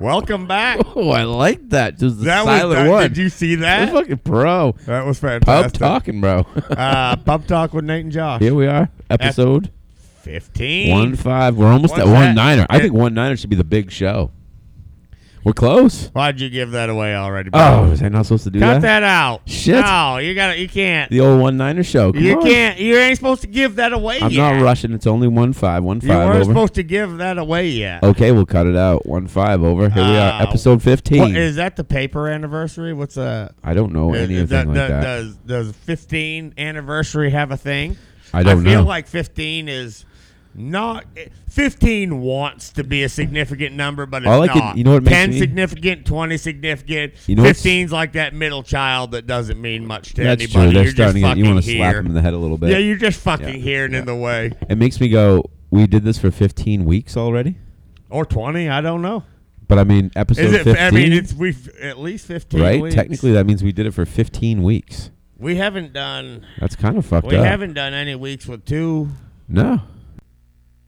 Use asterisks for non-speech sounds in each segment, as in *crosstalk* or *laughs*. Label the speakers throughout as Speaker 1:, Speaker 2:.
Speaker 1: Welcome back.
Speaker 2: *laughs* Oh, I like that. Just the
Speaker 1: That was
Speaker 2: silent
Speaker 1: that-
Speaker 2: one.
Speaker 1: Did you see
Speaker 2: That's
Speaker 1: that?
Speaker 2: fucking pro.
Speaker 1: That was
Speaker 2: Pub
Speaker 1: fantastic.
Speaker 2: talking, bro. *laughs*
Speaker 1: Uh, pub talk with Nate and Josh.
Speaker 2: Here we are, episode
Speaker 1: Fifteen.
Speaker 2: one five. We're almost
Speaker 1: What's
Speaker 2: at
Speaker 1: that?
Speaker 2: one niner. I
Speaker 1: It-
Speaker 2: think one niner should be the big show. We're close.
Speaker 1: Why'd you give that away already? bro?
Speaker 2: Oh, is I not supposed to do
Speaker 1: cut
Speaker 2: that?
Speaker 1: that out.
Speaker 2: Shit.
Speaker 1: No, you got to You can't.
Speaker 2: The old one niner show. Come
Speaker 1: you
Speaker 2: on.
Speaker 1: can't. You ain't supposed to give that away.
Speaker 2: I'm
Speaker 1: yet.
Speaker 2: not rushing. It's only one five. One
Speaker 1: You
Speaker 2: five
Speaker 1: weren't
Speaker 2: over.
Speaker 1: supposed to give that away yet.
Speaker 2: Okay, we'll cut it out. One five over. Here we
Speaker 1: Uh,
Speaker 2: are, episode fifteen.
Speaker 1: What, is that the paper anniversary? What's uh, a
Speaker 2: I don't know anything
Speaker 1: does,
Speaker 2: like
Speaker 1: does-
Speaker 2: that.
Speaker 1: Does does 15 anniversary have a thing?
Speaker 2: I don't
Speaker 1: feel
Speaker 2: know.
Speaker 1: like 15 is not. 15 wants to be a significant number, but it's
Speaker 2: All I
Speaker 1: not.
Speaker 2: can- you know what makes
Speaker 1: 10
Speaker 2: me-
Speaker 1: significant, 20 significant.
Speaker 2: You know what's-
Speaker 1: 15's like that middle child that doesn't mean much to
Speaker 2: That's
Speaker 1: anybody.
Speaker 2: true. They're
Speaker 1: you're
Speaker 2: starting.
Speaker 1: just
Speaker 2: it. You
Speaker 1: fucking
Speaker 2: want to slap
Speaker 1: here.
Speaker 2: him in the head a little bit.
Speaker 1: Yeah, you're just fucking here and in the way.
Speaker 2: it makes me go. We did this for fifteen weeks already.
Speaker 1: Or 20, I don't know.
Speaker 2: But I mean, episode
Speaker 1: Is it?
Speaker 2: fifteen.
Speaker 1: I mean, it's we've at least 15
Speaker 2: right?
Speaker 1: weeks.
Speaker 2: Technically, that means we did it for 15 weeks.
Speaker 1: we haven't done.
Speaker 2: That's kind of fucked
Speaker 1: We
Speaker 2: up.
Speaker 1: haven't done any weeks with two.
Speaker 2: No.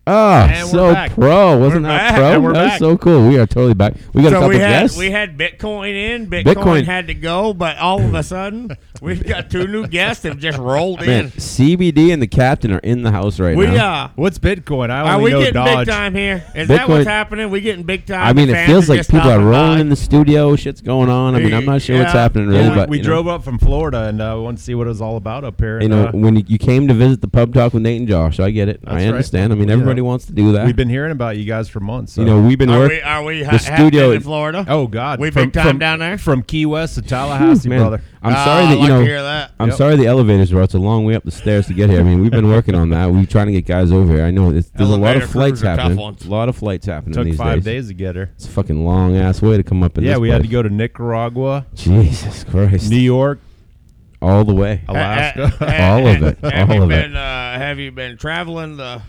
Speaker 2: Oh,
Speaker 1: And we're
Speaker 2: so
Speaker 1: back.
Speaker 2: pro. Wasn't
Speaker 1: We're
Speaker 2: that
Speaker 1: back,
Speaker 2: pro?
Speaker 1: and we're
Speaker 2: that was
Speaker 1: back.
Speaker 2: so cool. We are totally back. We got a
Speaker 1: so
Speaker 2: couple
Speaker 1: we had
Speaker 2: guests.
Speaker 1: we had Bitcoin in. Bitcoin,
Speaker 2: Bitcoin.
Speaker 1: had to go, but all of a sudden *laughs* we've got two new guests that have just rolled
Speaker 2: Man,
Speaker 1: in.
Speaker 2: CBD and the captain are in the house right
Speaker 1: We
Speaker 2: now.
Speaker 1: uh,
Speaker 3: What's Bitcoin? I
Speaker 1: are
Speaker 3: only
Speaker 1: we
Speaker 3: know
Speaker 1: getting
Speaker 3: Dodge.
Speaker 1: big time here? Is that
Speaker 2: Bitcoin-
Speaker 1: what's happening? We getting big time.
Speaker 2: I mean,
Speaker 1: The
Speaker 2: it
Speaker 1: fans
Speaker 2: feels like
Speaker 1: just
Speaker 2: people are
Speaker 1: stopping
Speaker 2: rolling
Speaker 1: by.
Speaker 2: in the studio. Shit's going on. I mean, I'm not sure what's
Speaker 1: Yeah.
Speaker 2: happening
Speaker 3: Yeah,
Speaker 2: really,
Speaker 3: we-
Speaker 2: but
Speaker 3: we
Speaker 2: you
Speaker 3: drove
Speaker 2: Know,
Speaker 3: up from Florida and uh, wanted to see what it was all about up here.
Speaker 2: you
Speaker 3: and,
Speaker 2: know,
Speaker 3: uh,
Speaker 2: when you, you came to visit the pub talk with Nate and Josh, I get it. I
Speaker 3: right.
Speaker 2: understand. I mean,
Speaker 3: Yeah.
Speaker 2: everybody wants to do that.
Speaker 3: we've been hearing about you guys for months. So.
Speaker 2: you know, we've been
Speaker 1: Are
Speaker 2: working.
Speaker 1: Oh, we? uh, Are we? Ha-
Speaker 2: the studio-
Speaker 1: studio in Florida.
Speaker 3: oh God,
Speaker 1: we
Speaker 3: from,
Speaker 1: big time
Speaker 3: from-
Speaker 1: down there?
Speaker 3: from Key West to
Speaker 2: *laughs*
Speaker 3: Tallahassee,
Speaker 2: Man,
Speaker 3: brother.
Speaker 2: I'm
Speaker 1: Ah,
Speaker 2: sorry
Speaker 1: I
Speaker 2: that
Speaker 1: like
Speaker 2: you know.
Speaker 1: To hear that.
Speaker 2: I'm
Speaker 3: Yep.
Speaker 2: sorry the elevators were. It's a long way up the stairs to get here. I mean, we've been working on that. We're trying to get guys over here. I know it's, there's a lot
Speaker 1: Elevator
Speaker 2: of flights
Speaker 1: crews are tough
Speaker 2: happening.
Speaker 1: ones.
Speaker 2: A lot of flights happening
Speaker 3: Took
Speaker 2: these
Speaker 3: five
Speaker 2: days.
Speaker 3: days to get her.
Speaker 2: It's a fucking long ass way to come up in
Speaker 3: Yeah,
Speaker 2: this
Speaker 3: we had to
Speaker 2: place.
Speaker 3: go to Nicaragua,
Speaker 2: Jesus Christ!
Speaker 3: New York,
Speaker 2: All the way.
Speaker 1: Ha- ha-
Speaker 3: Alaska.
Speaker 1: ha-
Speaker 2: All
Speaker 3: eh,
Speaker 2: of it.
Speaker 1: Have
Speaker 2: All
Speaker 1: you
Speaker 2: of
Speaker 1: been? Uh, have you been traveling the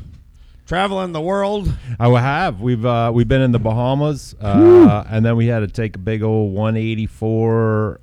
Speaker 1: traveling the world?
Speaker 3: I will have. We've uh, we've been in the Bahamas, uh, and then we had to take a big old 184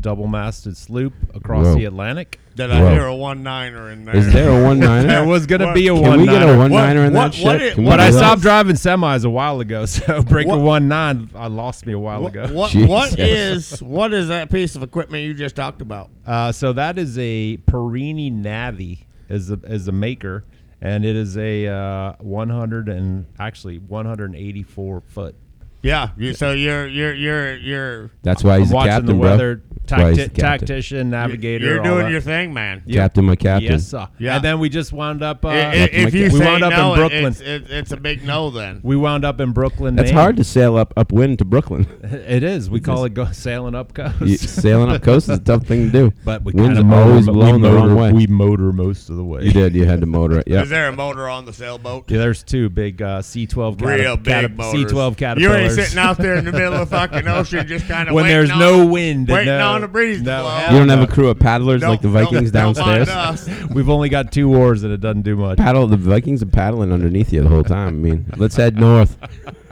Speaker 3: double-masted sloop across
Speaker 2: Whoa.
Speaker 3: the Atlantic.
Speaker 1: Did
Speaker 2: Whoa.
Speaker 1: I hear a one niner in there?
Speaker 2: Is there a one
Speaker 3: *laughs* There
Speaker 2: niner?
Speaker 3: was gonna
Speaker 1: What-
Speaker 3: be a
Speaker 2: Can
Speaker 3: one.
Speaker 2: we get a one
Speaker 1: What-
Speaker 2: niner in
Speaker 1: what-
Speaker 2: that
Speaker 1: what
Speaker 2: shit?
Speaker 1: it-
Speaker 2: Can we
Speaker 1: what
Speaker 3: But
Speaker 2: do
Speaker 3: I
Speaker 1: What
Speaker 2: that?
Speaker 3: stopped driving semis a while ago, *laughs* so breaker
Speaker 1: What-
Speaker 3: one nine, I lost me a while
Speaker 1: What,
Speaker 3: ago.
Speaker 1: what,
Speaker 2: *laughs* Jesus.
Speaker 1: what is what is that piece of equipment you just talked about?
Speaker 3: Uh, so that is a Perini Navi is a, is a maker, and it is a uh, 100 and actually 184 foot.
Speaker 1: Yeah, you, so you're you're you're you're
Speaker 2: That's why he's
Speaker 3: I'm
Speaker 2: the
Speaker 3: watching
Speaker 2: captain,
Speaker 3: the
Speaker 2: bro.
Speaker 3: weather,
Speaker 2: That's why he's
Speaker 3: tacti-
Speaker 2: the captain.
Speaker 3: tactician, navigator.
Speaker 1: you're
Speaker 3: all
Speaker 1: doing
Speaker 3: that.
Speaker 1: your thing, man.
Speaker 3: Yeah.
Speaker 2: Captain, my captain.
Speaker 3: Yes, sir.
Speaker 1: Yeah.
Speaker 3: And then we just wound up. Uh,
Speaker 1: I- I- if you
Speaker 3: we
Speaker 1: say
Speaker 3: wound up
Speaker 1: no,
Speaker 3: in Brooklyn.
Speaker 1: It's, it, it's a big no.
Speaker 3: *laughs*
Speaker 1: Then
Speaker 3: we wound up in Brooklyn.
Speaker 2: That's
Speaker 3: Maine.
Speaker 2: hard to sail up upwind to Brooklyn.
Speaker 3: *laughs*
Speaker 2: *laughs*
Speaker 3: It is. We call it go, sailing up coast.
Speaker 2: You- *laughs* Sailing up coast is a tough
Speaker 1: *laughs*
Speaker 2: thing to do.
Speaker 3: *laughs* But we
Speaker 2: Winds
Speaker 3: kinda
Speaker 2: are always
Speaker 3: motor-
Speaker 2: blowing
Speaker 3: we
Speaker 2: the wrong
Speaker 3: motor-
Speaker 2: way.
Speaker 3: We motor most of the way.
Speaker 2: You did. You had to motor it. Yeah.
Speaker 1: is there a motor on the sailboat?
Speaker 3: Yeah, there's two big uh, C12 cata-
Speaker 1: Real big
Speaker 3: cata-
Speaker 1: motors.
Speaker 3: C12
Speaker 1: You
Speaker 3: caterpillars.
Speaker 1: ain't sitting out there in the middle of fucking ocean, just kind of
Speaker 3: when there's no wind, and
Speaker 1: waiting
Speaker 3: no-
Speaker 1: on the breeze to
Speaker 3: no,
Speaker 1: blow.
Speaker 3: hell
Speaker 2: You don't
Speaker 3: no.
Speaker 2: have a crew of paddlers like the Vikings
Speaker 1: don't,
Speaker 2: downstairs.
Speaker 1: Don't mind us.
Speaker 3: *laughs* We've only got two oars, and it doesn't do much.
Speaker 2: Paddle the Vikings are paddling underneath you the whole time. I mean, let's head
Speaker 1: *laughs*
Speaker 2: north.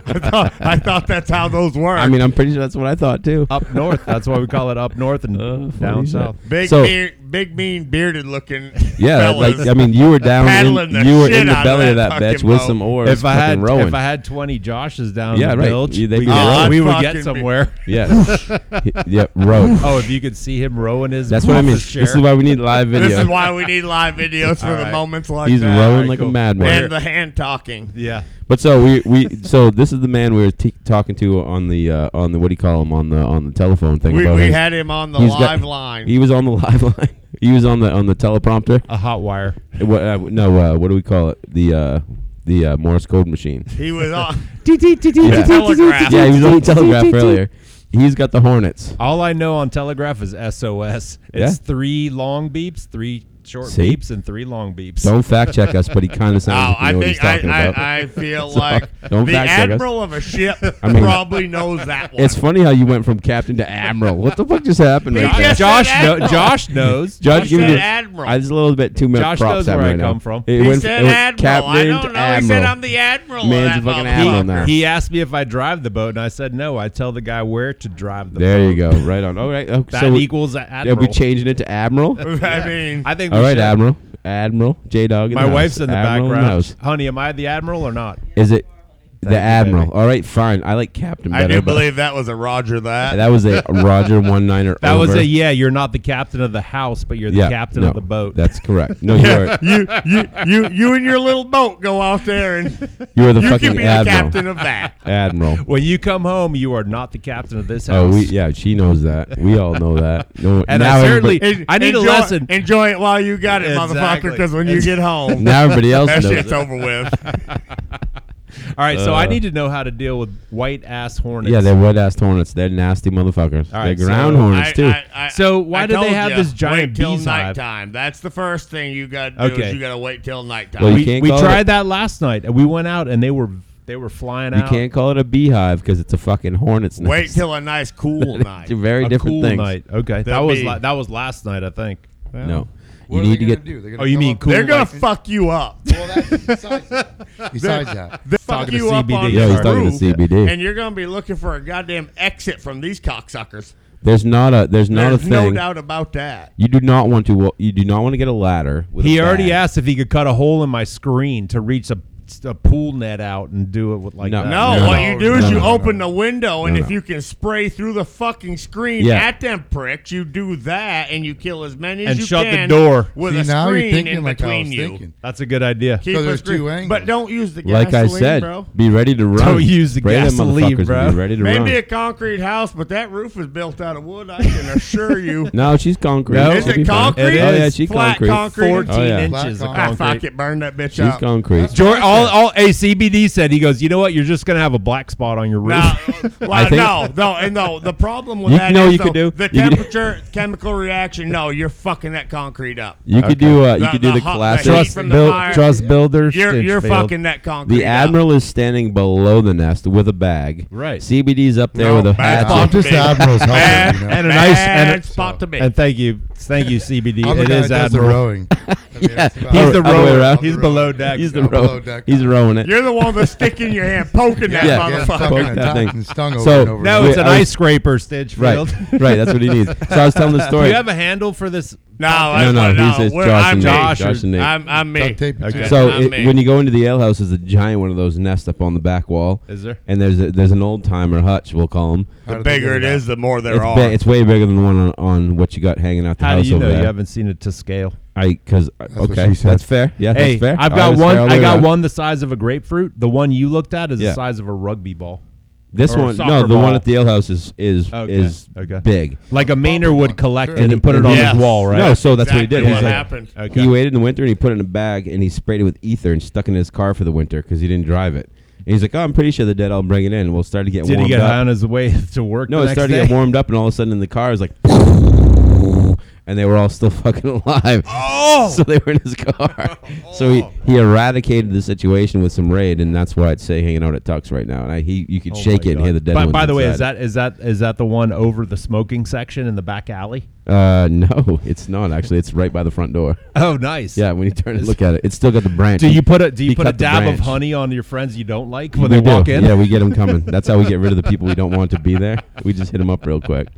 Speaker 1: I thought, I thought that's how those work.
Speaker 2: *laughs* I mean, I'm pretty sure that's what I thought too.
Speaker 3: Up north, that's why we call it up
Speaker 2: *laughs*
Speaker 3: north and
Speaker 2: Uh, What
Speaker 3: down
Speaker 2: is that?
Speaker 3: south.
Speaker 1: big,
Speaker 2: so-
Speaker 1: mean, big, mean, bearded looking.
Speaker 2: Yeah,
Speaker 1: fellas.
Speaker 2: like I mean, you were down,
Speaker 1: Paddling
Speaker 2: in,
Speaker 1: the
Speaker 2: you were
Speaker 1: shit
Speaker 2: in the
Speaker 1: out of
Speaker 2: belly of
Speaker 1: that
Speaker 2: that bitch
Speaker 1: fucking
Speaker 2: with
Speaker 1: boat.
Speaker 2: some oars,
Speaker 3: If I
Speaker 2: fucking
Speaker 3: had
Speaker 2: rowing.
Speaker 3: if I had 20 Joshes down
Speaker 2: Yeah,
Speaker 3: the
Speaker 2: right.
Speaker 3: bilge,
Speaker 2: You- they'd
Speaker 3: we,
Speaker 2: be rowing.
Speaker 3: we
Speaker 1: Oh, I'd
Speaker 3: would get
Speaker 1: fucking
Speaker 3: somewhere.
Speaker 2: *laughs* yeah,
Speaker 3: *laughs*
Speaker 2: yeah, row.
Speaker 3: Oh, if you could see him rowing his
Speaker 2: That's what I mean.
Speaker 3: his chair.
Speaker 2: This is why we need live video.
Speaker 1: This is why we need live videos for
Speaker 3: All
Speaker 1: the
Speaker 3: right.
Speaker 1: moments like
Speaker 2: He's
Speaker 1: that.
Speaker 2: rowing
Speaker 3: Alright,
Speaker 2: like a
Speaker 3: cool.
Speaker 2: madman.
Speaker 1: and the hand talking.
Speaker 3: yeah.
Speaker 2: But so we, we so this is the man we were t- talking to on the uh, on the what do you call him on the on the telephone thing.
Speaker 1: We,
Speaker 2: about
Speaker 1: we
Speaker 2: him.
Speaker 1: had him on the
Speaker 2: He's got-
Speaker 1: live line.
Speaker 2: he was on the *laughs* live line. He was on the on the teleprompter.
Speaker 3: A hot wire.
Speaker 2: Uh, What, uh, no, uh, what do we call it? The uh, the uh, Morse code machine.
Speaker 1: He was
Speaker 2: *laughs*
Speaker 1: on.
Speaker 2: Yeah.
Speaker 1: Telegraph.
Speaker 2: yeah, he was on the telegraph earlier. He's got the hornets.
Speaker 3: All I know on telegraph is SOS. It's
Speaker 2: Yeah.
Speaker 3: three long beeps, three short
Speaker 2: See?
Speaker 3: beeps, and three long beeps.
Speaker 2: Don't fact check us, but he kind of sounds
Speaker 1: Oh, *laughs*
Speaker 2: like he
Speaker 1: I
Speaker 2: know what he's
Speaker 1: think
Speaker 2: talking
Speaker 1: I,
Speaker 2: about. *laughs*
Speaker 1: I, I feel
Speaker 2: So,
Speaker 1: like
Speaker 2: don't
Speaker 1: the
Speaker 2: fact check us.
Speaker 1: admiral of a ship
Speaker 2: *laughs* I mean-
Speaker 1: probably knows that one.
Speaker 2: it's funny how you went from captain to admiral. What the fuck just happened?
Speaker 1: He
Speaker 2: Right
Speaker 1: just-
Speaker 2: now?
Speaker 1: said
Speaker 3: Josh, kno-
Speaker 1: Admiral.
Speaker 3: Josh knows.
Speaker 2: Judge,
Speaker 1: he
Speaker 2: give me
Speaker 1: said
Speaker 2: the-
Speaker 1: admiral.
Speaker 2: I just a little bit too much
Speaker 3: Josh
Speaker 2: props
Speaker 3: knows
Speaker 2: out
Speaker 3: where I
Speaker 2: right now.
Speaker 3: come from.
Speaker 2: It
Speaker 1: he
Speaker 2: went-
Speaker 1: said
Speaker 2: it went
Speaker 1: admiral.
Speaker 2: captain
Speaker 1: I don't
Speaker 2: to
Speaker 1: know. He said
Speaker 2: admiral.
Speaker 1: I'm the admiral.
Speaker 2: Man's a
Speaker 1: of that
Speaker 2: fucking
Speaker 3: He,
Speaker 2: admiral
Speaker 1: motherfucker.
Speaker 2: now.
Speaker 3: he asked me if I drive the boat, and I said no. I tell the guy where to drive the boat.
Speaker 2: There you go. Right on. All right. Okay,
Speaker 3: That
Speaker 2: so we,
Speaker 3: equals a
Speaker 2: are
Speaker 3: admiral.
Speaker 2: we changing it to admiral?
Speaker 1: *laughs* I mean,
Speaker 3: I think.
Speaker 2: All
Speaker 3: we
Speaker 2: right,
Speaker 3: should.
Speaker 2: admiral. Admiral. J Dog.
Speaker 3: My wife's in the
Speaker 2: admiral
Speaker 3: background.
Speaker 2: knows.
Speaker 3: Honey, am I the admiral or not?
Speaker 2: Is it? the Admiral. All right, fine. I like Captain better.
Speaker 1: I do
Speaker 2: but
Speaker 1: believe that was a Roger that.
Speaker 2: *laughs* that was
Speaker 3: *laughs*
Speaker 2: a Roger one niner.
Speaker 3: That was a yeah. You're not the captain of the house, but you're the captain
Speaker 2: no,
Speaker 3: of the boat.
Speaker 2: That's
Speaker 3: *laughs*
Speaker 2: correct. No, you are
Speaker 1: *laughs* you, you, you, you and your little boat go out there
Speaker 2: *laughs*
Speaker 1: and
Speaker 2: you are the
Speaker 1: you
Speaker 2: fucking
Speaker 1: can be the
Speaker 2: admiral.
Speaker 1: captain of that.
Speaker 2: *laughs*
Speaker 3: *laughs*
Speaker 2: admiral.
Speaker 3: when you come home, you are not the captain of this
Speaker 2: Oh,
Speaker 3: house.
Speaker 2: we, yeah, she knows that. We all know that. No,
Speaker 3: *laughs* And I
Speaker 2: now
Speaker 3: certainly-
Speaker 2: everybody,
Speaker 3: I need a
Speaker 1: enjoy,
Speaker 3: lesson.
Speaker 1: Enjoy it while you got it, motherfucker,
Speaker 3: Exactly.
Speaker 1: because when you get home,
Speaker 2: *laughs* now everybody else
Speaker 1: that
Speaker 2: knows.
Speaker 1: shit's
Speaker 2: it.
Speaker 1: over
Speaker 2: *laughs*
Speaker 1: with.
Speaker 3: All right, so I need to know how to deal with white ass hornets.
Speaker 2: Uh, Yeah, they're wet ass hornets. They're nasty motherfuckers.
Speaker 3: All
Speaker 2: they're
Speaker 3: right,
Speaker 2: ground
Speaker 3: so
Speaker 2: hornets too.
Speaker 3: So why do they
Speaker 1: told
Speaker 3: have
Speaker 1: ya,
Speaker 3: this giant
Speaker 1: wait till
Speaker 3: beehive?
Speaker 1: nighttime? That's the first thing you got to do
Speaker 3: Okay.
Speaker 1: is you got to wait till nighttime.
Speaker 2: Well, you
Speaker 3: we,
Speaker 2: can't
Speaker 3: we
Speaker 2: call
Speaker 3: tried
Speaker 2: it-
Speaker 3: that last night, and we went out, and they were they were flying
Speaker 2: you
Speaker 3: out.
Speaker 2: can't call it a beehive because it's a fucking hornet's nest. *laughs*
Speaker 1: wait *laughs* till a nice cool night.
Speaker 2: They're very
Speaker 3: a
Speaker 2: different
Speaker 3: cool
Speaker 2: things.
Speaker 3: night. Okay, that
Speaker 1: They'll
Speaker 3: was
Speaker 1: be-
Speaker 3: la- that was last night, I think.
Speaker 2: No,
Speaker 4: What
Speaker 2: you
Speaker 4: are
Speaker 2: need
Speaker 4: they
Speaker 2: to
Speaker 4: gonna
Speaker 2: get.
Speaker 4: do? They're gonna
Speaker 3: Oh, you
Speaker 4: come
Speaker 3: mean
Speaker 4: up-
Speaker 3: cool?
Speaker 1: They're gonna
Speaker 3: like-
Speaker 1: fuck you up.
Speaker 4: Well, that's besides that. Besides that.
Speaker 1: They fuck
Speaker 3: talking to
Speaker 1: you up
Speaker 3: CBD.
Speaker 1: on
Speaker 2: Yeah,
Speaker 1: your
Speaker 2: he's talking to
Speaker 1: roof,
Speaker 2: CBD.
Speaker 1: and you're gonna be looking for a goddamn exit from these cocksuckers.
Speaker 2: There's not a. There's not
Speaker 1: There's
Speaker 2: a
Speaker 1: no
Speaker 2: thing.
Speaker 1: doubt about that.
Speaker 2: You do not want to. wa- You do not want to get a ladder. With
Speaker 3: He
Speaker 2: a
Speaker 3: already
Speaker 2: bag.
Speaker 3: asked if he could cut a hole in my screen to reach a, a pool net out and do it with like
Speaker 2: No.
Speaker 3: that.
Speaker 1: No,
Speaker 2: No,
Speaker 1: what
Speaker 4: no,
Speaker 1: you do is
Speaker 2: no,
Speaker 1: you
Speaker 2: no,
Speaker 1: open the window, and
Speaker 2: No,
Speaker 1: if
Speaker 2: no.
Speaker 1: you can spray through the fucking screen
Speaker 2: Yeah.
Speaker 1: at them pricks, you do that, and you kill as many as
Speaker 3: And
Speaker 1: you
Speaker 3: shut the
Speaker 1: can
Speaker 3: door.
Speaker 1: with
Speaker 4: See,
Speaker 1: a
Speaker 4: now
Speaker 1: screen
Speaker 4: you're thinking
Speaker 1: in
Speaker 4: like I
Speaker 1: between
Speaker 4: was
Speaker 1: you.
Speaker 4: thinking.
Speaker 3: That's a good idea.
Speaker 1: Keep
Speaker 4: So
Speaker 1: a
Speaker 4: there's
Speaker 1: screen-
Speaker 4: two angles.
Speaker 1: but don't use the
Speaker 2: Like I
Speaker 1: gasoline,
Speaker 2: said,
Speaker 1: bro.
Speaker 2: be ready to run.
Speaker 3: use the
Speaker 2: Spray them
Speaker 3: gasoline,
Speaker 2: motherfuckers and
Speaker 3: bro.
Speaker 2: Be ready to
Speaker 1: Maybe
Speaker 2: run.
Speaker 1: a concrete house, but that roof is built out of wood. I can assure you.
Speaker 2: *laughs* no, she's concrete.
Speaker 3: No.
Speaker 2: She'll
Speaker 1: Is it
Speaker 2: be fine.
Speaker 1: concrete?
Speaker 3: It
Speaker 2: Oh yeah,
Speaker 3: is.
Speaker 2: she's
Speaker 1: Flat
Speaker 2: concrete.
Speaker 1: concrete.
Speaker 3: Fourteen
Speaker 2: Oh, yeah.
Speaker 3: inches of
Speaker 4: Black
Speaker 1: Ah,
Speaker 3: concrete.
Speaker 1: fuck it, burn that bitch
Speaker 2: She's
Speaker 1: up.
Speaker 2: concrete.
Speaker 3: George, all, all, hey, CBD said he goes. You know what? You're just gonna have a black spot on your roof.
Speaker 1: No, well,
Speaker 2: *laughs* think-
Speaker 1: no, no, and no. The problem with
Speaker 2: You
Speaker 1: that
Speaker 2: know
Speaker 1: is,
Speaker 2: you could
Speaker 1: though,
Speaker 2: do-
Speaker 1: the
Speaker 2: you could do-
Speaker 1: temperature, chemical reaction. No, you're fucking that concrete up.
Speaker 2: You could do. Uh, you
Speaker 1: The-
Speaker 2: could do
Speaker 1: the
Speaker 2: the
Speaker 1: hot- the
Speaker 2: classic.
Speaker 1: heat from the Built- fire. trust
Speaker 3: builders.
Speaker 1: You're you're fucking that concrete.
Speaker 2: The admiral is standing below the nest with a bag.
Speaker 3: Right.
Speaker 2: CBD's up there
Speaker 1: No,
Speaker 2: with a
Speaker 1: Oh, bad
Speaker 2: hatchet.
Speaker 1: spot.
Speaker 4: I'm just
Speaker 1: Big.
Speaker 4: admirals helping.
Speaker 1: Bad-
Speaker 4: you know?
Speaker 3: and a
Speaker 1: Bad
Speaker 3: nice and a-
Speaker 1: spot to be.
Speaker 3: And thank you, thank you, CBD.
Speaker 4: I'm
Speaker 3: it
Speaker 4: the guy
Speaker 3: is
Speaker 4: that does the
Speaker 3: admirable.
Speaker 4: rowing.
Speaker 2: Yeah.
Speaker 3: He's
Speaker 2: Other-
Speaker 3: the
Speaker 2: other way
Speaker 3: rower.
Speaker 2: around.
Speaker 3: He's below deck.
Speaker 2: He's the
Speaker 4: I'm below
Speaker 2: rower.
Speaker 4: deck.
Speaker 2: He's rowing it.
Speaker 1: You're the one that's sticking your hand poking that
Speaker 2: *laughs* Yeah.
Speaker 4: Yeah,
Speaker 1: motherfucker.
Speaker 4: fucking
Speaker 2: Fuck that
Speaker 4: attacked
Speaker 2: thing.
Speaker 4: and stung over
Speaker 2: So-
Speaker 4: and
Speaker 3: *laughs*
Speaker 4: over.
Speaker 3: no,
Speaker 2: Wait,
Speaker 3: it's an
Speaker 2: I was-
Speaker 3: ice scraper, Stitchfield.
Speaker 2: Right, right. That's what he needs. So I was telling the
Speaker 3: *laughs* Do
Speaker 2: story.
Speaker 3: *laughs* you have a handle for this?
Speaker 1: No,
Speaker 2: no,
Speaker 1: that's
Speaker 2: no,
Speaker 1: what-
Speaker 2: he says
Speaker 1: we're-
Speaker 2: Josh
Speaker 1: I'm
Speaker 2: and
Speaker 1: me.
Speaker 2: Nate. Josh and Nate.
Speaker 1: I'm, I'm me.
Speaker 4: Duct tape it
Speaker 1: Okay.
Speaker 4: down.
Speaker 2: So
Speaker 1: I'm
Speaker 2: it,
Speaker 1: me.
Speaker 2: when you go into the alehouse, there's a giant one of those nests up on the back wall.
Speaker 3: Is there?
Speaker 2: And there's a, there's an old timer hutch, we'll call him.
Speaker 1: the bigger it is, the more there
Speaker 2: It's,
Speaker 1: are.
Speaker 2: bi- it's way bigger than the one on, on what you got hanging out the
Speaker 3: How
Speaker 2: house
Speaker 3: do you
Speaker 2: over
Speaker 3: know
Speaker 2: there.
Speaker 3: you haven't seen it to scale?
Speaker 2: I because
Speaker 4: what
Speaker 2: okay,
Speaker 4: she said.
Speaker 2: that's fair. Yeah,
Speaker 3: Hey,
Speaker 2: that's fair.
Speaker 3: I've
Speaker 2: All
Speaker 3: got
Speaker 2: right, it's
Speaker 3: one.
Speaker 2: fair all the
Speaker 3: I
Speaker 2: way
Speaker 3: got
Speaker 2: around.
Speaker 3: one the size of a grapefruit. The one you looked at is
Speaker 2: Yeah.
Speaker 3: the size of a rugby ball,
Speaker 2: This
Speaker 3: or a
Speaker 2: one, no,
Speaker 3: soccer
Speaker 2: the one
Speaker 3: ball.
Speaker 2: at the alehouse is is
Speaker 3: Okay,
Speaker 2: is
Speaker 3: okay.
Speaker 2: big.
Speaker 3: like a Mainer would collect
Speaker 4: Sure.
Speaker 3: it and put it on
Speaker 1: Yes.
Speaker 3: his wall, right?
Speaker 2: No, so that's
Speaker 1: exactly
Speaker 2: what he did.
Speaker 1: What
Speaker 2: He's like-
Speaker 1: happened?
Speaker 3: Okay.
Speaker 2: He waited in the winter and he put it in a bag and he sprayed it with ether and stuck it in his car for the winter because he didn't drive it. And he's like, "Oh, I'm pretty sure the dead. I'll bring it in. We'll start to get
Speaker 3: Did
Speaker 2: warmed
Speaker 3: he get
Speaker 2: up."
Speaker 3: high on his way *laughs* to work?
Speaker 2: No,
Speaker 3: the
Speaker 2: it
Speaker 3: next
Speaker 2: started to
Speaker 3: day?
Speaker 2: get warmed up, and all of a sudden in the car, it was like, *laughs* and they were all still *laughs* fucking alive. Oh! *laughs* So they were in his
Speaker 3: *laughs*
Speaker 2: car. So he, he eradicated the situation with some raid, and that's why it's say hanging out at Tux right now. And I, he, you could
Speaker 3: Oh
Speaker 2: shake
Speaker 3: my
Speaker 2: it and hear
Speaker 3: God.
Speaker 2: the dead
Speaker 3: By,
Speaker 2: ones
Speaker 3: by the way, is
Speaker 2: inside.
Speaker 3: that is that is that the one over the smoking section in the back alley?
Speaker 2: Uh, *laughs* no, it's not actually. It's right by the front door.
Speaker 3: Oh, nice.
Speaker 2: Yeah, when you turn and look at it, it's still got the branch.
Speaker 3: Do you put a do you
Speaker 2: He
Speaker 3: put a
Speaker 2: cut the
Speaker 3: dab of
Speaker 2: branch.
Speaker 3: honey on your friends you don't like when
Speaker 2: We
Speaker 3: they
Speaker 2: do.
Speaker 3: walk in?
Speaker 2: Yeah, we get them coming. That's how we get rid of the people we don't want to be there. We just hit them up real quick.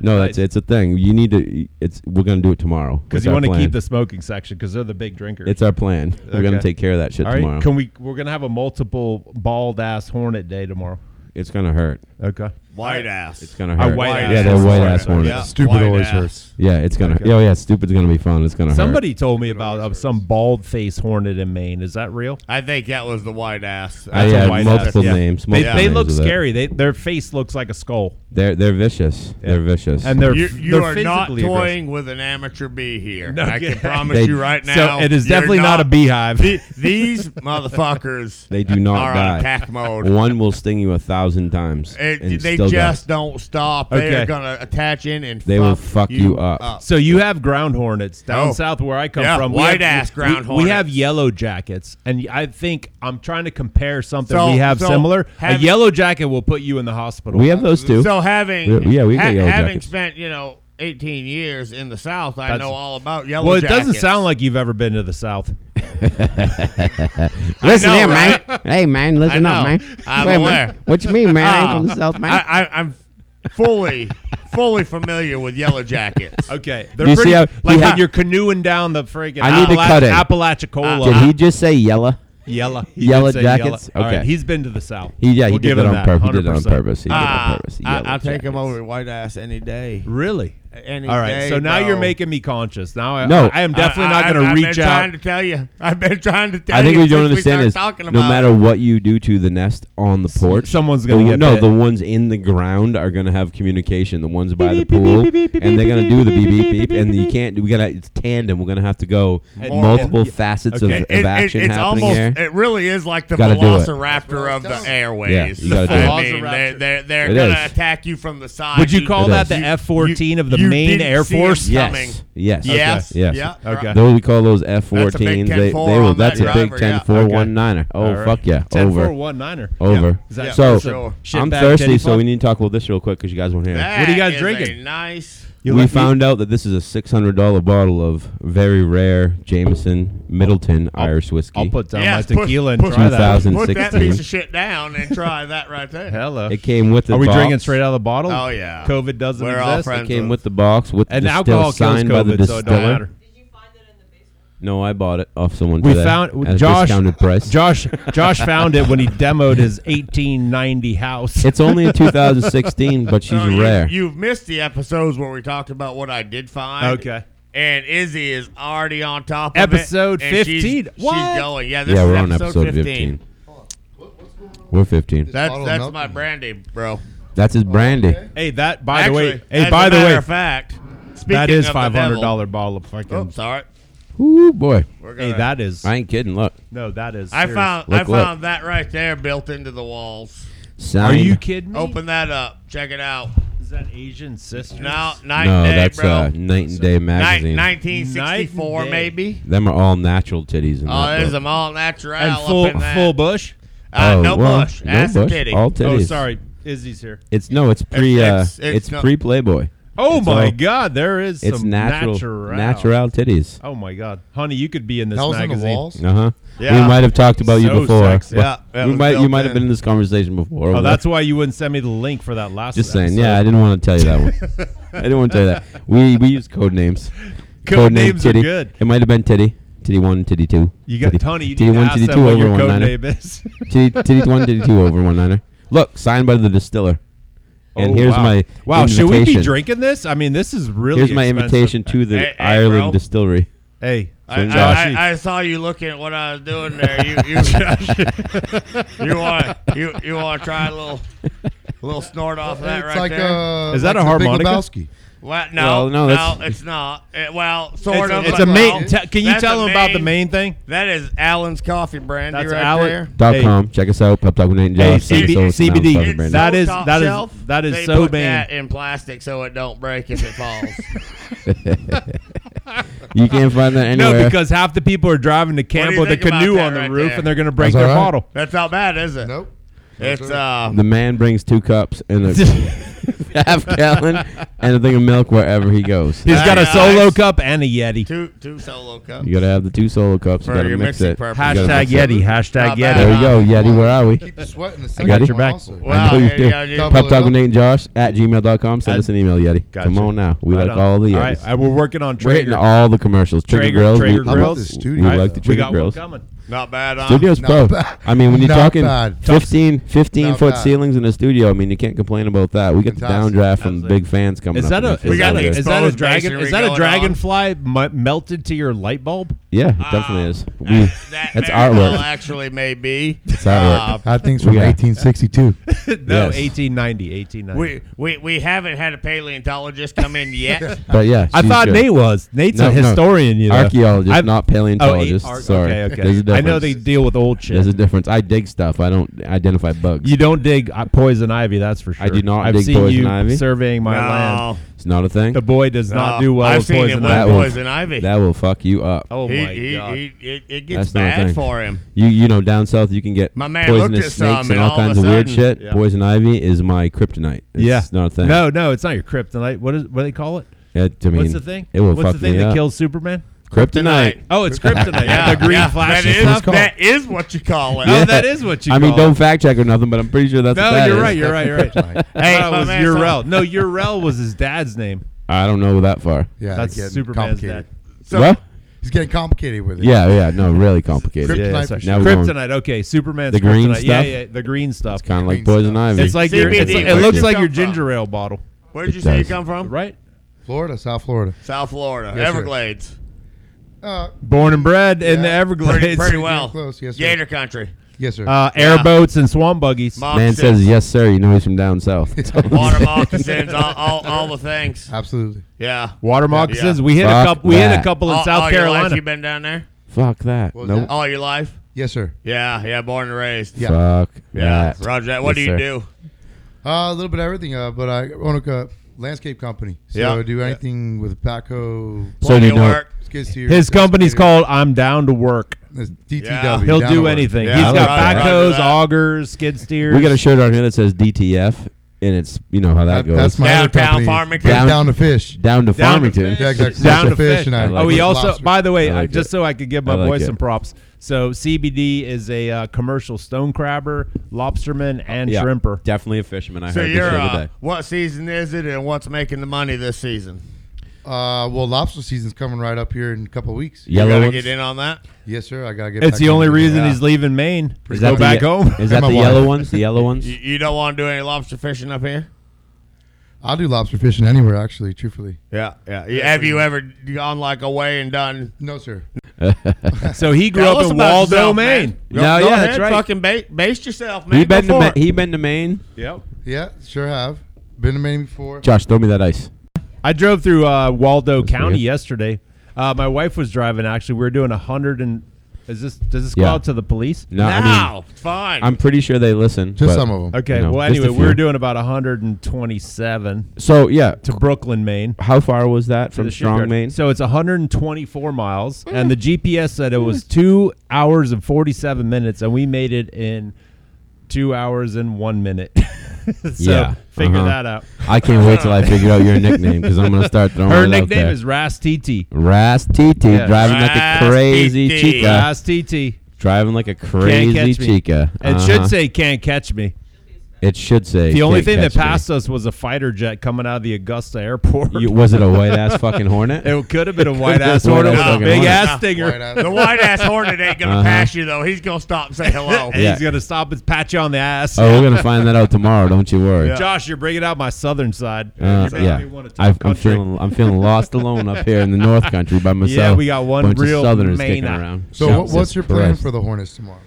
Speaker 2: No, that's
Speaker 3: Nice.
Speaker 2: it's a thing. You need to. It's we're gonna do it tomorrow
Speaker 3: because
Speaker 2: It's
Speaker 3: you
Speaker 2: our
Speaker 3: want to
Speaker 2: plan.
Speaker 3: keep the smoking section because they're the big drinkers.
Speaker 2: It's our plan. We're gonna
Speaker 3: Okay.
Speaker 2: take care of that shit
Speaker 3: All right,
Speaker 2: tomorrow.
Speaker 3: can we? We're gonna have a multiple bald ass hornet day tomorrow.
Speaker 2: It's gonna hurt.
Speaker 3: Okay.
Speaker 1: White ass. It's
Speaker 2: Gonna hurt.
Speaker 3: white
Speaker 2: yeah,
Speaker 3: ass
Speaker 2: they're white
Speaker 3: hornet.
Speaker 2: ass hornets.
Speaker 1: Yeah,
Speaker 2: Yeah,
Speaker 4: Stupid
Speaker 1: white
Speaker 4: always
Speaker 1: ass.
Speaker 4: hurts.
Speaker 2: it's gonna. Oh yeah, stupid's gonna be fun. It's gonna
Speaker 3: Somebody told me about uh, some bald face hornet in Maine. Is that real?
Speaker 1: I think that was the white ass.
Speaker 2: hurt. I
Speaker 3: a
Speaker 2: had
Speaker 3: white
Speaker 2: multiple
Speaker 3: ass, yeah.
Speaker 2: names.
Speaker 3: They,
Speaker 2: multiple
Speaker 3: they
Speaker 2: names
Speaker 3: look
Speaker 2: of that.
Speaker 3: scary. They their face looks like a skull,
Speaker 2: They're they're vicious. They're vicious.
Speaker 3: and they're
Speaker 1: You,
Speaker 3: f-
Speaker 1: you
Speaker 3: they're
Speaker 1: are not
Speaker 3: physically
Speaker 1: toying
Speaker 3: aggressive.
Speaker 1: with an amateur bee here.
Speaker 3: No
Speaker 1: I can
Speaker 3: kidding.
Speaker 1: promise
Speaker 2: They-
Speaker 1: you right now.
Speaker 3: So it is
Speaker 1: you're
Speaker 3: definitely not, a beehive.
Speaker 1: The- these motherfuckers
Speaker 2: *laughs* they do not
Speaker 1: are on
Speaker 2: die.
Speaker 1: attack mode.
Speaker 2: One will sting you a thousand times.
Speaker 1: It,
Speaker 2: and
Speaker 1: they
Speaker 2: still die.
Speaker 1: just don't stop. They're
Speaker 3: Okay.
Speaker 1: gonna attach in and
Speaker 2: They
Speaker 1: fuck
Speaker 2: will fuck you up.
Speaker 3: *laughs* So you have ground hornets down
Speaker 1: Oh.
Speaker 3: south where I come
Speaker 1: Yeah,
Speaker 3: from.
Speaker 1: white
Speaker 3: we have,
Speaker 1: ass ground
Speaker 3: we, We have
Speaker 1: hornets.
Speaker 3: yellow jackets, and I think I'm trying to compare something
Speaker 1: So-
Speaker 3: we have
Speaker 1: so
Speaker 3: similar. A
Speaker 1: have-
Speaker 3: yellow jacket will put you in the hospital.
Speaker 2: We have those two.
Speaker 1: So having
Speaker 2: Yeah, yeah, we got yellow
Speaker 1: having
Speaker 2: jackets.
Speaker 1: spent you know 18 years in the South, I
Speaker 3: That's-
Speaker 1: know all about yellow.
Speaker 3: well, it
Speaker 1: jackets.
Speaker 3: doesn't sound like you've ever been to the south.
Speaker 1: Listen know, here, man.
Speaker 2: Hey, man, listen
Speaker 1: I up, know. man. I'm Wait a minute. aware.
Speaker 2: What you mean, man?
Speaker 1: Ah, I, I, I'm fully fully familiar with yellow jackets.
Speaker 3: *laughs* Okay, they're
Speaker 2: You see
Speaker 3: pretty
Speaker 2: how-
Speaker 3: like
Speaker 2: he
Speaker 3: when
Speaker 2: ha-
Speaker 3: you're canoeing down the friggin'
Speaker 2: I need to cut it.
Speaker 3: Appalachicola.
Speaker 2: just say yellow?
Speaker 3: *laughs* Yellow. He
Speaker 2: Yellow
Speaker 3: did say yellow.
Speaker 2: jackets?
Speaker 3: All right,
Speaker 2: Okay.
Speaker 3: he's been to the south.
Speaker 2: He yeah, he
Speaker 3: We'll
Speaker 2: did
Speaker 3: give
Speaker 2: that
Speaker 3: him
Speaker 2: on purpose. He did it on
Speaker 3: 100%.
Speaker 2: purpose. He did it on
Speaker 1: Ah,
Speaker 2: purpose.
Speaker 1: I,
Speaker 2: Yellow
Speaker 1: I'll take him
Speaker 2: jackets.
Speaker 1: over white ass any day.
Speaker 3: Really?
Speaker 1: Any
Speaker 3: All right.
Speaker 1: day,
Speaker 3: so now
Speaker 1: bro.
Speaker 3: you're making me conscious. Now I,
Speaker 2: No.
Speaker 3: I, am definitely
Speaker 1: I- I-
Speaker 3: not going to
Speaker 1: I've
Speaker 3: reach
Speaker 1: been Trying
Speaker 3: out.
Speaker 1: to tell you, I've been trying to tell
Speaker 2: I
Speaker 1: you.
Speaker 2: think we don't
Speaker 1: since
Speaker 2: understand
Speaker 1: started
Speaker 2: is
Speaker 1: talking
Speaker 2: no
Speaker 1: about
Speaker 2: matter
Speaker 1: it.
Speaker 2: what you do to the nest on the porch,
Speaker 3: someone's
Speaker 2: the
Speaker 3: gonna
Speaker 2: one-
Speaker 3: get
Speaker 2: no.
Speaker 3: bit.
Speaker 2: The ones in the ground are gonna have communication. The ones by the pool, and they're gonna do the beep beep beep, and you can't. We gotta. It's tandem. We're gonna have to go
Speaker 1: More-
Speaker 2: multiple facets
Speaker 3: Okay.
Speaker 2: of,
Speaker 1: It-
Speaker 2: of action
Speaker 1: it's
Speaker 2: happening
Speaker 1: almost,
Speaker 2: here.
Speaker 1: It really is like the
Speaker 2: Gotta do it.
Speaker 1: velociraptor of the
Speaker 4: telling you.
Speaker 1: airways.
Speaker 2: Yeah, you gotta
Speaker 1: I
Speaker 2: do it.
Speaker 1: mean, they're, they're, they're
Speaker 2: It
Speaker 1: going to
Speaker 2: is.
Speaker 1: attack you from the side.
Speaker 3: Would you call
Speaker 2: It
Speaker 3: that
Speaker 2: is.
Speaker 3: the
Speaker 1: You-
Speaker 3: F-14 of the
Speaker 1: you
Speaker 3: main
Speaker 1: didn't
Speaker 3: Air
Speaker 1: see 'em
Speaker 3: Force?
Speaker 1: coming.
Speaker 2: yes, yes,
Speaker 1: Yes.
Speaker 2: yes.
Speaker 1: Yeah.
Speaker 3: Okay.
Speaker 2: Those we call those F-14s.
Speaker 1: That's a big
Speaker 2: They, they
Speaker 1: 10-4
Speaker 2: will.
Speaker 1: on
Speaker 2: That's
Speaker 1: that
Speaker 2: a big
Speaker 1: driver,
Speaker 2: ten
Speaker 1: yeah.
Speaker 2: four
Speaker 3: Okay.
Speaker 2: one niner.
Speaker 3: All
Speaker 2: Oh
Speaker 3: right.
Speaker 2: fuck yeah!
Speaker 3: 10
Speaker 2: Over.
Speaker 3: 4 1 niner.
Speaker 2: Over.
Speaker 3: Is that
Speaker 1: Yeah,
Speaker 2: So-
Speaker 3: some
Speaker 1: sure.
Speaker 3: shit
Speaker 2: I'm
Speaker 3: bag
Speaker 2: thirsty,
Speaker 3: titty
Speaker 2: so we
Speaker 3: fuck?
Speaker 2: need to talk about this real quick because you guys weren't here.
Speaker 1: That
Speaker 3: What do you guys
Speaker 1: is
Speaker 3: drinking?
Speaker 1: a Nice.
Speaker 3: You
Speaker 2: we
Speaker 3: let me-
Speaker 2: found out that this is a six hundred dollar bottle of very rare Jameson Middleton Irish whiskey.
Speaker 3: I'll put down
Speaker 1: Yes,
Speaker 3: my
Speaker 1: put-
Speaker 3: tequila and
Speaker 1: put-
Speaker 3: try that.
Speaker 2: 2000.
Speaker 1: Put that
Speaker 2: 16.
Speaker 1: piece of shit down and try that right there.
Speaker 3: Hello.
Speaker 2: it came with the
Speaker 3: Are we
Speaker 2: box.
Speaker 3: drinking straight out of the bottle?
Speaker 1: Oh, yeah.
Speaker 3: COVID doesn't
Speaker 1: We're all
Speaker 3: exist.
Speaker 2: It
Speaker 1: friends.
Speaker 2: came with the box with
Speaker 3: And
Speaker 2: the distill-
Speaker 3: alcohol kills
Speaker 2: signed by the
Speaker 3: COVID, so it don't
Speaker 2: distiller.
Speaker 3: matter.
Speaker 5: Did you find it in the basement?
Speaker 2: No, I bought it off someone
Speaker 3: We
Speaker 2: today
Speaker 3: found
Speaker 2: at a
Speaker 3: Josh.
Speaker 2: discounted price.
Speaker 3: Josh. Josh found it when he demoed his 1890 house.
Speaker 2: It's only in 2016, but she's
Speaker 1: So you-
Speaker 2: rare.
Speaker 1: You've missed the episodes where we talked about what I did find.
Speaker 3: Okay.
Speaker 1: And Izzy is already on top of
Speaker 3: Episode
Speaker 1: it. and she's-
Speaker 3: 15. What?
Speaker 1: She's going. Yeah, this
Speaker 2: yeah,
Speaker 1: is
Speaker 2: we're on
Speaker 1: episode,
Speaker 2: episode
Speaker 1: 15.
Speaker 2: 15. We're 15.
Speaker 1: That's
Speaker 4: Bottle of
Speaker 1: that's
Speaker 4: milk
Speaker 1: my
Speaker 4: in there.
Speaker 1: brandy, bro.
Speaker 2: That's his brandy.
Speaker 3: hey, that by
Speaker 1: Actually,
Speaker 3: the way. Hey,
Speaker 1: as
Speaker 3: by
Speaker 1: a
Speaker 3: the
Speaker 1: matter
Speaker 3: way,
Speaker 1: of fact, speaking
Speaker 3: that is
Speaker 1: of
Speaker 3: five hundred
Speaker 1: dollars.
Speaker 3: dollar bottle of fucking.
Speaker 1: Oops, sorry.
Speaker 2: Ooh boy,
Speaker 1: We're gonna,
Speaker 3: hey, that is
Speaker 2: I ain't kidding. Look,
Speaker 3: no, that is.
Speaker 1: I
Speaker 3: serious.
Speaker 1: found I
Speaker 2: Look, look.
Speaker 1: found that right there built into the walls.
Speaker 3: Are
Speaker 2: signed.
Speaker 3: you kidding me?
Speaker 1: Open that up. Check it out.
Speaker 3: Is that Asian sister?
Speaker 1: Now, night
Speaker 2: No,
Speaker 1: and day,
Speaker 2: that's
Speaker 1: bro.
Speaker 2: uh, Night and Day
Speaker 1: Night,
Speaker 2: magazine.
Speaker 1: 1964,
Speaker 3: Night and day.
Speaker 1: maybe.
Speaker 2: Them are all natural titties. In
Speaker 1: Oh,
Speaker 2: that
Speaker 1: there's
Speaker 2: book.
Speaker 1: them all natural.
Speaker 3: and
Speaker 1: up
Speaker 3: full
Speaker 1: in that.
Speaker 3: full bush.
Speaker 1: Uh,
Speaker 2: Oh,
Speaker 1: no
Speaker 2: well,
Speaker 1: bush.
Speaker 2: no
Speaker 1: ass
Speaker 2: bush,
Speaker 1: and titty.
Speaker 2: all
Speaker 3: Oh,
Speaker 2: titties.
Speaker 3: sorry, Izzy's here.
Speaker 2: It's no, it's pre.
Speaker 1: It's-
Speaker 2: uh,
Speaker 1: it's-
Speaker 2: it's
Speaker 1: no.
Speaker 2: pre Playboy.
Speaker 3: Oh
Speaker 2: It's
Speaker 3: my
Speaker 2: all-
Speaker 3: God, there is
Speaker 2: It's
Speaker 3: some
Speaker 2: natural,
Speaker 3: natural,
Speaker 2: natural titties.
Speaker 3: Oh my God, honey, you could be in this
Speaker 4: That was in the
Speaker 3: magazine.
Speaker 4: walls.
Speaker 2: Uh huh.
Speaker 1: Yeah.
Speaker 2: We might have talked about you
Speaker 3: So
Speaker 2: before.
Speaker 3: sexy.
Speaker 2: but
Speaker 1: Yeah, that
Speaker 2: we
Speaker 1: was
Speaker 2: might. You
Speaker 1: built
Speaker 2: might have
Speaker 1: in.
Speaker 2: been in this conversation before.
Speaker 3: Oh,
Speaker 2: but
Speaker 3: that's why you wouldn't send me the link for that last.
Speaker 2: Just saying. Yeah, I didn't want to tell you that
Speaker 3: *laughs*
Speaker 2: one. I didn't want to tell you that. We we use code names.
Speaker 3: Code names are
Speaker 2: titty.
Speaker 3: good.
Speaker 2: It might have been titty. Titty one, titty two.
Speaker 3: You got
Speaker 2: titty,
Speaker 3: Tony. You
Speaker 2: titty
Speaker 3: need to
Speaker 2: one,
Speaker 3: ask
Speaker 2: titty
Speaker 3: them
Speaker 2: two
Speaker 3: what
Speaker 2: over
Speaker 3: your
Speaker 2: one oh.
Speaker 3: code
Speaker 2: niner.
Speaker 3: name is. *laughs*
Speaker 2: titty, titty one, titty two over one niner. Look, signed by the distiller. And
Speaker 3: Oh,
Speaker 2: here's
Speaker 3: wow.
Speaker 2: my
Speaker 3: wow. Should we be
Speaker 2: invitation.
Speaker 3: drinking this? I mean, this is really.
Speaker 2: Here's my
Speaker 3: expensive.
Speaker 2: invitation to the
Speaker 1: Hey, hey,
Speaker 2: Ireland
Speaker 1: bro.
Speaker 2: distillery.
Speaker 3: Hey,
Speaker 1: I,
Speaker 2: So
Speaker 1: I,
Speaker 3: Joshy.
Speaker 1: I, I saw you looking at what I was doing there. You
Speaker 3: *laughs*
Speaker 1: you *laughs* you want you you want to try a little little snort off of that
Speaker 4: it's
Speaker 1: right
Speaker 4: like
Speaker 1: there?
Speaker 4: a.
Speaker 3: Is that
Speaker 4: like
Speaker 3: a
Speaker 4: the Big
Speaker 3: harmonica?
Speaker 4: Lebowski.
Speaker 1: What? No,
Speaker 2: Well, no,
Speaker 1: no,
Speaker 2: that's-
Speaker 1: it's not. It- well,
Speaker 3: it's,
Speaker 1: sort of.
Speaker 3: it's
Speaker 1: but
Speaker 3: a
Speaker 1: no.
Speaker 3: main. T- can you
Speaker 1: That's
Speaker 3: tell
Speaker 1: a
Speaker 3: them about the
Speaker 1: main-
Speaker 3: main thing?
Speaker 1: That is Allen's Coffee Brandy
Speaker 3: That's
Speaker 1: right
Speaker 3: Allen-
Speaker 1: there.
Speaker 2: Dot
Speaker 3: Hey.
Speaker 2: com. Check us out. Pep Talk with Nate and
Speaker 3: Hey,
Speaker 2: Josh. Sam
Speaker 3: CB
Speaker 2: Solis, and Alan
Speaker 3: CBD.
Speaker 2: Fucking
Speaker 1: It's
Speaker 2: Brandon.
Speaker 3: That is-
Speaker 1: top
Speaker 3: that is-
Speaker 1: shelf.
Speaker 3: that is
Speaker 1: they
Speaker 3: so
Speaker 1: put
Speaker 3: bad.
Speaker 1: that in plastic so it don't break if it falls. *laughs*
Speaker 2: *laughs* You can't find that
Speaker 3: *laughs* No,
Speaker 2: anywhere.
Speaker 3: because half the people are driving to
Speaker 1: do
Speaker 3: camp
Speaker 1: you
Speaker 3: with a
Speaker 1: think about
Speaker 3: canoe
Speaker 1: that
Speaker 3: on the
Speaker 1: right
Speaker 3: roof,
Speaker 1: there?
Speaker 3: and they're going to break
Speaker 4: That's
Speaker 3: their
Speaker 4: all right.
Speaker 3: bottle.
Speaker 1: That's not bad, is it?
Speaker 4: Nope.
Speaker 1: It's uh,
Speaker 2: the man brings two cups and a
Speaker 3: *laughs*
Speaker 2: half gallon and a thing of milk wherever he goes.
Speaker 3: He's got a
Speaker 1: Nice.
Speaker 3: solo cup and a Yeti.
Speaker 1: two two solo cups.
Speaker 2: You gotta have the two solo cups.
Speaker 1: For
Speaker 2: you gotta
Speaker 1: your
Speaker 2: mix
Speaker 1: mixing
Speaker 2: it. You
Speaker 1: purposes.
Speaker 2: gotta
Speaker 3: Hashtag
Speaker 2: mix it.
Speaker 3: Yeti. Hashtag
Speaker 1: Not bad.
Speaker 3: Yeti.
Speaker 2: There you go, Yeti. Where are we?
Speaker 4: Keep the sweat in the
Speaker 2: I
Speaker 4: second
Speaker 2: got
Speaker 4: one
Speaker 2: your
Speaker 3: back.
Speaker 4: also.
Speaker 1: Wow,
Speaker 2: *laughs* I know you
Speaker 1: yeah,
Speaker 2: do.
Speaker 1: yeah, yeah.
Speaker 2: Pep Talk with Nate and Josh at gmail.com. Send
Speaker 3: I-
Speaker 2: us an email, Yeti.
Speaker 3: Gotcha.
Speaker 2: Come on now. We
Speaker 3: Right
Speaker 2: like
Speaker 3: on.
Speaker 2: all the
Speaker 3: All
Speaker 2: Yetis.
Speaker 3: right, I- we're working on
Speaker 2: We're hitting
Speaker 3: Traeger.
Speaker 2: all the commercials. Trigger,
Speaker 3: Traeger-
Speaker 2: grills. we,
Speaker 3: Traeger
Speaker 4: How about
Speaker 3: grills.
Speaker 4: the
Speaker 2: we
Speaker 4: studio?
Speaker 2: like the
Speaker 4: though?
Speaker 3: We
Speaker 2: trigger
Speaker 3: got
Speaker 2: grills.
Speaker 3: one coming.
Speaker 1: Not bad. Huh?
Speaker 2: Studio's
Speaker 4: Not
Speaker 2: pro.
Speaker 4: bad.
Speaker 2: I mean, when you're
Speaker 4: Not
Speaker 2: talking
Speaker 4: bad.
Speaker 2: 15, 15
Speaker 4: Not
Speaker 2: foot
Speaker 4: bad.
Speaker 2: ceilings in a studio, I mean, you can't complain about that. We get the
Speaker 4: Fantastic.
Speaker 2: downdraft from
Speaker 3: Absolutely.
Speaker 2: big fans coming.
Speaker 3: Is
Speaker 2: up
Speaker 3: that
Speaker 2: and
Speaker 3: a
Speaker 2: it
Speaker 1: We
Speaker 2: feels
Speaker 3: is that
Speaker 1: gotta
Speaker 2: good.
Speaker 3: a, is that a
Speaker 1: expose
Speaker 3: dragon
Speaker 1: masonry
Speaker 3: is that a
Speaker 1: going
Speaker 3: dragonfly mu- melted to your light bulb? *laughs*
Speaker 2: Yeah, it
Speaker 1: Uh,
Speaker 2: definitely is.
Speaker 1: that-
Speaker 2: We,
Speaker 1: that
Speaker 2: that's
Speaker 1: very well
Speaker 2: artwork.
Speaker 1: Actually, may be.
Speaker 2: It's artwork.
Speaker 1: Uh,
Speaker 4: I think it's from
Speaker 2: Yeah.
Speaker 4: 1862.
Speaker 3: no,
Speaker 2: Yes.
Speaker 3: 1890, 1890.
Speaker 1: we, we we haven't had a paleontologist come in yet.
Speaker 2: But yeah,
Speaker 3: I
Speaker 2: she's
Speaker 3: thought
Speaker 2: good.
Speaker 3: Nate was. Nate's
Speaker 2: No,
Speaker 3: a
Speaker 2: no.
Speaker 3: historian, you know.
Speaker 2: archaeologist,
Speaker 3: I've-
Speaker 2: not
Speaker 3: Oh, eight-
Speaker 2: paleontologist.
Speaker 3: arch-
Speaker 2: Sorry,
Speaker 3: Okay,
Speaker 2: There's a
Speaker 3: okay. I know
Speaker 2: difference.
Speaker 3: they deal with old
Speaker 2: There's a
Speaker 3: shit.
Speaker 2: difference. I dig stuff. I don't identify bugs.
Speaker 3: You don't dig uh, poison ivy, that's for sure.
Speaker 2: I do not
Speaker 3: I've
Speaker 2: dig
Speaker 3: seen
Speaker 2: poison
Speaker 3: you
Speaker 2: ivy.
Speaker 3: surveying *laughs* my
Speaker 1: No.
Speaker 3: land.
Speaker 2: it's not a thing.
Speaker 3: The boy does not
Speaker 1: No.
Speaker 3: do well
Speaker 1: Uh, I've
Speaker 3: with
Speaker 1: seen
Speaker 3: poison
Speaker 1: him
Speaker 2: That
Speaker 1: with
Speaker 2: will-
Speaker 3: ivy.
Speaker 1: poison ivy.
Speaker 2: that will fuck you up.
Speaker 3: Oh
Speaker 1: he,
Speaker 3: my
Speaker 1: he,
Speaker 3: god.
Speaker 1: he, it, it
Speaker 2: That's
Speaker 1: gets
Speaker 2: not a
Speaker 1: bad
Speaker 2: thing.
Speaker 1: for him.
Speaker 2: You you know down south you can get
Speaker 1: My man looked at
Speaker 2: poisonous
Speaker 1: some
Speaker 2: snakes and
Speaker 1: and
Speaker 2: all
Speaker 1: all of
Speaker 2: kinds
Speaker 1: a
Speaker 2: of weird
Speaker 1: sudden-
Speaker 2: shit.
Speaker 3: Yeah.
Speaker 2: Poison ivy is my kryptonite. It's
Speaker 3: yeah.
Speaker 2: not a thing.
Speaker 3: No, no, it's not your kryptonite. What is what do they call it?
Speaker 2: It- I mean,
Speaker 3: What's the thing?
Speaker 2: It will
Speaker 3: What's
Speaker 2: fuck
Speaker 3: the thing
Speaker 2: me
Speaker 3: that
Speaker 2: up.
Speaker 3: kills Superman?
Speaker 2: kryptonite.
Speaker 3: Oh, it's kryptonite.
Speaker 1: Yeah,
Speaker 3: the green
Speaker 1: yeah,
Speaker 3: flash.
Speaker 1: That
Speaker 3: and
Speaker 1: is,
Speaker 3: stuff.
Speaker 1: that is what you call it.
Speaker 3: Oh, that is what you
Speaker 2: I mean,
Speaker 3: call it.
Speaker 2: don't fact check or nothing, but I'm pretty sure that's
Speaker 3: No,
Speaker 2: what that
Speaker 3: you're
Speaker 2: is.
Speaker 3: right. You're right. You're right.
Speaker 1: Hey,
Speaker 3: I thought
Speaker 1: my
Speaker 3: it was
Speaker 1: man,
Speaker 3: Urel. No, Urel was his dad's name.
Speaker 2: *laughs* I don't know that far.
Speaker 4: Yeah,
Speaker 3: That's
Speaker 4: getting
Speaker 3: Superman's
Speaker 4: complicated.
Speaker 3: dad.
Speaker 1: So,
Speaker 2: Well,
Speaker 4: He's getting complicated with it.
Speaker 2: Yeah, yeah, no, really complicated.
Speaker 4: Kryptonite
Speaker 3: Yeah, yeah,
Speaker 4: for
Speaker 3: sorry.
Speaker 2: Now
Speaker 4: sure.
Speaker 2: we're going-
Speaker 3: kryptonite. Okay, Superman's
Speaker 2: The green
Speaker 3: kryptonite. Yeah,
Speaker 2: stuff?
Speaker 3: yeah, the green stuff.
Speaker 2: It's kind of like
Speaker 4: Green
Speaker 2: poison
Speaker 4: stuff.
Speaker 2: ivy.
Speaker 3: It's like your,
Speaker 1: CBD.
Speaker 3: it's like- it
Speaker 1: Where'd
Speaker 3: looks
Speaker 1: you
Speaker 3: like your
Speaker 1: come from?
Speaker 3: ginger ale bottle,
Speaker 1: Where did
Speaker 2: It
Speaker 1: you say you
Speaker 2: does.
Speaker 1: come from?
Speaker 3: right?
Speaker 4: Florida, South Florida.
Speaker 1: South Florida,
Speaker 4: Yes, sir.
Speaker 1: Everglades.
Speaker 4: Uh,
Speaker 3: Born and bred in the
Speaker 4: Yeah.
Speaker 3: Everglades.
Speaker 1: Pretty, pretty well.
Speaker 4: close, yes, sir.
Speaker 1: Gator country.
Speaker 4: yes, sir.
Speaker 3: *laughs* Uh, airboats and swamp buggies.
Speaker 2: Man
Speaker 1: Moccasins,
Speaker 2: says, yes, sir. You know he's from down south. *laughs* That's all he
Speaker 1: water
Speaker 2: said.
Speaker 1: moccasins, all, all, all the things.
Speaker 4: Absolutely.
Speaker 1: Yeah.
Speaker 3: Water moccasins. We hit
Speaker 2: Fuck
Speaker 3: a couple. We hit
Speaker 2: that.
Speaker 3: a couple in
Speaker 1: all,
Speaker 3: South
Speaker 1: all Your life
Speaker 3: Carolina.
Speaker 1: you been down there?
Speaker 2: Fuck that.
Speaker 4: What was
Speaker 2: Nope.
Speaker 4: that?
Speaker 1: All your life?
Speaker 4: Yes, sir.
Speaker 1: Yeah, Oh, yeah, born and raised.
Speaker 4: Yeah.
Speaker 2: Fuck
Speaker 1: Yeah,
Speaker 2: that.
Speaker 1: Roger that. What
Speaker 2: Yes,
Speaker 1: do you
Speaker 2: sir.
Speaker 1: do?
Speaker 4: Uh, a little bit of everything, uh, but I own a uh, landscape company. So
Speaker 1: Yeah.
Speaker 4: I do anything with
Speaker 2: So
Speaker 4: Paco,
Speaker 2: do you
Speaker 1: Plenty of
Speaker 2: know?
Speaker 1: work.
Speaker 4: skid steer.
Speaker 3: His company's
Speaker 4: excavator,
Speaker 3: called "I'm Down to Work."
Speaker 4: it's DTW.
Speaker 1: Yeah.
Speaker 3: He'll
Speaker 4: down
Speaker 3: do
Speaker 4: the road.
Speaker 3: anything.
Speaker 1: Yeah,
Speaker 2: I
Speaker 3: He's got
Speaker 2: like that.
Speaker 1: Roger
Speaker 3: backhoes,
Speaker 1: that.
Speaker 3: augers, skid steers.
Speaker 2: We got a shirt on here that says DTF, and it's you know how that,
Speaker 4: That-
Speaker 2: goes.
Speaker 4: that's my other
Speaker 1: Downtown
Speaker 4: company.
Speaker 1: Farmington.
Speaker 4: Down,
Speaker 2: Down-
Speaker 4: to fish.
Speaker 2: down to
Speaker 3: Down to
Speaker 2: Farmington.
Speaker 4: Yeah, exactly.
Speaker 3: Down
Speaker 4: Special
Speaker 3: to
Speaker 4: fish.
Speaker 3: fish.
Speaker 4: and I
Speaker 2: I like
Speaker 4: like
Speaker 3: oh, he
Speaker 2: it.
Speaker 3: also.
Speaker 4: lobster.
Speaker 3: By the way,
Speaker 2: I like
Speaker 3: I- just
Speaker 2: it.
Speaker 3: so I could give my
Speaker 2: I like
Speaker 3: boys
Speaker 2: it.
Speaker 3: some props. So CBD is a uh, commercial stone crabber, lobsterman, and
Speaker 2: Yeah,
Speaker 3: shrimper.
Speaker 2: Definitely a fisherman. I
Speaker 1: So
Speaker 2: heard this
Speaker 1: you're
Speaker 2: the
Speaker 1: uh,
Speaker 2: other day.
Speaker 1: what season is it, and what's making the money this season?
Speaker 4: Uh, well, lobster season's coming right up here in a couple of weeks.
Speaker 2: Yeah.
Speaker 1: you
Speaker 2: Yellow
Speaker 1: gotta
Speaker 2: ones?
Speaker 1: get in on that.
Speaker 4: Yes, sir. I gotta get.
Speaker 3: It's
Speaker 4: back
Speaker 3: the
Speaker 4: into
Speaker 3: only
Speaker 4: it.
Speaker 3: reason
Speaker 1: Yeah.
Speaker 3: he's leaving Maine.
Speaker 2: Is
Speaker 3: Go
Speaker 2: that the
Speaker 3: back
Speaker 2: ye-
Speaker 3: home.
Speaker 2: Is that
Speaker 4: And my
Speaker 2: the
Speaker 4: wife.
Speaker 2: yellow ones? The yellow ones?
Speaker 1: You, you don't want to do any lobster fishing up here.
Speaker 4: I'll do lobster fishing anywhere. Actually, truthfully.
Speaker 1: Yeah, yeah. Have you ever gone like away and done?
Speaker 4: No, sir.
Speaker 3: *laughs* So he grew
Speaker 1: Tell
Speaker 3: up
Speaker 1: us
Speaker 3: in
Speaker 1: about
Speaker 3: Waldo,
Speaker 1: yourself,
Speaker 3: Maine.
Speaker 1: man. Go-
Speaker 2: No,
Speaker 1: go
Speaker 2: yeah,
Speaker 1: ahead,
Speaker 2: that's right.
Speaker 1: Fucking ba- base yourself, man.
Speaker 2: He been
Speaker 1: Go
Speaker 2: to Ma-
Speaker 1: for it.
Speaker 2: he been to Maine.
Speaker 3: Yep.
Speaker 4: Yeah, sure have. Been to Maine before.
Speaker 2: Josh, throw me that ice.
Speaker 3: I drove through uh, Waldo County
Speaker 2: weird.
Speaker 3: yesterday. Uh, my wife was driving. Actually, we were doing a hundred and is this does this go
Speaker 2: Yeah.
Speaker 3: out to the police?
Speaker 2: No,
Speaker 1: now,
Speaker 2: I mean,
Speaker 1: fine.
Speaker 2: I'm pretty sure they listen.
Speaker 4: Just
Speaker 2: but,
Speaker 4: some of them.
Speaker 3: Okay.
Speaker 2: No,
Speaker 3: well,
Speaker 2: just a
Speaker 3: anyway, we were
Speaker 2: few.
Speaker 3: doing about hundred and twenty-seven
Speaker 2: So yeah,
Speaker 3: to Brooklyn, Maine. to
Speaker 2: how far was that
Speaker 3: the
Speaker 2: from
Speaker 3: shipyard.
Speaker 2: Strong, Maine? Mm.
Speaker 3: So it's 124 miles, and the GPS said it was two hours and 47 minutes, and we made it in two hours and one minute. *laughs* so
Speaker 2: Yeah,
Speaker 3: figure
Speaker 2: uh-huh.
Speaker 3: that out.
Speaker 2: I can't wait
Speaker 3: *laughs*
Speaker 2: till I figure out your nickname because I'm gonna start throwing
Speaker 3: Her
Speaker 2: it out
Speaker 3: nickname
Speaker 2: there.
Speaker 3: is Rastiti.
Speaker 2: Ras TT,
Speaker 3: Yeah.
Speaker 2: driving like a crazy
Speaker 1: Ras TT.
Speaker 2: chica,
Speaker 1: Yeah.
Speaker 3: Rastiti.
Speaker 2: driving like a
Speaker 3: Can't
Speaker 2: crazy
Speaker 3: catch me.
Speaker 2: chica.
Speaker 3: It
Speaker 2: Uh-huh.
Speaker 3: should say can't catch me.
Speaker 2: It should say.
Speaker 3: The only
Speaker 2: "Can't
Speaker 3: thing that
Speaker 2: catch me."
Speaker 3: passed us was a fighter jet coming out of the Augusta airport.
Speaker 2: You, was it a white ass fucking hornet?
Speaker 3: *laughs* it could have been a white ass
Speaker 2: been a
Speaker 3: order with
Speaker 2: white
Speaker 3: a
Speaker 2: ass
Speaker 3: big
Speaker 2: hornet.
Speaker 3: ass
Speaker 1: Nah,
Speaker 3: stinger.
Speaker 4: White ass-
Speaker 1: the white ass hornet ain't gonna
Speaker 2: Uh-huh.
Speaker 1: pass you though. He's gonna stop and say hello.
Speaker 3: And
Speaker 2: *laughs* Yeah.
Speaker 3: he's gonna stop and pat you on the ass.
Speaker 2: oh, we're gonna find that out tomorrow. Don't you worry.
Speaker 3: Josh, you're bringing out my southern side.
Speaker 2: Uh,
Speaker 3: You're making
Speaker 2: yeah,
Speaker 3: me wanna talk
Speaker 2: i I'm
Speaker 3: country.
Speaker 2: feeling I'm feeling lost alone up here in the North Country
Speaker 3: *laughs*
Speaker 2: by myself.
Speaker 3: we got one
Speaker 2: bunch
Speaker 3: real
Speaker 2: of Southerners kicking
Speaker 3: Mainer.
Speaker 2: around.
Speaker 4: So, what,
Speaker 2: Jesus
Speaker 4: what's your plan
Speaker 2: Christ.
Speaker 4: for the Hornets tomorrow?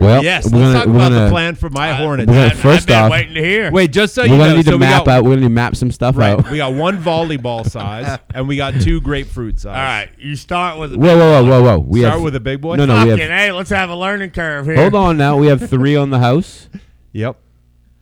Speaker 2: Well,
Speaker 3: Yes,
Speaker 2: we're
Speaker 3: let's
Speaker 2: gonna,
Speaker 3: talk
Speaker 2: we're
Speaker 3: about
Speaker 2: gonna,
Speaker 3: the plan for my Hornets.
Speaker 2: we're gonna-
Speaker 1: I've-
Speaker 2: first
Speaker 1: I've been
Speaker 2: off-
Speaker 1: waiting to hear.
Speaker 3: Wait, just so
Speaker 2: We're
Speaker 3: you
Speaker 2: gonna
Speaker 3: know,
Speaker 2: need
Speaker 3: so
Speaker 2: to
Speaker 3: we
Speaker 2: map
Speaker 3: got,
Speaker 2: out. We're gonna need to map some stuff
Speaker 3: Right,
Speaker 2: out.
Speaker 3: we got one
Speaker 2: *laughs*
Speaker 3: volleyball size, and we got two grapefruit
Speaker 1: All
Speaker 3: size.
Speaker 1: right, you start with.
Speaker 2: Whoa, whoa, whoa, whoa, whoa! We
Speaker 3: Start
Speaker 2: have,
Speaker 3: with a big boy?
Speaker 2: No, no, we
Speaker 1: fucking,
Speaker 2: have.
Speaker 1: hey, let's have a learning curve here.
Speaker 2: Hold on now. We have three on the house
Speaker 3: Yep.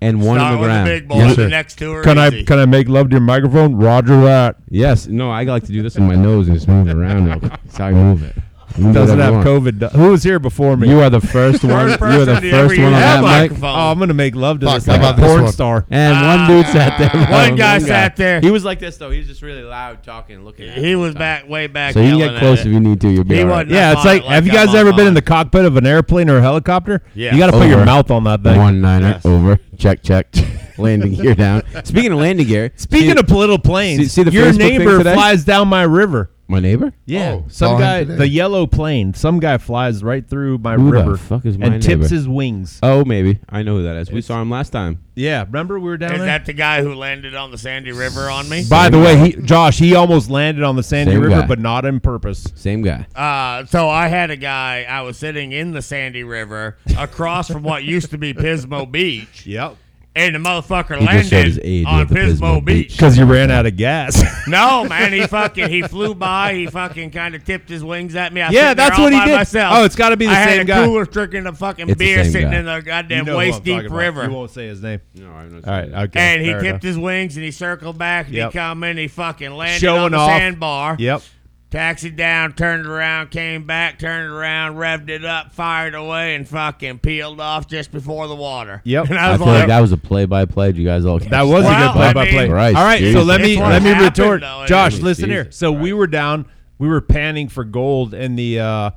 Speaker 2: and one
Speaker 1: Start
Speaker 2: on the
Speaker 1: with
Speaker 2: ground.
Speaker 1: the big boy.
Speaker 2: Yes,
Speaker 1: the
Speaker 2: sir.
Speaker 1: next two are
Speaker 3: Can I
Speaker 1: easy.
Speaker 3: can I make love to your microphone? Roger that.
Speaker 2: Yes. No, I like to do this in *laughs* my nose and just move it around. real quick. *laughs* That's how I move it. You can do
Speaker 3: Doesn't
Speaker 2: whatever you
Speaker 3: have
Speaker 2: want.
Speaker 3: COVID. do- Who was here before me?
Speaker 2: You are the first one. you are the
Speaker 1: person to ever
Speaker 2: first
Speaker 1: use
Speaker 2: one on
Speaker 1: that
Speaker 2: that mic.
Speaker 1: microphone.
Speaker 3: Oh, I'm gonna make love to
Speaker 4: Fuck,
Speaker 3: this
Speaker 4: how
Speaker 3: like
Speaker 4: about
Speaker 3: a
Speaker 4: this
Speaker 3: porn
Speaker 4: one?
Speaker 3: star.
Speaker 2: And one dude sat there.
Speaker 1: Ah. One guy sat there. *laughs*
Speaker 2: uh, He was like this though. He was just really loud, talking, and looking. At
Speaker 1: He was back way back.
Speaker 2: So you can
Speaker 1: yelling
Speaker 2: get
Speaker 1: at
Speaker 2: close
Speaker 1: it.
Speaker 2: if you need to. You'll be
Speaker 1: He
Speaker 2: all
Speaker 1: wasn't
Speaker 2: right.
Speaker 3: Yeah, it's
Speaker 1: on it
Speaker 3: like,
Speaker 1: like
Speaker 3: have you
Speaker 1: I'm
Speaker 3: guys
Speaker 1: on
Speaker 3: ever been
Speaker 1: mine.
Speaker 3: in the cockpit of an airplane or a helicopter?
Speaker 1: Yeah.
Speaker 3: You got to put your
Speaker 2: Over.
Speaker 3: mouth on that thing.
Speaker 2: One niner over. Check check. *laughs* landing gear down. Speaking of landing gear.
Speaker 3: Speaking
Speaker 2: see-
Speaker 3: of little planes,
Speaker 2: see- see the
Speaker 3: your
Speaker 2: Facebook thing
Speaker 3: neighbor
Speaker 2: today?
Speaker 3: flies down my river.
Speaker 2: my neighbor.
Speaker 3: Yeah,
Speaker 4: Oh, saw
Speaker 3: some
Speaker 4: him
Speaker 3: guy,
Speaker 4: today.
Speaker 3: the yellow plane. Some guy flies right through my
Speaker 2: Who the
Speaker 3: river.
Speaker 2: fuck is my
Speaker 3: and tips
Speaker 2: neighbor?
Speaker 3: his wings.
Speaker 2: Oh, maybe I know who that is. We saw him last time.
Speaker 3: yeah, remember we were down
Speaker 1: Is
Speaker 3: there.
Speaker 1: that the guy who landed on the Sandy River on me?
Speaker 3: By the way, he, Josh, he almost landed on the Sandy
Speaker 2: Same
Speaker 3: River,
Speaker 2: guy.
Speaker 3: but not on purpose.
Speaker 2: Same guy.
Speaker 1: Uh, so I had a guy. I was sitting in the Sandy River across from what used to be Pismo Beach,
Speaker 3: Yep,
Speaker 1: and the motherfucker
Speaker 2: He just showed his
Speaker 1: landed
Speaker 2: age
Speaker 1: on
Speaker 2: at the
Speaker 1: Pismo,
Speaker 2: Pismo
Speaker 1: Beach.
Speaker 2: Beach.
Speaker 3: because you ran out of gas.
Speaker 1: No, man, he fucking he flew by. He fucking kind of tipped his wings at me. I was
Speaker 3: Yeah,
Speaker 1: sitting there
Speaker 3: that's
Speaker 1: all
Speaker 3: what he
Speaker 1: by
Speaker 3: did.
Speaker 1: Myself.
Speaker 3: Oh, it's gotta be the
Speaker 1: I had
Speaker 3: same
Speaker 1: a
Speaker 3: guy.
Speaker 1: Cooler drinking a fucking
Speaker 2: It's the
Speaker 1: beer,
Speaker 2: same
Speaker 1: sitting
Speaker 2: guy.
Speaker 1: in the goddamn
Speaker 3: You know who I'm
Speaker 1: waist deep
Speaker 3: talking about.
Speaker 1: river.
Speaker 3: You won't say his name.
Speaker 2: No,
Speaker 3: All right, okay.
Speaker 1: and he
Speaker 3: fair
Speaker 1: tipped
Speaker 3: enough.
Speaker 1: his wings and he circled back and
Speaker 3: Yep.
Speaker 1: he come in. He fucking landed
Speaker 3: Showing
Speaker 1: on the
Speaker 3: off.
Speaker 1: sandbar.
Speaker 3: Yep.
Speaker 1: Taxied down, turned around, came back, turned around, revved it up, fired away, and fucking peeled off just before the water.
Speaker 3: Yep.
Speaker 1: And
Speaker 2: I,
Speaker 1: I was
Speaker 2: feel
Speaker 1: like,
Speaker 2: like that was a play-by-play. Did you guys all? catch
Speaker 3: That was a
Speaker 1: Well,
Speaker 3: good play by
Speaker 1: I
Speaker 3: play.
Speaker 1: mean-
Speaker 2: Christ,
Speaker 3: All right, so
Speaker 2: Jesus
Speaker 3: let me
Speaker 1: Christ.
Speaker 3: let me
Speaker 1: Happened,
Speaker 3: retort.
Speaker 1: though,
Speaker 3: Josh,
Speaker 1: anyway.
Speaker 3: listen
Speaker 2: Jesus
Speaker 3: here. So we were down, we were panning for gold in the uh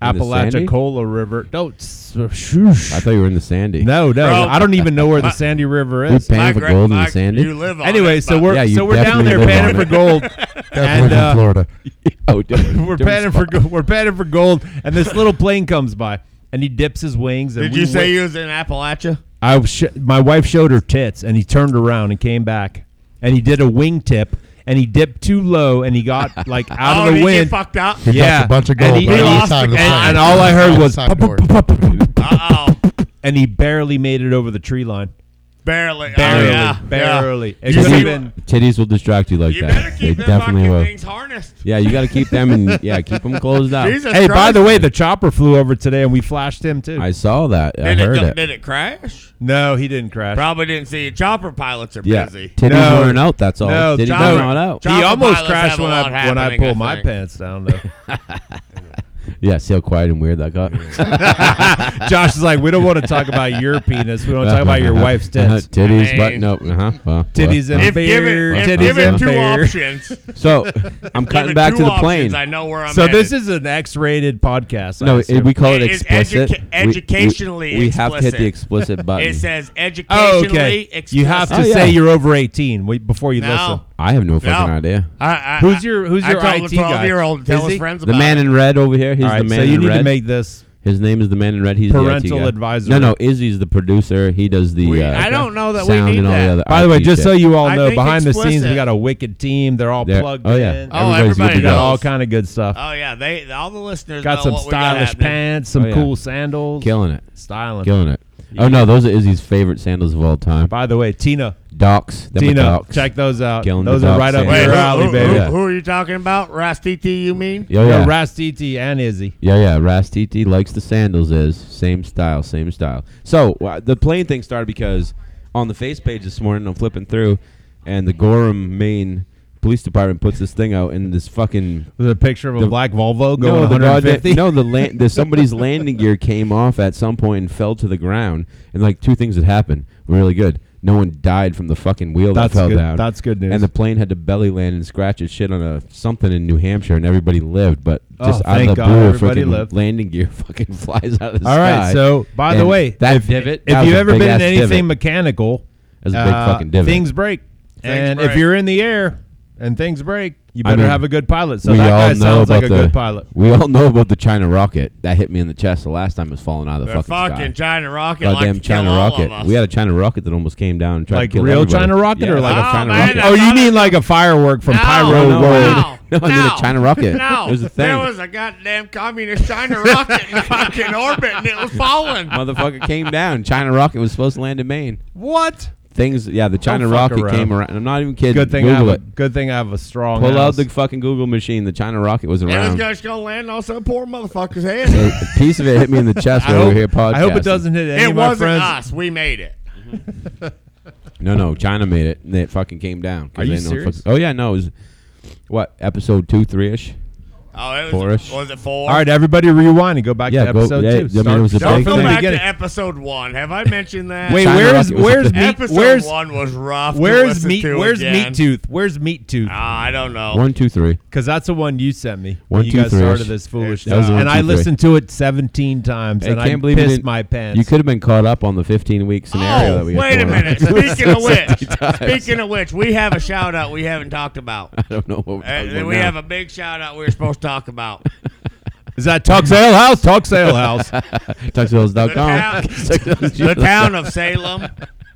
Speaker 2: In the Sandy?
Speaker 3: Apalachicola River. Don't. s- Shoosh.
Speaker 2: I thought you were in the Sandy.
Speaker 3: no, no.
Speaker 1: Bro.
Speaker 3: I don't even know where the
Speaker 1: My-
Speaker 3: Sandy River
Speaker 2: We
Speaker 3: is.
Speaker 2: paying for gold in the Sandy.
Speaker 1: You live on
Speaker 3: Anyway,
Speaker 1: it,
Speaker 3: so
Speaker 1: but-
Speaker 3: we're
Speaker 2: Yeah, you
Speaker 3: so we're down there
Speaker 2: definitely live
Speaker 3: panning for gold, and
Speaker 4: Definitely from
Speaker 3: uh,
Speaker 4: Florida.
Speaker 2: *laughs* oh, different-
Speaker 3: *laughs* we're
Speaker 2: different
Speaker 3: panning for
Speaker 2: spot.
Speaker 3: gold. We're panning for gold, and this little plane comes by, and he dips his wings. And
Speaker 1: Did
Speaker 3: we
Speaker 1: you say
Speaker 3: wait-
Speaker 1: you was in Appalachia?
Speaker 3: I was sh- my wife showed her tits, and he turned around and came back, and he did a wingtip, and he dipped too low, and he
Speaker 1: *laughs*
Speaker 3: got like out
Speaker 1: oh,
Speaker 3: of
Speaker 1: did
Speaker 3: the
Speaker 1: you
Speaker 3: wind.
Speaker 1: get fucked up.
Speaker 3: yeah,
Speaker 4: That's a bunch
Speaker 3: And
Speaker 4: of gold
Speaker 3: he,
Speaker 4: by
Speaker 3: and
Speaker 4: the
Speaker 3: he-
Speaker 4: side of the
Speaker 3: and, *laughs*
Speaker 4: plane.
Speaker 3: and all I heard was,
Speaker 4: Side door.
Speaker 1: Uh oh,
Speaker 3: *laughs* and he barely made it over the tree line.
Speaker 1: barely,
Speaker 3: Barely,
Speaker 1: oh, yeah,
Speaker 3: barely.
Speaker 1: Yeah.
Speaker 3: It
Speaker 1: You,
Speaker 3: could've
Speaker 1: see-
Speaker 3: been-
Speaker 2: Titties will distract you like
Speaker 1: you
Speaker 2: that.
Speaker 1: better keep
Speaker 2: they
Speaker 1: them fucking
Speaker 2: definitely will.
Speaker 1: things harnessed.
Speaker 2: Yeah, you got to keep them and yeah, keep them closed out.
Speaker 1: Jesus
Speaker 3: Hey, by
Speaker 1: Christ.
Speaker 3: the way, the chopper flew over today, and we flashed him too.
Speaker 2: I saw that. I
Speaker 1: did
Speaker 2: heard
Speaker 1: it, go-
Speaker 2: it.
Speaker 1: did it crash?
Speaker 3: no, he didn't crash.
Speaker 1: Probably didn't see it. Chopper pilots are
Speaker 2: Yeah,
Speaker 1: busy.
Speaker 2: titties
Speaker 3: No.
Speaker 2: weren't out. That's all.
Speaker 3: No,
Speaker 2: titties
Speaker 1: Chopper-
Speaker 2: weren't out.
Speaker 1: Chopper
Speaker 3: he almost
Speaker 1: pilots
Speaker 3: crashed
Speaker 1: have a
Speaker 3: when
Speaker 1: lot
Speaker 3: I when I
Speaker 1: happening,
Speaker 3: pulled my
Speaker 1: think.
Speaker 3: pants down though. *laughs*
Speaker 2: Yeah, see how quiet and weird that got.
Speaker 3: Josh is like, we don't want to talk about your penis.
Speaker 2: *laughs*
Speaker 3: We don't talk about your wife's tits.
Speaker 2: Uh-huh. titties,
Speaker 1: I
Speaker 2: but
Speaker 1: mean-
Speaker 2: no, uh huh. Well,
Speaker 3: Titties
Speaker 2: well,
Speaker 3: and-
Speaker 1: If given,
Speaker 3: Bear,
Speaker 1: if
Speaker 2: titties
Speaker 1: given
Speaker 2: and
Speaker 1: two
Speaker 3: bear.
Speaker 1: options, *laughs*
Speaker 2: So I'm cutting
Speaker 1: given
Speaker 2: back
Speaker 1: two
Speaker 2: to the
Speaker 1: options,
Speaker 2: plane.
Speaker 1: I know where I'm.
Speaker 3: So this
Speaker 1: headed.
Speaker 3: is an X-rated podcast. I
Speaker 2: No,
Speaker 3: assume.
Speaker 2: it, we call it,
Speaker 1: It is educa-
Speaker 2: explicit. We- we-
Speaker 1: educationally
Speaker 2: we, have to hit the
Speaker 1: explicit. *laughs* e-
Speaker 2: explicit button.
Speaker 1: It says educationally
Speaker 3: Oh, okay. You have to
Speaker 2: Oh, yeah.
Speaker 3: say you're over 18 wait, before you listen.
Speaker 1: now.
Speaker 2: I have no fucking
Speaker 1: No.
Speaker 2: idea.
Speaker 1: I, I,
Speaker 3: Who's your- who's your
Speaker 1: I told
Speaker 3: IT
Speaker 1: the
Speaker 3: guy?
Speaker 1: year old tell
Speaker 3: Is
Speaker 1: his
Speaker 3: he?
Speaker 1: friends about
Speaker 2: The man
Speaker 1: it.
Speaker 2: in red over here. He's
Speaker 3: All right,
Speaker 2: the man
Speaker 3: so you
Speaker 2: in
Speaker 3: need
Speaker 2: red.
Speaker 3: to make this.
Speaker 2: His name is the man in red. He's the
Speaker 3: Parental
Speaker 2: IT guy.
Speaker 3: advisory.
Speaker 2: No, no, Izzy's the producer. He does the.
Speaker 1: We-
Speaker 2: uh,
Speaker 1: I don't know that we
Speaker 2: sound
Speaker 1: need
Speaker 2: and all
Speaker 1: that.
Speaker 2: The other
Speaker 3: By the way,
Speaker 2: IT
Speaker 3: just so
Speaker 2: shit.
Speaker 3: you all
Speaker 1: I
Speaker 3: know,
Speaker 1: think
Speaker 3: behind the scenes,
Speaker 1: explicit-
Speaker 3: we got a wicked team. They're all
Speaker 2: They're-
Speaker 3: plugged
Speaker 2: oh yeah,
Speaker 3: in.
Speaker 1: Oh,
Speaker 2: Everybody's good
Speaker 1: everybody
Speaker 2: to
Speaker 3: we
Speaker 2: go.
Speaker 3: got
Speaker 1: knows.
Speaker 3: all kind of good stuff.
Speaker 1: Oh yeah, they all the listeners
Speaker 3: got
Speaker 1: know
Speaker 3: some
Speaker 1: what we got
Speaker 3: stylish
Speaker 1: happening.
Speaker 3: pants, some
Speaker 2: Oh, yeah.
Speaker 3: cool sandals.
Speaker 2: killing it,
Speaker 3: Styling.
Speaker 2: killing it. Oh no, those are Izzy's favorite sandals of all time.
Speaker 3: By the way, Tina,
Speaker 2: Docs, them are
Speaker 3: Tina,
Speaker 2: docs.
Speaker 3: check those out.
Speaker 2: Killing
Speaker 3: those
Speaker 2: the docs,
Speaker 3: are right up
Speaker 2: yeah.
Speaker 1: Wait,
Speaker 3: your
Speaker 1: who,
Speaker 3: alley,
Speaker 1: who,
Speaker 3: baby.
Speaker 1: who-
Speaker 2: Yeah.
Speaker 1: who are you talking about? Rastiti, you mean?
Speaker 2: Yeah, yeah,
Speaker 3: No, Rastiti and Izzy.
Speaker 2: yeah, yeah. Rastiti likes the sandals. Is same style, same style. So uh, the plane thing started because on the face page this morning, I'm flipping through, and the Gorham, Maine Police Department puts this thing out, and this fucking
Speaker 3: There's a picture of a
Speaker 2: The-
Speaker 3: black Volvo going
Speaker 2: no, the goddamn-
Speaker 3: 150.
Speaker 2: no, the land, the, somebody's landing gear came off at some point and fell to the ground. And like two things had happened were really good. No one died from the fucking wheel
Speaker 3: That's
Speaker 2: that fell
Speaker 3: good-
Speaker 2: down.
Speaker 3: that's good news.
Speaker 2: And the plane had to belly land and scratch its shit on a something in New Hampshire, and everybody lived. But
Speaker 3: Oh,
Speaker 2: just out of
Speaker 3: thank
Speaker 2: the
Speaker 3: God
Speaker 2: blue, a
Speaker 3: everybody
Speaker 2: freaking
Speaker 3: lived.
Speaker 2: landing gear *laughs* fucking flies out of the
Speaker 3: All
Speaker 2: sky.
Speaker 3: right. So, by the
Speaker 2: And
Speaker 3: way,
Speaker 2: that
Speaker 3: if,
Speaker 2: divot,
Speaker 3: if
Speaker 2: that was
Speaker 3: you've
Speaker 2: a
Speaker 3: ever been
Speaker 2: big-ass
Speaker 3: in anything
Speaker 2: divot.
Speaker 3: mechanical,
Speaker 2: That was a big
Speaker 3: uh,
Speaker 2: fucking divot.
Speaker 3: things break. and if
Speaker 1: break.
Speaker 3: you're in the air and things break, you
Speaker 2: I
Speaker 3: better
Speaker 2: mean,
Speaker 3: have a good pilot. So
Speaker 2: we
Speaker 3: that
Speaker 2: all
Speaker 3: guy
Speaker 2: know
Speaker 3: sounds like a
Speaker 2: about the,
Speaker 3: good pilot.
Speaker 2: We all know about the China rocket that hit me in the chest the last time it was falling out of the
Speaker 1: They're
Speaker 2: fucking,
Speaker 1: fucking
Speaker 2: sky.
Speaker 1: China rocket.
Speaker 2: goddamn
Speaker 1: like to
Speaker 2: China
Speaker 1: kill all of
Speaker 2: rocket.
Speaker 1: us.
Speaker 2: We had a China rocket that almost came down and tried
Speaker 3: Like
Speaker 2: to kill
Speaker 3: real
Speaker 2: everybody.
Speaker 3: China rocket or
Speaker 2: Yeah,
Speaker 3: like
Speaker 1: a
Speaker 2: China
Speaker 1: China
Speaker 2: rocket?
Speaker 1: rocket?
Speaker 3: Oh, you
Speaker 1: thought it-
Speaker 3: mean like a firework from
Speaker 1: No,
Speaker 3: Pyro
Speaker 2: no,
Speaker 3: World? *laughs*
Speaker 2: no. No, I mean a China rocket.
Speaker 1: No,
Speaker 2: It was a
Speaker 1: There
Speaker 2: thing.
Speaker 1: was a goddamn communist China rocket in fucking orbit, and it was falling.
Speaker 2: Motherfucker came down. China rocket was supposed to land in Maine.
Speaker 3: What?
Speaker 2: Things, yeah, the China
Speaker 3: fuck
Speaker 2: rocket
Speaker 3: around.
Speaker 2: came around. I'm not even kidding.
Speaker 3: Good thing I
Speaker 2: Google
Speaker 3: have a,
Speaker 2: it.
Speaker 3: good thing I have a strong.
Speaker 2: Pull out
Speaker 3: house.
Speaker 2: the fucking Google machine. The China rocket was
Speaker 1: It was
Speaker 2: around.
Speaker 1: just gonna land on some poor motherfucker's
Speaker 2: a,
Speaker 1: head.
Speaker 2: a piece of it hit me
Speaker 3: *laughs*
Speaker 2: in the chest
Speaker 3: I
Speaker 2: while we
Speaker 3: hope,
Speaker 2: were here podcasting.
Speaker 3: I hope it doesn't hit any
Speaker 1: it
Speaker 3: of my
Speaker 1: wasn't
Speaker 3: friends.
Speaker 1: us. We made it.
Speaker 2: No, no, China made it. And it fucking came down. 'cause
Speaker 3: Are you
Speaker 2: they know it
Speaker 3: serious?
Speaker 2: fucking- oh yeah, no, it was what episode two, three ish.
Speaker 1: Oh, it was.
Speaker 2: Four-ish.
Speaker 1: Was it four?
Speaker 3: All right, everybody, rewind and go back
Speaker 2: Yeah,
Speaker 3: to
Speaker 2: go-
Speaker 3: episode
Speaker 2: yeah, I
Speaker 3: two.
Speaker 2: mean,
Speaker 3: Start,
Speaker 2: it was a
Speaker 1: Don't
Speaker 2: big
Speaker 1: go
Speaker 2: thing.
Speaker 1: back
Speaker 3: Beginning.
Speaker 1: to episode one. Have I mentioned that?
Speaker 3: Wait,
Speaker 2: China
Speaker 3: where is
Speaker 2: rocket was a
Speaker 3: where's
Speaker 2: big-
Speaker 3: meat?
Speaker 1: episode
Speaker 3: Where's
Speaker 1: one was rough. to
Speaker 3: where's
Speaker 1: listen
Speaker 3: meat?
Speaker 1: to
Speaker 3: Where's
Speaker 1: again.
Speaker 3: meat tooth? Where's meat tooth?
Speaker 1: Ah, I don't know.
Speaker 2: One, two, three.
Speaker 3: Because that's the one you sent me.
Speaker 2: One,
Speaker 3: when you
Speaker 2: two,
Speaker 3: guys
Speaker 2: three.
Speaker 3: started this foolishness,
Speaker 2: That was the one,
Speaker 3: and I
Speaker 2: two, three.
Speaker 3: listened to it 17 times, and
Speaker 2: I can't
Speaker 3: I
Speaker 2: believe you
Speaker 3: pissed
Speaker 2: didn't-
Speaker 3: my pants.
Speaker 2: You could have been caught up on the 15 week
Speaker 1: Oh,
Speaker 2: scenario that we had
Speaker 1: wait a
Speaker 2: going on.
Speaker 1: minute. Speaking of which, speaking of which, we have a shout out we haven't talked about.
Speaker 2: *laughs* I don't know what we're
Speaker 1: Uh,
Speaker 2: talking about
Speaker 1: we
Speaker 2: now.
Speaker 1: have a big shout out we were supposed to talk about.
Speaker 3: Is
Speaker 2: *laughs*
Speaker 3: that Tuck's Ale House? Tuck's Ale House.
Speaker 1: The town,
Speaker 2: *laughs* Tuxedos.com.
Speaker 1: the town of Salem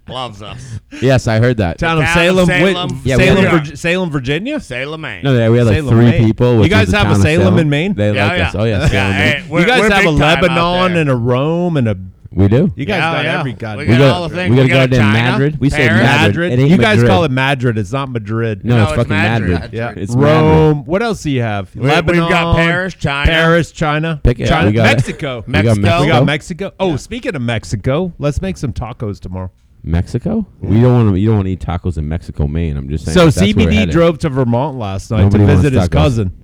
Speaker 1: loves us.
Speaker 2: yes, I heard that.
Speaker 3: Town of
Speaker 1: Town of
Speaker 3: Salem, Wi-
Speaker 1: Salem.
Speaker 3: Salem,
Speaker 2: Yeah, we
Speaker 3: Salem,
Speaker 2: had-
Speaker 3: Virg- Salem, Virginia.
Speaker 1: Salem, Maine.
Speaker 2: no, yeah, we had like
Speaker 3: Salem,
Speaker 2: three
Speaker 3: Maine.
Speaker 2: people.
Speaker 3: You
Speaker 2: which
Speaker 3: guys
Speaker 2: was the
Speaker 3: have a
Speaker 2: town of
Speaker 3: Salem in Maine?
Speaker 2: They
Speaker 1: Yeah,
Speaker 2: like
Speaker 1: yeah.
Speaker 2: us. Oh yeah,
Speaker 3: *laughs*
Speaker 1: Yeah,
Speaker 2: Salem in
Speaker 1: hey,
Speaker 2: Maine.
Speaker 1: we're-
Speaker 3: you guys
Speaker 1: we're
Speaker 3: have a
Speaker 1: big time out
Speaker 3: Lebanon
Speaker 1: there.
Speaker 3: and a Rome and a.
Speaker 2: We do.
Speaker 3: You guys
Speaker 1: Yeah,
Speaker 3: got
Speaker 1: yeah.
Speaker 3: every
Speaker 1: We
Speaker 3: goddamn.
Speaker 1: got
Speaker 2: we
Speaker 1: all
Speaker 2: got,
Speaker 1: the things.
Speaker 2: we
Speaker 1: We
Speaker 2: got
Speaker 1: got
Speaker 2: to go down
Speaker 1: China,
Speaker 2: Madrid. We say
Speaker 1: Paris.
Speaker 2: Madrid. It
Speaker 3: Madrid.
Speaker 2: ain't
Speaker 3: You guys
Speaker 2: Madrid.
Speaker 3: call it Madrid. It's not Madrid.
Speaker 2: No,
Speaker 1: No,
Speaker 2: it's
Speaker 1: it's
Speaker 2: fucking
Speaker 1: Madrid.
Speaker 2: Madrid.
Speaker 3: Yeah.
Speaker 2: It's Madrid.
Speaker 3: Rome. What else do you have?
Speaker 1: We-
Speaker 3: Lebanon.
Speaker 1: We've got Paris, China.
Speaker 3: Paris, China.
Speaker 2: Pick it.
Speaker 3: China.
Speaker 2: We got it.
Speaker 3: Mexico.
Speaker 2: We got
Speaker 1: Mexico.
Speaker 3: We got
Speaker 2: Mexico.
Speaker 3: Mexico. Oh, speaking of Mexico, let's make some tacos tomorrow.
Speaker 2: Mexico? We don't want to. You don't want to eat tacos in Mexico, Maine. I'm just saying.
Speaker 3: So
Speaker 2: that's where we're
Speaker 3: CBD
Speaker 2: headed.
Speaker 3: drove to Vermont last night
Speaker 2: Nobody
Speaker 3: to
Speaker 2: wants
Speaker 3: visit his
Speaker 2: tacos.
Speaker 3: cousin.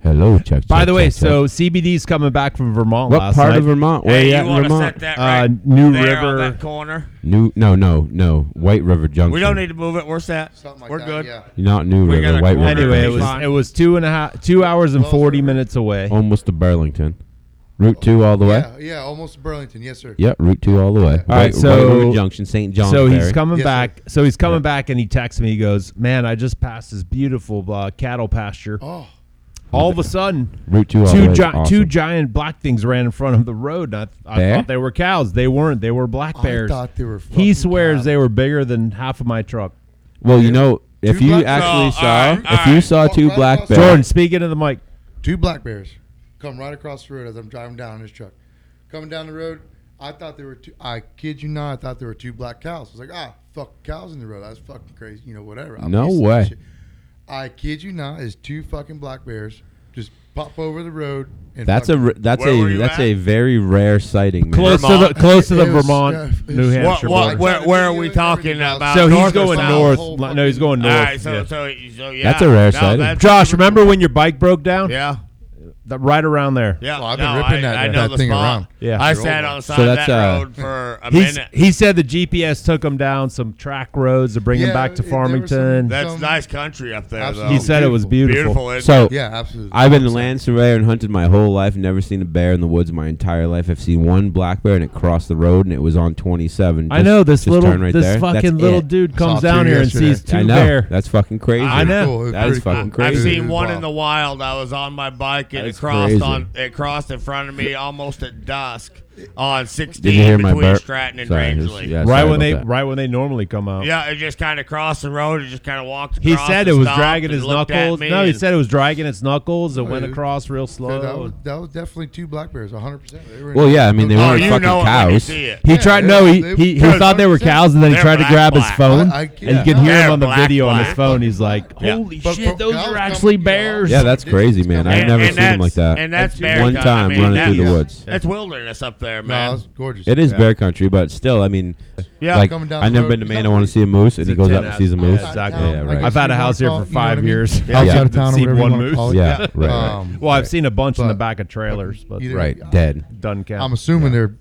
Speaker 2: Hello, check.
Speaker 3: By
Speaker 2: check,
Speaker 3: the way,
Speaker 2: check,
Speaker 3: so CBD's coming back from Vermont
Speaker 2: check. what
Speaker 3: last
Speaker 2: part
Speaker 3: night.
Speaker 2: of Vermont? Where
Speaker 1: Hey,
Speaker 2: you at
Speaker 1: you
Speaker 2: in
Speaker 1: want to
Speaker 2: Vermont?
Speaker 1: set that
Speaker 3: Uh,
Speaker 1: right
Speaker 3: New
Speaker 1: there on
Speaker 3: River.
Speaker 1: that corner?
Speaker 2: New? No, no, no. White River Junction.
Speaker 1: We don't need to move it. We're set.
Speaker 4: Something like
Speaker 1: We're
Speaker 4: that,
Speaker 1: good.
Speaker 4: yeah.
Speaker 2: Not New
Speaker 1: We got
Speaker 2: River.
Speaker 1: a
Speaker 2: White River.
Speaker 1: corner.
Speaker 3: Anyway, it was
Speaker 1: Fine.
Speaker 3: it was two and a half two hours and
Speaker 4: Close
Speaker 3: forty
Speaker 2: Oh,
Speaker 4: River.
Speaker 3: minutes away.
Speaker 2: almost to Burlington. Route two all the way.
Speaker 4: Yeah, yeah, almost Burlington. Yes, sir.
Speaker 2: Yep, Route two all the way.
Speaker 3: All right,
Speaker 2: right,
Speaker 3: so-
Speaker 2: Road Junction, St. John.
Speaker 3: so he's
Speaker 2: Ferry.
Speaker 3: coming
Speaker 4: Yes,
Speaker 3: back. So he's coming back, and he texts me. He goes, "Man, I just passed this beautiful uh, cattle pasture.
Speaker 4: Oh,
Speaker 3: All of a sudden,
Speaker 2: Route two all the
Speaker 3: two
Speaker 2: way.
Speaker 3: gi- two
Speaker 2: Awesome.
Speaker 3: giant black things ran in front of the road. And I, th- I
Speaker 2: Bear?
Speaker 3: thought they were cows. They weren't. They were black
Speaker 4: I
Speaker 3: bears.
Speaker 4: thought they were
Speaker 3: He
Speaker 4: fucking
Speaker 3: swears
Speaker 4: cows.
Speaker 3: they were bigger than half of my truck.
Speaker 2: Well, you know, if
Speaker 4: Two
Speaker 2: you
Speaker 4: black-
Speaker 2: actually
Speaker 3: Oh,
Speaker 1: No,
Speaker 2: saw,
Speaker 1: alright,
Speaker 2: if you
Speaker 1: alright.
Speaker 2: saw two
Speaker 4: Walk right
Speaker 2: black
Speaker 4: across the-
Speaker 2: bears,
Speaker 3: Jordan, speak into the mic.
Speaker 4: two black bears come right across the road as I'm driving down in his truck. Coming down the road, I thought there were two. I kid you not, I thought there were two black cows. I was like, ah, fuck cows in the road. That's fucking crazy. You know, whatever. I'm
Speaker 2: No
Speaker 4: used to that
Speaker 2: way.
Speaker 4: shit. I kid you not, it's two fucking black bears just pop over the road. And
Speaker 2: that's a
Speaker 4: fucking-
Speaker 2: r- that's
Speaker 1: Where were
Speaker 2: a
Speaker 1: you
Speaker 2: that's
Speaker 1: at?
Speaker 2: a very rare sighting. Man.
Speaker 3: Close to
Speaker 1: Vermont.
Speaker 3: the close to the
Speaker 4: It was-
Speaker 3: Vermont,
Speaker 4: yeah, it was-
Speaker 3: New
Speaker 4: What-
Speaker 3: Hampshire
Speaker 1: what-
Speaker 3: border.
Speaker 1: where- where are we talking about?
Speaker 3: So he's
Speaker 1: north or
Speaker 3: going
Speaker 1: south?
Speaker 3: north.
Speaker 4: Whole
Speaker 3: No, he's
Speaker 4: fucking-
Speaker 3: going north.
Speaker 1: All right, so,
Speaker 3: yeah.
Speaker 1: so, so yeah.
Speaker 2: That's a rare sighting.
Speaker 1: that's-
Speaker 3: Josh, remember when your bike broke down?
Speaker 1: Yeah.
Speaker 3: Th- right around there.
Speaker 1: Yeah,
Speaker 4: Well, I've been
Speaker 1: no,
Speaker 4: ripping
Speaker 1: I,
Speaker 4: that-
Speaker 1: I
Speaker 4: that
Speaker 1: know the
Speaker 4: thing
Speaker 1: spot.
Speaker 4: around.
Speaker 3: Yeah.
Speaker 1: I
Speaker 3: Your
Speaker 1: sat
Speaker 4: old
Speaker 1: on the side
Speaker 2: So
Speaker 1: of
Speaker 2: that's,
Speaker 1: that
Speaker 2: uh,
Speaker 1: road for a
Speaker 3: He's,
Speaker 1: minute.
Speaker 3: he said the GPS took him down some track roads to bring him
Speaker 4: Yeah,
Speaker 3: back to
Speaker 4: it- there was some-
Speaker 3: Farmington.
Speaker 1: That's
Speaker 4: some-
Speaker 1: nice country up there, though.
Speaker 4: Absolutely.
Speaker 3: he said it was beautiful.
Speaker 1: beautiful. isn't
Speaker 2: So
Speaker 4: Yeah, absolutely.
Speaker 2: I've been a land surveyor and hunted my whole life. Never seen a bear in the woods my entire life. I've seen one black bear and it crossed the road and it was on 27.
Speaker 3: I
Speaker 2: Just-
Speaker 3: know this
Speaker 2: just
Speaker 3: little
Speaker 2: turn right
Speaker 3: this
Speaker 2: there.
Speaker 3: fucking
Speaker 2: That's
Speaker 3: little
Speaker 2: it.
Speaker 3: dude
Speaker 4: I saw
Speaker 3: comes
Speaker 4: two
Speaker 3: down here and
Speaker 4: yesterday.
Speaker 3: sees two
Speaker 2: I know
Speaker 3: bear.
Speaker 2: that's fucking crazy.
Speaker 3: I know.
Speaker 4: Cool, it was
Speaker 2: That
Speaker 4: pretty
Speaker 2: is fucking
Speaker 4: cool.
Speaker 1: I've
Speaker 2: crazy.
Speaker 1: seen one in
Speaker 4: Wow.
Speaker 1: the wild. I was on my bike and
Speaker 2: That's
Speaker 1: it crossed
Speaker 2: crazy.
Speaker 1: on it crossed in front of me almost at dusk on
Speaker 2: Did
Speaker 1: sixteen
Speaker 2: you hear my
Speaker 1: between
Speaker 2: burp?
Speaker 1: Stratton and
Speaker 2: Sorry,
Speaker 1: Rangeley.
Speaker 2: just- yeah,
Speaker 3: right
Speaker 2: sorry
Speaker 3: when
Speaker 2: about
Speaker 3: they
Speaker 2: that.
Speaker 3: right when they normally come out.
Speaker 1: Yeah, it just kind of crossed the road. It just kind of walked.
Speaker 3: He
Speaker 1: across
Speaker 3: said it
Speaker 1: and
Speaker 3: was
Speaker 1: stopped
Speaker 3: dragging
Speaker 1: and
Speaker 3: his
Speaker 1: looked at
Speaker 3: knuckles.
Speaker 1: me
Speaker 3: No, he
Speaker 1: and-
Speaker 3: said it was dragging its knuckles. It went
Speaker 4: dude.
Speaker 3: across real
Speaker 4: So Oh, that,
Speaker 3: slow.
Speaker 4: was, that was definitely two black bears, 100%. They were in-
Speaker 2: Well, yeah, I mean they
Speaker 4: Oh,
Speaker 2: weren't
Speaker 1: you
Speaker 2: fucking
Speaker 1: know it when you
Speaker 2: cows.
Speaker 1: see it.
Speaker 3: He
Speaker 4: Yeah,
Speaker 3: tried.
Speaker 4: they-
Speaker 3: No, he
Speaker 4: they-
Speaker 3: he, he
Speaker 4: Dude,
Speaker 3: thought they were
Speaker 4: 100%.
Speaker 3: cows, and then he
Speaker 1: They're
Speaker 3: tried to
Speaker 1: black,
Speaker 3: grab his
Speaker 1: black.
Speaker 3: phone,
Speaker 4: I- I-
Speaker 3: and you
Speaker 4: yeah.
Speaker 3: can hear him
Speaker 1: They're
Speaker 3: on the
Speaker 1: black,
Speaker 3: video on his
Speaker 1: black.
Speaker 3: phone. He's like,
Speaker 1: Yeah.
Speaker 3: "Holy
Speaker 4: But
Speaker 3: shit,
Speaker 4: for
Speaker 3: those
Speaker 4: cows
Speaker 3: are
Speaker 4: come-
Speaker 3: actually
Speaker 4: you know,
Speaker 3: bears."
Speaker 2: Yeah, that's crazy, man. I've
Speaker 1: And-
Speaker 2: never
Speaker 1: and
Speaker 2: seen them like
Speaker 1: that's-
Speaker 2: that.
Speaker 1: And that's bear
Speaker 2: one
Speaker 1: country. I
Speaker 2: time
Speaker 1: mean,
Speaker 2: running through the
Speaker 1: that's-
Speaker 2: woods.
Speaker 1: That's wilderness up there,
Speaker 4: No,
Speaker 1: man.
Speaker 4: it's gorgeous.
Speaker 2: It is bear country, but still, I mean,
Speaker 1: Yeah,
Speaker 2: like
Speaker 4: coming down
Speaker 2: I've
Speaker 4: the
Speaker 2: never
Speaker 4: road,
Speaker 2: been to
Speaker 4: it's
Speaker 2: Maine.
Speaker 4: not
Speaker 2: I want to
Speaker 4: pretty-
Speaker 2: see a moose, and
Speaker 3: It's
Speaker 2: he
Speaker 3: a
Speaker 2: goes
Speaker 3: 10
Speaker 2: up and sees a
Speaker 3: out-
Speaker 2: moose.
Speaker 3: yeah,
Speaker 4: Outside
Speaker 3: exactly.
Speaker 4: town,
Speaker 2: Yeah,
Speaker 4: I
Speaker 2: right.
Speaker 4: guess
Speaker 3: I've had
Speaker 4: you
Speaker 3: a
Speaker 4: wanna
Speaker 3: house here
Speaker 4: call-
Speaker 3: for
Speaker 4: you know what I
Speaker 3: five
Speaker 4: mean?
Speaker 3: years.
Speaker 4: Outside
Speaker 2: Yeah.
Speaker 4: of town,
Speaker 3: Seen
Speaker 4: whatever you
Speaker 3: one
Speaker 4: wanna
Speaker 3: moose.
Speaker 4: call it.
Speaker 2: Yeah, right, right.
Speaker 4: Um,
Speaker 3: Well, I've seen a bunch in the back of trailers, but
Speaker 4: either-
Speaker 2: Right, dead.
Speaker 3: doesn't count.
Speaker 4: I'm assuming they're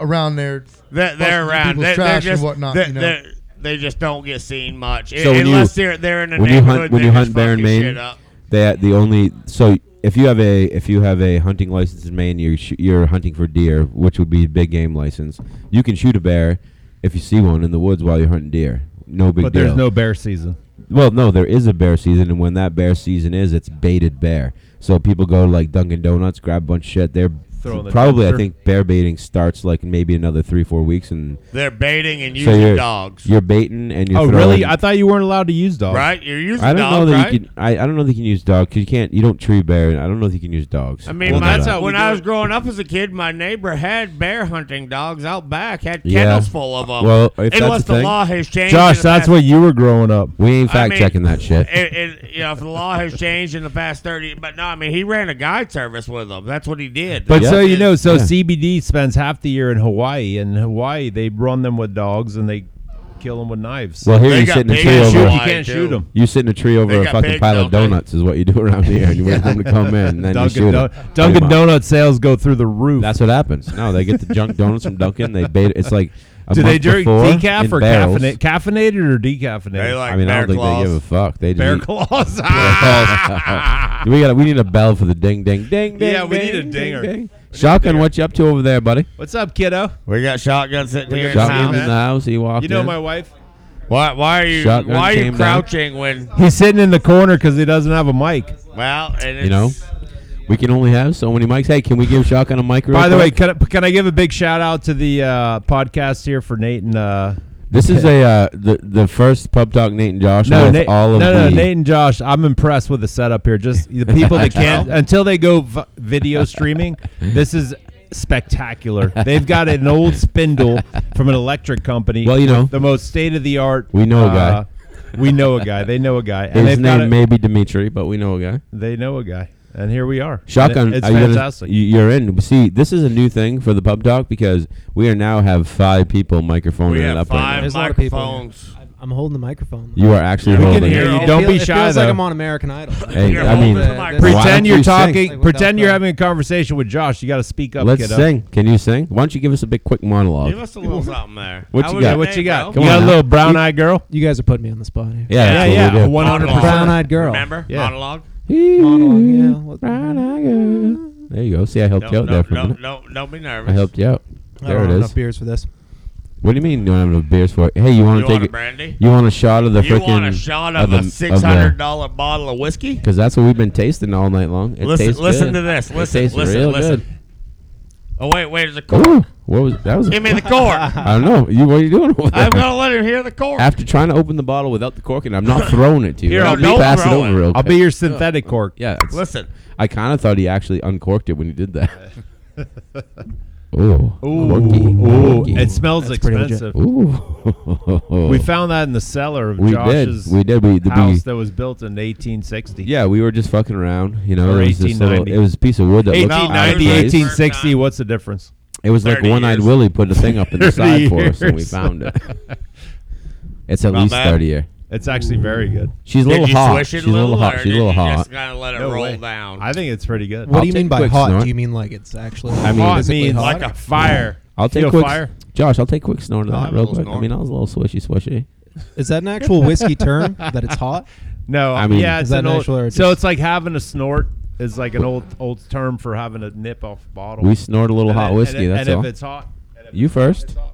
Speaker 4: around there.
Speaker 1: They're,
Speaker 4: Busting
Speaker 1: they're
Speaker 4: through
Speaker 1: around.
Speaker 4: people's
Speaker 1: They're, they're
Speaker 4: trash
Speaker 1: just
Speaker 4: and whatnot,
Speaker 1: They're,
Speaker 4: you know?
Speaker 1: they're- they just don't get seen much,
Speaker 2: So when you-
Speaker 1: unless they're they're in the
Speaker 2: when you
Speaker 1: neighborhood.
Speaker 2: hunt when
Speaker 1: they
Speaker 2: you
Speaker 1: just
Speaker 2: hunt bear in
Speaker 1: fucking
Speaker 2: Maine,
Speaker 1: shit up.
Speaker 2: they the only so if you have a if you have a hunting license in Maine, you're sh- you're hunting for deer, which would be a big game license. You can shoot a bear if you see one in the woods while you're hunting deer. No big
Speaker 3: but
Speaker 2: deal.
Speaker 3: there's no bear season.
Speaker 2: well, no, there is a bear season, and when that bear season is, it's baited bear. So people go to like Dunkin' Donuts, grab a bunch of shit. They're
Speaker 3: Throw in the
Speaker 2: probably I
Speaker 3: dumpster.
Speaker 2: think bear baiting starts like maybe another three four weeks, and
Speaker 1: They're baiting and
Speaker 2: so
Speaker 1: using
Speaker 2: you're
Speaker 1: dogs.
Speaker 2: you're baiting and you're
Speaker 3: oh, really?
Speaker 2: throwing-
Speaker 3: I thought you weren't allowed to use dogs.
Speaker 1: right? You're using
Speaker 2: I don't
Speaker 1: dogs,
Speaker 2: know that
Speaker 1: right?
Speaker 2: you can. I, I don't know that you can use dogs because you can't. You don't tree bear. and I don't know that you can use dogs.
Speaker 1: I mean,
Speaker 3: Well,
Speaker 1: my-
Speaker 3: that's how we
Speaker 1: when
Speaker 3: do
Speaker 1: I
Speaker 3: it.
Speaker 1: was growing up as a kid, my neighbor had bear hunting dogs out back, had
Speaker 2: Yeah.
Speaker 1: kennels full of them.
Speaker 2: Well, if that's
Speaker 1: unless
Speaker 2: the
Speaker 1: the,
Speaker 2: thing-
Speaker 1: law has changed,
Speaker 3: Josh,
Speaker 1: in the
Speaker 3: that's
Speaker 1: past,
Speaker 3: what you were growing up.
Speaker 2: we ain't
Speaker 1: I
Speaker 2: fact
Speaker 1: mean,
Speaker 2: checking that shit.
Speaker 1: It, it, you know, if the law has changed in the past thirty, but no, I mean, he ran a guide service with them. That's what he did.
Speaker 3: But
Speaker 2: Yeah.
Speaker 3: so you know, so
Speaker 2: Yeah.
Speaker 3: CBD spends half the year in Hawaii, and in Hawaii they run them with dogs and they kill them with knives.
Speaker 2: well, here
Speaker 1: they
Speaker 2: you
Speaker 1: got
Speaker 2: sit in a
Speaker 1: big
Speaker 2: tree
Speaker 1: as
Speaker 2: over.
Speaker 1: you
Speaker 3: you
Speaker 1: Hawaii,
Speaker 3: can't shoot
Speaker 1: too.
Speaker 3: them.
Speaker 2: You sit in a tree over
Speaker 1: They
Speaker 2: a
Speaker 1: got
Speaker 2: fucking
Speaker 1: big,
Speaker 2: pile of
Speaker 1: don't they?
Speaker 2: donuts is what you do around here, and you wait for
Speaker 3: *laughs*
Speaker 2: them to come in, and then you
Speaker 3: Dunkin'
Speaker 2: shoot 'em.
Speaker 3: Don-
Speaker 2: Pretty
Speaker 3: Dunkin'
Speaker 2: much.
Speaker 3: Donuts sales go through the roof.
Speaker 2: That's what happens. No, they get the junk donuts from Dunkin'. They bait. It's like a
Speaker 3: Do they
Speaker 2: month
Speaker 3: drink
Speaker 2: before
Speaker 3: decaf
Speaker 2: in
Speaker 3: or
Speaker 2: barrels.
Speaker 3: caffeinated, caffeinated or decaffeinated?
Speaker 1: They like
Speaker 2: I mean, I
Speaker 1: bear
Speaker 2: don't think
Speaker 1: claws.
Speaker 2: they give a fuck. They just
Speaker 3: Bear
Speaker 2: eat-
Speaker 3: claws.
Speaker 2: we got. We need a bell for the ding, ding, ding, ding.
Speaker 3: Yeah, we need a
Speaker 2: ding,
Speaker 3: dinger.
Speaker 2: ding, ding. Shotgun, what you up to over there, buddy?
Speaker 3: *laughs* What's up, kiddo?
Speaker 1: we got shotguns sitting here. in the
Speaker 2: Shotgun in
Speaker 1: house.
Speaker 2: the house. He walked.
Speaker 3: You know
Speaker 2: in.
Speaker 3: my wife.
Speaker 1: Why, why are you?
Speaker 2: Shotgun
Speaker 1: why are you
Speaker 2: came down.
Speaker 1: crouching when?
Speaker 3: He's sitting in the corner because he doesn't have a mic.
Speaker 1: Well, and it's,
Speaker 2: You know, we can only have so many mics. Hey, can we give Shotgun a mic? Real
Speaker 3: By the way,
Speaker 2: quick?
Speaker 3: can I, can I give a big shout out to the uh, podcast here for Nate and uh,
Speaker 2: this is a uh, the the first pub talk Nate and Josh.
Speaker 3: no,
Speaker 2: with
Speaker 3: Nate,
Speaker 2: all of
Speaker 3: no, no,
Speaker 2: the,
Speaker 3: Nate and Josh. I'm impressed with the setup here. Just
Speaker 2: *laughs*
Speaker 3: the people that can't until they go v- video streaming. This is
Speaker 2: *laughs*
Speaker 3: spectacular. They've got an old spindle from an electric company.
Speaker 2: Well, you know.
Speaker 3: the most state of the art.
Speaker 2: We know a guy.
Speaker 3: We know a guy. They know a guy. And
Speaker 2: His
Speaker 3: they've got
Speaker 2: name
Speaker 3: a-
Speaker 2: may be Dimitri, but we know a guy.
Speaker 3: they know a guy. And here we are.
Speaker 2: Shotgun.
Speaker 3: It's
Speaker 2: are you gonna-
Speaker 3: fantastic.
Speaker 2: you- you're in. See, this is a new thing for the pub talk because we are now have five people microphoning
Speaker 1: we
Speaker 2: it
Speaker 1: have
Speaker 2: up right
Speaker 1: five
Speaker 2: now.
Speaker 5: There's a lot of people here.
Speaker 1: microphones.
Speaker 5: I'm- I'm holding the microphone.
Speaker 2: You are actually
Speaker 1: We can
Speaker 2: holding.
Speaker 1: hear
Speaker 2: it.
Speaker 1: you.
Speaker 5: It
Speaker 3: Don't be
Speaker 5: it
Speaker 3: shy,
Speaker 5: feels
Speaker 3: though.
Speaker 5: like I'm on American Idol.
Speaker 2: *laughs* Hey,
Speaker 1: You're
Speaker 2: I mean,
Speaker 1: holding the microphone.
Speaker 2: why don't
Speaker 3: Pretend you're
Speaker 2: you sing?
Speaker 3: talking.
Speaker 5: Like, without
Speaker 3: pretend you're
Speaker 5: the-
Speaker 3: having a conversation with Josh. You got to speak up.
Speaker 2: Let's
Speaker 3: kiddo.
Speaker 2: sing. Can you sing? Why don't you give us a big quick monologue?
Speaker 1: Give us a little something there.
Speaker 2: *laughs* What
Speaker 1: How
Speaker 2: you
Speaker 1: was
Speaker 2: got?
Speaker 1: your
Speaker 3: What
Speaker 1: day,
Speaker 3: you got?
Speaker 1: bro?
Speaker 2: Come
Speaker 3: you
Speaker 2: on
Speaker 3: got a
Speaker 2: now.
Speaker 3: little brown-eyed girl.
Speaker 5: You guys are putting me on the spot here.
Speaker 2: yeah, that's
Speaker 3: yeah,
Speaker 2: what we
Speaker 3: yeah.
Speaker 2: do.
Speaker 3: One
Speaker 2: *laughs*
Speaker 3: hundred
Speaker 1: Monologue.
Speaker 3: percent.
Speaker 5: Brown-eyed girl.
Speaker 1: Remember
Speaker 3: Yeah.
Speaker 1: monologue?
Speaker 5: Monologue, yeah. What-
Speaker 2: Brown eye girl. There you go. See, I helped
Speaker 1: Don't,
Speaker 2: you out there
Speaker 1: don't,
Speaker 2: for a
Speaker 1: don't,
Speaker 2: minute.
Speaker 1: don't, don't be nervous.
Speaker 2: I helped you out.
Speaker 5: I
Speaker 2: There
Speaker 5: don't
Speaker 2: it
Speaker 5: have
Speaker 2: is.
Speaker 5: enough beers for this.
Speaker 2: What do you mean you don't have enough beers for it? Hey, you want
Speaker 1: You
Speaker 2: to
Speaker 1: want
Speaker 2: take
Speaker 1: a
Speaker 2: it?
Speaker 1: brandy?
Speaker 2: You want a shot of the
Speaker 1: You
Speaker 2: freaking?
Speaker 1: want a shot of, a six hundred dollar bottle of whiskey?
Speaker 2: Because that's what we've been tasting all night long. It
Speaker 1: Listen,
Speaker 2: tastes
Speaker 1: listen
Speaker 2: good.
Speaker 1: to this.
Speaker 2: It
Speaker 1: Listen,
Speaker 2: tastes
Speaker 1: listen,
Speaker 2: real
Speaker 1: listen. Oh wait, wait, there's a
Speaker 2: good.
Speaker 1: cork.
Speaker 2: Ooh, what was that? Was
Speaker 1: Give me the cork.
Speaker 2: *laughs* I don't know. You, what are you doing over there?
Speaker 1: I'm gonna let him hear the cork.
Speaker 2: After trying to open the bottle without the cork, and
Speaker 1: *laughs*
Speaker 2: I'm not throwing it to you.
Speaker 1: Here,
Speaker 2: Let
Speaker 1: don't
Speaker 2: me pass it
Speaker 1: throw
Speaker 2: over
Speaker 1: it.
Speaker 2: real
Speaker 3: I'll
Speaker 2: quick.
Speaker 3: be your synthetic cork.
Speaker 2: Yeah, it's-
Speaker 1: Listen,
Speaker 2: I kind of thought he actually uncorked it when he did that. *laughs* Ooh, corky,
Speaker 3: Ooh,
Speaker 2: corky.
Speaker 3: it smells
Speaker 5: That's pretty legit.
Speaker 3: expensive.
Speaker 2: Ooh.
Speaker 3: We found that in the cellar of
Speaker 2: We
Speaker 3: Josh's
Speaker 2: did. We did. We, the,
Speaker 3: house
Speaker 2: we
Speaker 3: that was built in
Speaker 2: *laughs*
Speaker 3: 1860.
Speaker 2: yeah, we were just fucking around. You know,
Speaker 3: Or
Speaker 2: it was, this little,
Speaker 3: 1890.
Speaker 2: it was a piece of wood that looked out of
Speaker 3: 1890,
Speaker 2: place.
Speaker 3: 1860. What's the difference?
Speaker 2: It was like
Speaker 1: 30
Speaker 2: One Eyed
Speaker 1: years.
Speaker 2: Willie put a thing up
Speaker 1: *laughs*
Speaker 2: in the
Speaker 3: 30
Speaker 2: side for us, and we
Speaker 3: years.
Speaker 2: found it. It's at
Speaker 1: Not
Speaker 2: least
Speaker 1: bad.
Speaker 2: thirty year.
Speaker 3: It's actually very good.
Speaker 2: She's a
Speaker 1: did
Speaker 2: little
Speaker 1: you
Speaker 2: hot.
Speaker 1: swish it
Speaker 2: She's
Speaker 1: a little,
Speaker 2: hot.
Speaker 1: or
Speaker 2: She's a
Speaker 1: did
Speaker 2: little
Speaker 1: you
Speaker 2: hot.
Speaker 1: Just gotta let it
Speaker 3: No
Speaker 1: roll
Speaker 3: way.
Speaker 1: down. Uh,
Speaker 3: I think it's pretty good.
Speaker 5: What
Speaker 2: I'll
Speaker 5: do you mean
Speaker 2: take
Speaker 5: by
Speaker 2: quick
Speaker 5: hot?
Speaker 2: snort.
Speaker 5: Do you mean like it's actually
Speaker 2: I mean,
Speaker 3: hot
Speaker 5: physically
Speaker 3: means
Speaker 5: hot?
Speaker 1: like a fire.
Speaker 2: I'll take
Speaker 3: Feel
Speaker 2: a quick.
Speaker 3: fire?
Speaker 2: Josh, I'll take a quick snort of
Speaker 1: I'll
Speaker 2: that
Speaker 1: have a
Speaker 2: real
Speaker 1: little
Speaker 2: quick. I
Speaker 1: snort.
Speaker 2: mean, I was a little swishy swishy.
Speaker 5: Is that an actual
Speaker 2: *laughs*
Speaker 5: whiskey term that it's hot?
Speaker 3: No, uh,
Speaker 2: I mean-
Speaker 3: yeah,
Speaker 5: Is
Speaker 3: it's
Speaker 5: that
Speaker 3: an
Speaker 5: an
Speaker 3: old.
Speaker 5: actual or
Speaker 3: So
Speaker 5: just-
Speaker 3: it's like having a snort is like an old old term for having a nip off bottle.
Speaker 2: We snort a little
Speaker 3: And
Speaker 2: hot
Speaker 3: it-
Speaker 2: whiskey.
Speaker 3: And, it-
Speaker 2: that's
Speaker 3: and
Speaker 2: all.
Speaker 3: if it's hot, and if
Speaker 2: You
Speaker 3: it's hot,
Speaker 2: first.
Speaker 3: it's hot.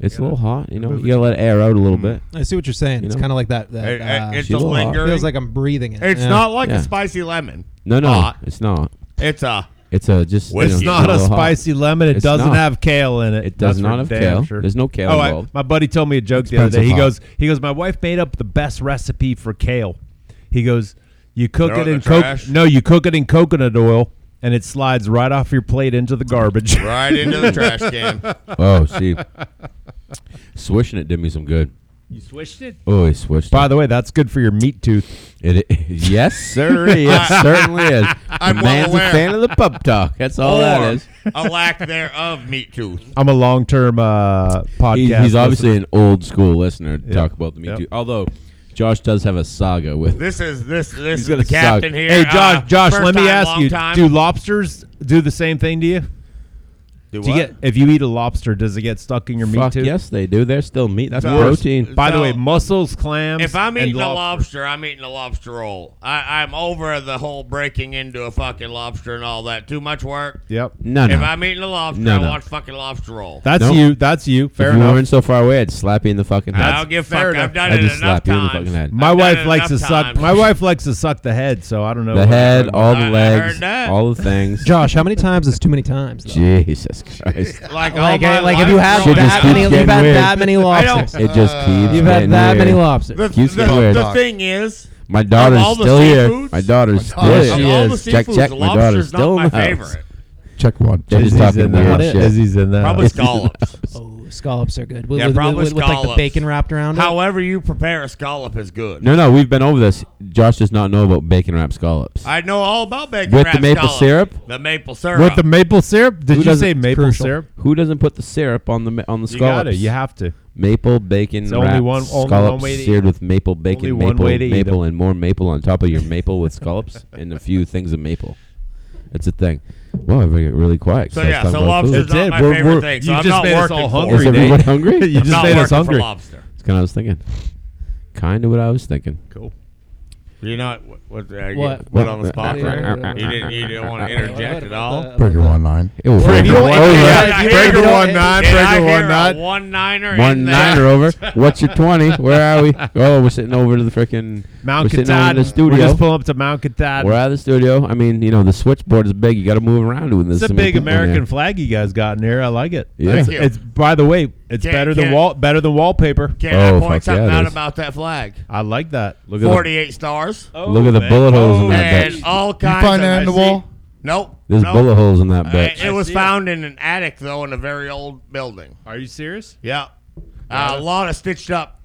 Speaker 2: It's a
Speaker 3: gotta
Speaker 2: little hot. You know,
Speaker 3: move
Speaker 2: you gotta let it air out a little
Speaker 3: Mm.
Speaker 2: bit.
Speaker 5: I see what you're saying.
Speaker 2: You
Speaker 5: it's
Speaker 2: know?
Speaker 5: kind of like that. that
Speaker 1: It- it-
Speaker 5: uh,
Speaker 1: it's
Speaker 2: She's
Speaker 1: a
Speaker 2: a little hot.
Speaker 1: lingering.
Speaker 5: feels like I'm breathing it.
Speaker 1: it's
Speaker 5: Yeah.
Speaker 1: not like
Speaker 2: Yeah.
Speaker 1: a spicy lemon.
Speaker 2: No, no,
Speaker 1: Hot.
Speaker 2: it's not.
Speaker 1: It's a
Speaker 2: It's a just. you know,
Speaker 3: It's
Speaker 1: Whiskey.
Speaker 3: not a
Speaker 2: little hot.
Speaker 3: spicy lemon. It
Speaker 2: It's
Speaker 3: doesn't
Speaker 2: not.
Speaker 3: have kale in it.
Speaker 2: It does
Speaker 3: That's
Speaker 2: not
Speaker 3: for
Speaker 2: have
Speaker 3: damn
Speaker 2: kale.
Speaker 3: sure.
Speaker 2: There's no kale
Speaker 3: Oh, I,
Speaker 2: involved.
Speaker 3: my buddy told me a joke the other
Speaker 2: Expensive
Speaker 3: day. He
Speaker 2: hot.
Speaker 3: goes, he goes, my wife made up the best recipe for kale. He goes, you cook
Speaker 1: Throw it
Speaker 3: it
Speaker 1: in
Speaker 3: in
Speaker 1: the
Speaker 3: coconut.
Speaker 1: trash.
Speaker 3: No, you cook it in coconut oil, and it slides right off your plate into the garbage. *laughs*
Speaker 1: right into the
Speaker 2: *laughs*
Speaker 1: trash can.
Speaker 2: *laughs* Oh, see, swishing it did me some good.
Speaker 3: you swished it.
Speaker 2: Oh, he swished.
Speaker 3: By the way, that's good for your meat tooth.
Speaker 2: It, *laughs* i yes, sir.
Speaker 3: *laughs*
Speaker 2: It certainly is.
Speaker 1: I'm
Speaker 2: the
Speaker 1: well
Speaker 2: man's a
Speaker 1: aware.
Speaker 2: fan of the pub talk. That's all Oh, that
Speaker 1: or
Speaker 2: is.
Speaker 1: a lack thereof, meat tooth.
Speaker 3: I'm a long term uh, podcast.
Speaker 2: He- he's
Speaker 3: listener.
Speaker 2: obviously an old school listener to talk about the Me
Speaker 3: Yep.
Speaker 2: Too. Although Josh does have a saga with.
Speaker 1: This is this this
Speaker 2: He's
Speaker 1: is
Speaker 2: gonna
Speaker 1: the captain
Speaker 2: suck.
Speaker 1: here.
Speaker 3: Hey, Josh,
Speaker 1: Uh,
Speaker 3: Josh,
Speaker 1: first
Speaker 3: let me
Speaker 1: time,
Speaker 3: ask
Speaker 1: long
Speaker 3: you:
Speaker 1: time.
Speaker 3: Do lobsters do the same thing to you?
Speaker 1: Do
Speaker 3: Do you
Speaker 1: what?
Speaker 3: get if you eat a lobster, does it get stuck in your *laughs* meat
Speaker 2: Fuck
Speaker 3: too?
Speaker 2: yes, they do. They're still meat. That's
Speaker 1: So-
Speaker 2: protein.
Speaker 3: By the
Speaker 1: So-
Speaker 3: way, mussels, clams.
Speaker 1: If I'm
Speaker 3: and
Speaker 1: eating a
Speaker 3: lobster-
Speaker 1: lobster, I'm eating a lobster roll. I, I'm over the whole breaking into a fucking lobster and all that. Too much work.
Speaker 3: Yep.
Speaker 2: No, no.
Speaker 1: If I'm eating a lobster,
Speaker 2: No, no.
Speaker 1: I want fucking lobster roll.
Speaker 3: That's
Speaker 2: Nope.
Speaker 3: you. That's you. Fair
Speaker 2: if you
Speaker 3: enough.
Speaker 2: weren't so far away, I'd slap you in the fucking head.
Speaker 1: I don't give a fuck.
Speaker 3: fair
Speaker 1: I've
Speaker 3: enough.
Speaker 1: done
Speaker 2: I'd
Speaker 1: it
Speaker 2: just
Speaker 1: enough
Speaker 2: slap you in the
Speaker 1: times.
Speaker 2: fucking head.
Speaker 1: I've
Speaker 3: My
Speaker 1: done
Speaker 3: wife
Speaker 1: it
Speaker 3: likes to
Speaker 1: enough
Speaker 3: suck.
Speaker 1: times.
Speaker 3: My wife likes to suck the head, so I don't know.
Speaker 2: the
Speaker 3: what-
Speaker 2: head, all
Speaker 1: I-
Speaker 2: the
Speaker 1: I
Speaker 2: legs,
Speaker 1: heard that.
Speaker 2: all the
Speaker 5: *laughs*
Speaker 2: things.
Speaker 5: Josh, how many times is too many times? though?
Speaker 2: Jesus
Speaker 5: *laughs*
Speaker 2: Christ!
Speaker 1: Like,
Speaker 5: Like,
Speaker 1: all Oh, my
Speaker 5: uh, like if
Speaker 1: life
Speaker 5: you have
Speaker 2: Shit
Speaker 1: growing
Speaker 2: just
Speaker 5: that
Speaker 1: up-
Speaker 2: keeps
Speaker 5: many, you've
Speaker 2: getting
Speaker 5: had
Speaker 2: weird.
Speaker 5: that many
Speaker 1: I don't-
Speaker 5: lobsters.
Speaker 2: It just
Speaker 4: Uh,
Speaker 2: keeps.
Speaker 5: You've had
Speaker 2: getting
Speaker 5: that
Speaker 2: weird.
Speaker 5: many lobsters.
Speaker 1: The,
Speaker 2: Keeps
Speaker 1: the,
Speaker 2: getting weird.
Speaker 1: the thing is,
Speaker 2: My daughter's
Speaker 1: Of all the
Speaker 2: still here.
Speaker 1: seafoods?
Speaker 2: My daughter's still
Speaker 4: daughter-
Speaker 2: here.
Speaker 1: of
Speaker 4: She
Speaker 1: all the
Speaker 2: is. Check,
Speaker 1: seafoods,
Speaker 2: check. My daughter's
Speaker 1: lobster's
Speaker 2: still
Speaker 1: not
Speaker 2: in
Speaker 1: my
Speaker 2: the house.
Speaker 1: favorite.
Speaker 4: Check one.
Speaker 2: They're just
Speaker 3: Izzy's
Speaker 2: talking
Speaker 3: in the house.
Speaker 2: weird shit.
Speaker 3: Izzy's in the
Speaker 1: Probably
Speaker 3: house.
Speaker 1: scallops.
Speaker 5: Oh, scallops are good. With,
Speaker 1: Yeah,
Speaker 5: with,
Speaker 1: probably
Speaker 5: with, with, like the
Speaker 1: scallops.
Speaker 5: bacon wrapped around it.
Speaker 1: However you prepare a scallop is good.
Speaker 2: No, no, we've been over this. Josh does not know about bacon wrap scallops.
Speaker 1: I know all about bacon
Speaker 2: With
Speaker 1: wrap
Speaker 2: the maple
Speaker 1: scallops.
Speaker 2: syrup?
Speaker 1: The maple syrup.
Speaker 3: With the maple syrup? Did
Speaker 2: Who
Speaker 3: you
Speaker 2: doesn't-
Speaker 3: say
Speaker 2: it's
Speaker 3: maple
Speaker 5: crucial.
Speaker 3: syrup?
Speaker 2: Who doesn't put the syrup on the ma- on the
Speaker 3: You
Speaker 2: scallops?
Speaker 3: got it. You have to.
Speaker 2: maple bacon
Speaker 3: It's only
Speaker 2: wrapped
Speaker 3: one- only one
Speaker 2: scallops
Speaker 3: way to eat
Speaker 2: seared
Speaker 3: it.
Speaker 2: with maple bacon,
Speaker 3: Only one
Speaker 2: maple,
Speaker 3: way to eat
Speaker 2: maple,
Speaker 3: 'em.
Speaker 2: and more maple on top of your maple with
Speaker 3: *laughs*
Speaker 2: scallops and a few things of maple. It's a thing. Wow, everybody got really quiet. 'cause
Speaker 1: So
Speaker 2: I was
Speaker 1: yeah,
Speaker 2: talking
Speaker 1: so
Speaker 2: about
Speaker 1: lobster's
Speaker 2: food.
Speaker 1: not my
Speaker 3: We're-
Speaker 1: favorite
Speaker 3: we're-
Speaker 1: thing.
Speaker 3: you
Speaker 1: So I'm
Speaker 3: just
Speaker 1: not
Speaker 3: made us
Speaker 1: working
Speaker 3: all
Speaker 1: for
Speaker 3: hungry,
Speaker 2: Is
Speaker 1: it.
Speaker 3: Dave. *laughs*
Speaker 2: everyone hungry?
Speaker 3: eh? you
Speaker 1: I'm
Speaker 3: just
Speaker 1: not
Speaker 3: made
Speaker 1: working
Speaker 3: us hungry.
Speaker 1: for lobster.
Speaker 2: That's kind of what I was thinking. Kind of what I was thinking.
Speaker 3: Cool.
Speaker 1: You know what? What, uh, you
Speaker 5: What?
Speaker 1: put on the spot
Speaker 5: What?
Speaker 1: there? You didn't, you didn't want to interject at all?
Speaker 4: Breaker one nine.
Speaker 2: It was
Speaker 5: Break
Speaker 2: over.
Speaker 5: it one-
Speaker 2: Over.
Speaker 5: yeah,
Speaker 1: Did I
Speaker 5: break
Speaker 1: hear
Speaker 5: it
Speaker 1: a-
Speaker 5: one nine,
Speaker 1: did
Speaker 3: break
Speaker 1: I
Speaker 3: it one
Speaker 1: hear a
Speaker 3: nine.
Speaker 1: One niner.
Speaker 2: One
Speaker 1: in there?
Speaker 2: niner over. What's your twenty? Where are
Speaker 3: *laughs*
Speaker 2: we? Oh, we're sitting over to the freaking
Speaker 3: Mount
Speaker 2: We're sitting over in
Speaker 3: Katahdin.
Speaker 2: the studio.
Speaker 3: We're just pulling up to Mount Katahdin.
Speaker 2: We're out of the studio. I mean, you know, the switchboard is big. You got to move around when this.
Speaker 3: It's a big American flag you guys got in there. I like it.
Speaker 2: Yeah.
Speaker 3: It's,
Speaker 1: Thank you.
Speaker 3: it's- by the way, it's
Speaker 1: Can't-
Speaker 3: better than
Speaker 1: can't-
Speaker 3: wall better than wallpaper.
Speaker 1: Can
Speaker 2: Oh,
Speaker 1: I point
Speaker 2: fuck yeah, it
Speaker 1: something out
Speaker 2: is.
Speaker 1: about that flag?
Speaker 3: I like that. Oh, Look
Speaker 2: at the-
Speaker 1: 48 stars.
Speaker 2: Look at the bullet holes in that
Speaker 1: and
Speaker 2: bitch.
Speaker 1: all
Speaker 4: You
Speaker 1: kinds
Speaker 4: find
Speaker 1: of...
Speaker 4: that in the
Speaker 3: I
Speaker 4: wall?
Speaker 1: Nope.
Speaker 2: There's
Speaker 1: nope.
Speaker 2: bullet holes in that
Speaker 1: Uh,
Speaker 2: bitch.
Speaker 1: It was
Speaker 3: see it.
Speaker 1: found in an attic, though, in a very old building.
Speaker 3: Are you serious?
Speaker 1: Yeah. Uh, a lot of stitched up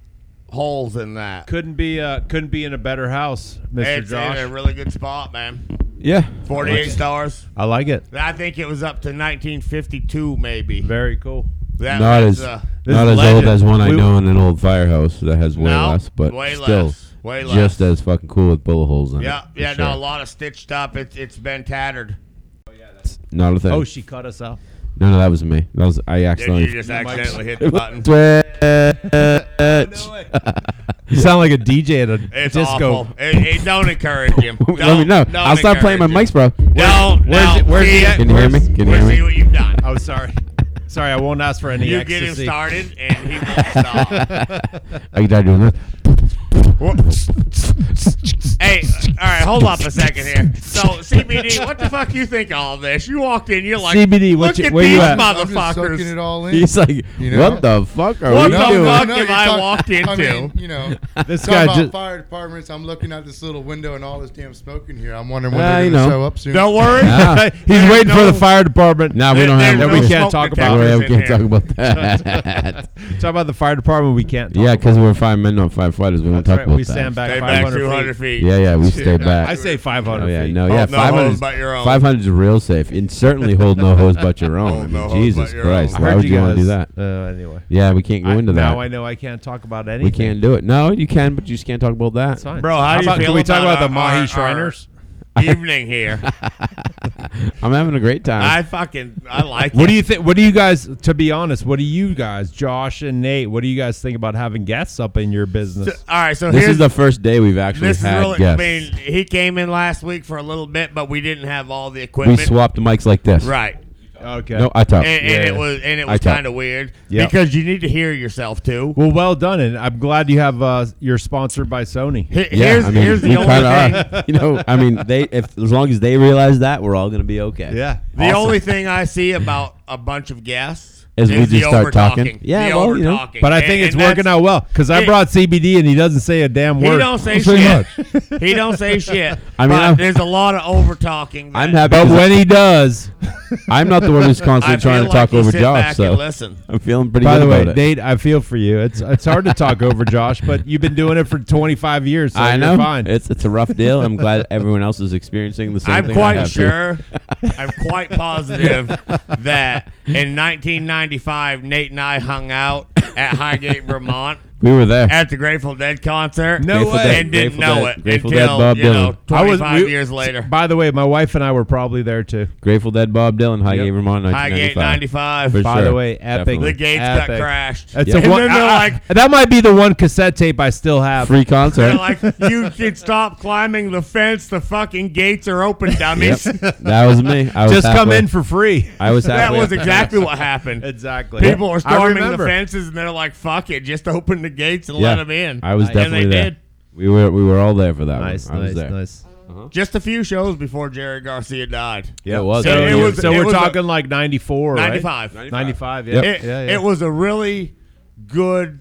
Speaker 1: holes in that.
Speaker 3: Couldn't be uh, couldn't be in a better house, Mr.
Speaker 1: It's
Speaker 3: Josh.
Speaker 1: in a really good spot, man.
Speaker 2: yeah.
Speaker 1: 48 stars.
Speaker 3: I like it.
Speaker 1: I think it was up to 1952, maybe.
Speaker 3: Very cool.
Speaker 1: That
Speaker 2: Not
Speaker 1: was,
Speaker 2: as
Speaker 1: uh,
Speaker 3: This
Speaker 2: not
Speaker 3: is
Speaker 2: as old
Speaker 3: legend.
Speaker 2: as one I
Speaker 3: We-
Speaker 2: know in an old firehouse that has way
Speaker 1: No,
Speaker 2: less, but
Speaker 1: way
Speaker 2: still
Speaker 1: less, way less.
Speaker 2: just as fucking cool with bullet holes in
Speaker 1: yeah,
Speaker 2: it. for
Speaker 1: yeah, no, a
Speaker 2: sure.
Speaker 1: lot of stitched up. It's it's been tattered.
Speaker 2: not a thing.
Speaker 3: Oh, she cut us
Speaker 2: *laughs*
Speaker 3: off.
Speaker 2: no, no, that was me. That was
Speaker 1: Did
Speaker 2: I
Speaker 1: you
Speaker 2: *laughs* accidentally. *laughs*
Speaker 1: just
Speaker 3: Mike's-
Speaker 1: accidentally hit the button?
Speaker 2: Twitch.
Speaker 3: You sound like a DJ at a
Speaker 1: It's
Speaker 3: disco.
Speaker 1: awful. It, it- don't encourage him. Don't,
Speaker 2: *laughs* Let me know.
Speaker 1: don't
Speaker 2: I'll stop playing my
Speaker 1: encourage
Speaker 2: mics,
Speaker 1: him.
Speaker 2: bro.
Speaker 1: Don't.
Speaker 3: Where's
Speaker 1: no,
Speaker 3: it- where's
Speaker 1: see
Speaker 3: it-
Speaker 1: it?
Speaker 2: Can you hear me? Can you hear
Speaker 1: We'll see
Speaker 2: me?
Speaker 1: what you've done.
Speaker 3: *laughs* Oh, sorry. Sorry, I won't ask for any
Speaker 1: You get
Speaker 3: ecstasy.
Speaker 1: him started, and he
Speaker 2: *laughs*
Speaker 1: won't stop.
Speaker 2: I can try doing this. *laughs*
Speaker 1: hey, all right, hold up a second here. So,
Speaker 2: *laughs*
Speaker 1: CBD, what the fuck you think of all this? You walked in, you're like,
Speaker 3: CBD, what
Speaker 1: look
Speaker 3: you-
Speaker 1: at
Speaker 3: where you
Speaker 1: these
Speaker 3: at?
Speaker 4: I'm just soaking it
Speaker 1: motherfuckers.
Speaker 4: all in.
Speaker 2: He's like,
Speaker 4: You know?
Speaker 2: what the fuck are
Speaker 1: What
Speaker 2: we
Speaker 1: the
Speaker 2: doing?
Speaker 1: fuck? have
Speaker 4: you're
Speaker 1: I
Speaker 4: talk-
Speaker 1: walked
Speaker 4: I
Speaker 1: into?
Speaker 4: mean,
Speaker 2: *laughs*
Speaker 4: you know,
Speaker 3: This
Speaker 4: talk
Speaker 3: guy
Speaker 4: about
Speaker 3: just-
Speaker 4: fire departments. I'm looking out this little window and all this damn smoke in here. I'm wondering when
Speaker 2: Uh,
Speaker 4: they're
Speaker 2: you
Speaker 4: going to
Speaker 2: know.
Speaker 4: show up soon.
Speaker 1: Don't worry.
Speaker 2: Ah.
Speaker 3: *laughs* He's
Speaker 1: There's
Speaker 3: waiting for
Speaker 1: no-
Speaker 3: the fire department.
Speaker 2: Nah, we
Speaker 1: There-
Speaker 2: don't have
Speaker 1: there's
Speaker 2: that. We
Speaker 1: no
Speaker 2: can't
Speaker 1: smoke
Speaker 2: talk about.
Speaker 1: detectors
Speaker 2: that. We
Speaker 1: in
Speaker 2: can't
Speaker 1: here.
Speaker 2: talk
Speaker 1: *laughs*
Speaker 2: about that. *laughs*
Speaker 3: Talk about the fire department. We can't. Talk
Speaker 2: yeah, because we're five men, not five fighters. We don't
Speaker 3: That's
Speaker 2: talk
Speaker 3: right,
Speaker 2: about
Speaker 3: we
Speaker 2: that.
Speaker 3: stand back
Speaker 1: Stay back
Speaker 3: 500 feet.
Speaker 1: 200 feet.
Speaker 2: Yeah, yeah, we stay back.
Speaker 3: I say 500
Speaker 2: Oh yeah,
Speaker 3: feet.
Speaker 2: no,
Speaker 1: Hold
Speaker 2: yeah,
Speaker 1: no
Speaker 2: five
Speaker 1: hose
Speaker 2: hundred.
Speaker 1: but your own.
Speaker 2: Five hundred is real safe, and
Speaker 1: *laughs*
Speaker 2: certainly hold no hose but your own. I
Speaker 1: Hold
Speaker 2: mean,
Speaker 1: no hose but
Speaker 2: Jesus
Speaker 1: your
Speaker 2: Christ,
Speaker 1: own.
Speaker 2: why would you want to do that?
Speaker 3: Uh, anyway.
Speaker 2: Yeah, we can't go
Speaker 3: I-
Speaker 2: into
Speaker 3: Now I
Speaker 2: that.
Speaker 3: know I can't talk about anything.
Speaker 2: We can't do it. No, you can, but you just can't talk about that.
Speaker 3: It's fine.
Speaker 1: Bro, how, do you
Speaker 3: about,
Speaker 1: feel
Speaker 3: Can we talk about,
Speaker 1: our-
Speaker 3: the Mahi
Speaker 1: our- our
Speaker 3: Shriners?
Speaker 1: *laughs* evening
Speaker 2: *laughs*
Speaker 1: here?
Speaker 2: *laughs* I'm having a great time.
Speaker 1: I fucking I like
Speaker 3: What
Speaker 1: it.
Speaker 3: do you think? What do you guys? To be honest, what do you guys, Josh and Nate? What do you guys think about having guests up in your business?
Speaker 1: *laughs* All right, so
Speaker 2: this
Speaker 1: here's
Speaker 2: is the first day we've actually
Speaker 1: this is
Speaker 2: had
Speaker 1: really.
Speaker 2: guests.
Speaker 1: I mean, he came in last week for a little bit, but we didn't have all the
Speaker 2: we
Speaker 1: equipment.
Speaker 2: swapped mics like this.
Speaker 1: right,
Speaker 3: Okay.
Speaker 2: No, I talk.
Speaker 1: and, and it
Speaker 3: yeah.
Speaker 1: was and it
Speaker 2: I
Speaker 1: was
Speaker 2: talk.
Speaker 1: kind of weird
Speaker 3: Yeah.
Speaker 1: because you need to hear yourself too.
Speaker 3: well, well done, and I'm glad you have. Uh, you're sponsored by Sony.
Speaker 1: He-
Speaker 2: Yeah,
Speaker 1: here's
Speaker 2: I mean,
Speaker 1: here's
Speaker 2: we
Speaker 1: the only
Speaker 2: kinda
Speaker 1: thing.
Speaker 2: are. You know, I mean, they if as long as they realize that, we're all gonna be okay.
Speaker 1: The only thing I see about a bunch of guests
Speaker 2: Is we just
Speaker 1: the
Speaker 2: start talking.
Speaker 1: over-talking.
Speaker 2: Yeah,
Speaker 1: the
Speaker 2: well, you know.
Speaker 1: over-talking.
Speaker 3: But I
Speaker 1: And-
Speaker 3: think it's
Speaker 1: and that's-
Speaker 3: working out well because I
Speaker 1: it-
Speaker 3: brought CBD and he doesn't say a damn
Speaker 1: He
Speaker 3: word.
Speaker 1: don't say
Speaker 4: Pretty
Speaker 1: shit. *laughs* he don't say shit.
Speaker 2: *laughs* I mean,
Speaker 1: but
Speaker 2: I'm-
Speaker 1: there's a lot of over talking.
Speaker 2: I'm happy.
Speaker 3: but
Speaker 2: 'cause
Speaker 3: when he does,
Speaker 2: *laughs* I'm not the one who's
Speaker 1: I
Speaker 2: constantly
Speaker 1: feel
Speaker 2: trying to
Speaker 1: like
Speaker 2: talk
Speaker 1: you
Speaker 2: over
Speaker 1: sit
Speaker 2: Josh,
Speaker 1: back and
Speaker 2: so
Speaker 1: listen.
Speaker 2: I'm feeling pretty
Speaker 3: by
Speaker 2: good
Speaker 3: the way,
Speaker 2: about it.
Speaker 3: Nate, I feel for you. It's it's hard to talk over Josh, but you've been doing it for 25 years, so
Speaker 2: I
Speaker 3: you're
Speaker 2: know
Speaker 3: fine.
Speaker 2: it's it's a rough deal. I'm glad everyone else is experiencing the same
Speaker 1: I'm
Speaker 2: thing. I
Speaker 1: quite
Speaker 2: have. *laughs*
Speaker 1: sure. I'm quite positive that in 1995, Nate and I hung out at Highgate, Vermont,
Speaker 2: we were there.
Speaker 1: at the Grateful Dead concert.
Speaker 3: No Grateful way. Dead,
Speaker 1: and didn't
Speaker 2: Grateful
Speaker 1: know
Speaker 2: Dead,
Speaker 1: it
Speaker 2: Grateful Dead,
Speaker 1: until
Speaker 2: Bob
Speaker 1: you know
Speaker 2: Dylan.
Speaker 1: 25
Speaker 3: I was, we-
Speaker 1: years later.
Speaker 3: By the way, my wife and I were probably there too.
Speaker 2: Grateful Dead, Bob Dylan, Highgate,
Speaker 3: Yep.
Speaker 2: Vermont,
Speaker 1: Highgate
Speaker 2: 1995. For
Speaker 1: 95.
Speaker 3: By
Speaker 2: sure.
Speaker 3: the way, epic.
Speaker 1: The
Speaker 2: Definitely.
Speaker 1: gates got
Speaker 3: Epic.
Speaker 1: crashed.
Speaker 3: That's
Speaker 2: Yeah.
Speaker 1: And
Speaker 3: a one,
Speaker 1: then
Speaker 3: *laughs*
Speaker 1: they're
Speaker 3: I- I-
Speaker 1: like,
Speaker 3: that might be the one cassette tape I still
Speaker 1: *laughs*
Speaker 3: have.
Speaker 2: Free concert.
Speaker 1: they're like, you should stop climbing the fence. The fucking gates are open,
Speaker 2: *laughs* yep.
Speaker 1: dummies.
Speaker 2: That was me. I was
Speaker 3: Just come
Speaker 2: halfway-
Speaker 3: in for free. *laughs*
Speaker 2: I
Speaker 1: *laughs*
Speaker 2: was
Speaker 1: That
Speaker 2: halfway
Speaker 1: was
Speaker 2: up.
Speaker 1: exactly what
Speaker 2: *laughs*
Speaker 1: happened.
Speaker 3: Exactly.
Speaker 1: People are
Speaker 3: I
Speaker 1: storming the
Speaker 3: remember.
Speaker 1: fences and they're like, "Fuck it, just open the gates and
Speaker 2: Yeah.
Speaker 1: let them in."
Speaker 2: I was
Speaker 1: and
Speaker 2: definitely
Speaker 1: they
Speaker 2: there.
Speaker 1: did.
Speaker 2: We were we were all there for that
Speaker 3: Nice,
Speaker 2: one. I was
Speaker 3: nice,
Speaker 2: there.
Speaker 3: nice.
Speaker 1: Just a few shows before Jerry Garcia died.
Speaker 2: Yeah, it was.
Speaker 1: So
Speaker 2: Yeah,
Speaker 1: it
Speaker 2: yeah.
Speaker 1: was-
Speaker 3: so
Speaker 1: it
Speaker 3: we're
Speaker 1: was a-
Speaker 3: talking like 94, right?
Speaker 1: 95.
Speaker 3: 95, yeah.
Speaker 2: Yep.
Speaker 1: It,
Speaker 3: yeah, yeah.
Speaker 1: it was a really good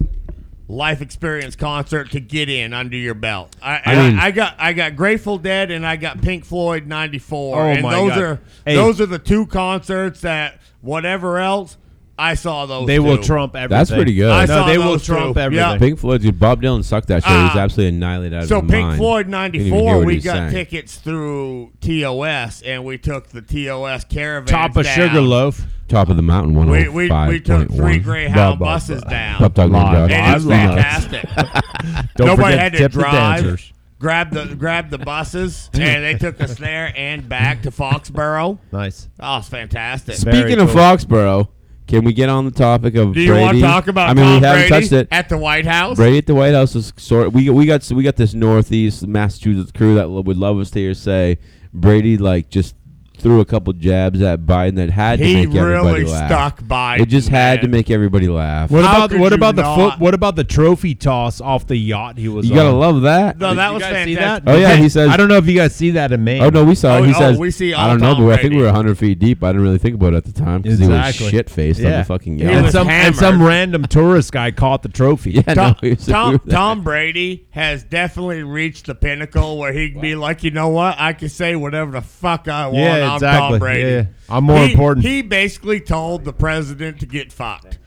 Speaker 1: life experience concert to get in under your belt. I and I,
Speaker 2: mean-
Speaker 1: I got I got Grateful Dead and I got Pink Floyd 94
Speaker 3: Oh
Speaker 1: and
Speaker 3: my
Speaker 1: those
Speaker 3: God.
Speaker 1: are
Speaker 3: Hey.
Speaker 1: those are the two concerts that whatever else I saw those
Speaker 3: they will
Speaker 1: two.
Speaker 3: trump everything.
Speaker 2: That's pretty good. I
Speaker 3: no,
Speaker 1: saw
Speaker 3: they will
Speaker 1: those
Speaker 3: trump
Speaker 1: two.
Speaker 3: everything.
Speaker 1: Yeah.
Speaker 2: Pink Floyd, dude, Bob Dylan sucked that show. he was
Speaker 1: Ah.
Speaker 2: absolutely annihilated out
Speaker 1: So
Speaker 2: of his
Speaker 1: Pink
Speaker 2: mind.
Speaker 1: Floyd
Speaker 2: Didn't even hear
Speaker 1: '94,
Speaker 2: what
Speaker 1: we
Speaker 2: he
Speaker 1: got
Speaker 2: sang.
Speaker 1: tickets through TOS, and we took the TOS caravan
Speaker 3: Top of Sugarloaf.
Speaker 2: Top of the mountain, one oh
Speaker 1: We we, we took three Greyhound buses down.
Speaker 2: Pop talking
Speaker 3: Live.
Speaker 2: about
Speaker 1: And it's
Speaker 3: Live.
Speaker 1: fantastic.
Speaker 3: *laughs* Don't
Speaker 1: Nobody
Speaker 3: forget
Speaker 1: had to
Speaker 3: tip the
Speaker 1: drive.
Speaker 3: dancers.
Speaker 1: Grab the grab the buses, and they took us there and back to Foxborough.
Speaker 3: Nice.
Speaker 1: Oh, it's fantastic.
Speaker 3: Very
Speaker 2: Speaking of
Speaker 3: cool.
Speaker 2: Foxborough, can we get on the topic of
Speaker 1: Do you want
Speaker 2: Brady?
Speaker 1: to talk about
Speaker 2: I mean,
Speaker 1: Tom
Speaker 2: we haven't
Speaker 1: Brady
Speaker 2: touched it.
Speaker 1: at the White House?
Speaker 2: Brady at the White House is sort. We we got we got this Northeast Massachusetts crew that lo- would love us to hear say Brady like just threw a couple jabs at Biden that had to
Speaker 1: He
Speaker 2: make everybody
Speaker 1: really
Speaker 2: laugh.
Speaker 1: stuck by.
Speaker 2: It just had to make everybody laugh.
Speaker 3: What
Speaker 1: How
Speaker 3: about
Speaker 1: could
Speaker 3: what
Speaker 1: you
Speaker 3: about the
Speaker 1: not?
Speaker 3: foot? What about the trophy toss off the yacht he was
Speaker 2: you gotta
Speaker 3: on?
Speaker 2: love that.
Speaker 1: No, that
Speaker 3: You
Speaker 1: was
Speaker 3: guys see
Speaker 1: fantastic.
Speaker 3: that? *laughs*
Speaker 2: Oh, yeah, he says-
Speaker 3: I don't know if you guys see that in Maine.
Speaker 2: Oh no, we saw. it.
Speaker 1: Oh,
Speaker 2: he
Speaker 1: oh,
Speaker 2: says,
Speaker 1: we see
Speaker 2: "I don't know,
Speaker 1: all
Speaker 2: but I think
Speaker 1: Brady.
Speaker 2: we were 100 feet deep. I didn't really think about it at the time because he
Speaker 3: Exactly.
Speaker 2: was shit faced on
Speaker 3: Yeah.
Speaker 2: the fucking
Speaker 1: He
Speaker 2: yacht."
Speaker 3: and
Speaker 1: was
Speaker 3: some and
Speaker 1: hammered.
Speaker 3: some random tourist guy caught the
Speaker 2: *laughs*
Speaker 3: trophy.
Speaker 2: yeah,
Speaker 1: Tom,
Speaker 2: no, he was-
Speaker 1: Tom, Tom Brady has definitely reached the pinnacle where he'd be like, you know what? I can say whatever the fuck I want.
Speaker 3: Yeah,
Speaker 1: I'm Tom
Speaker 3: exactly.
Speaker 1: Brady.
Speaker 3: Yeah. I'm more
Speaker 1: he,
Speaker 3: important.
Speaker 1: He basically told the president to get fucked.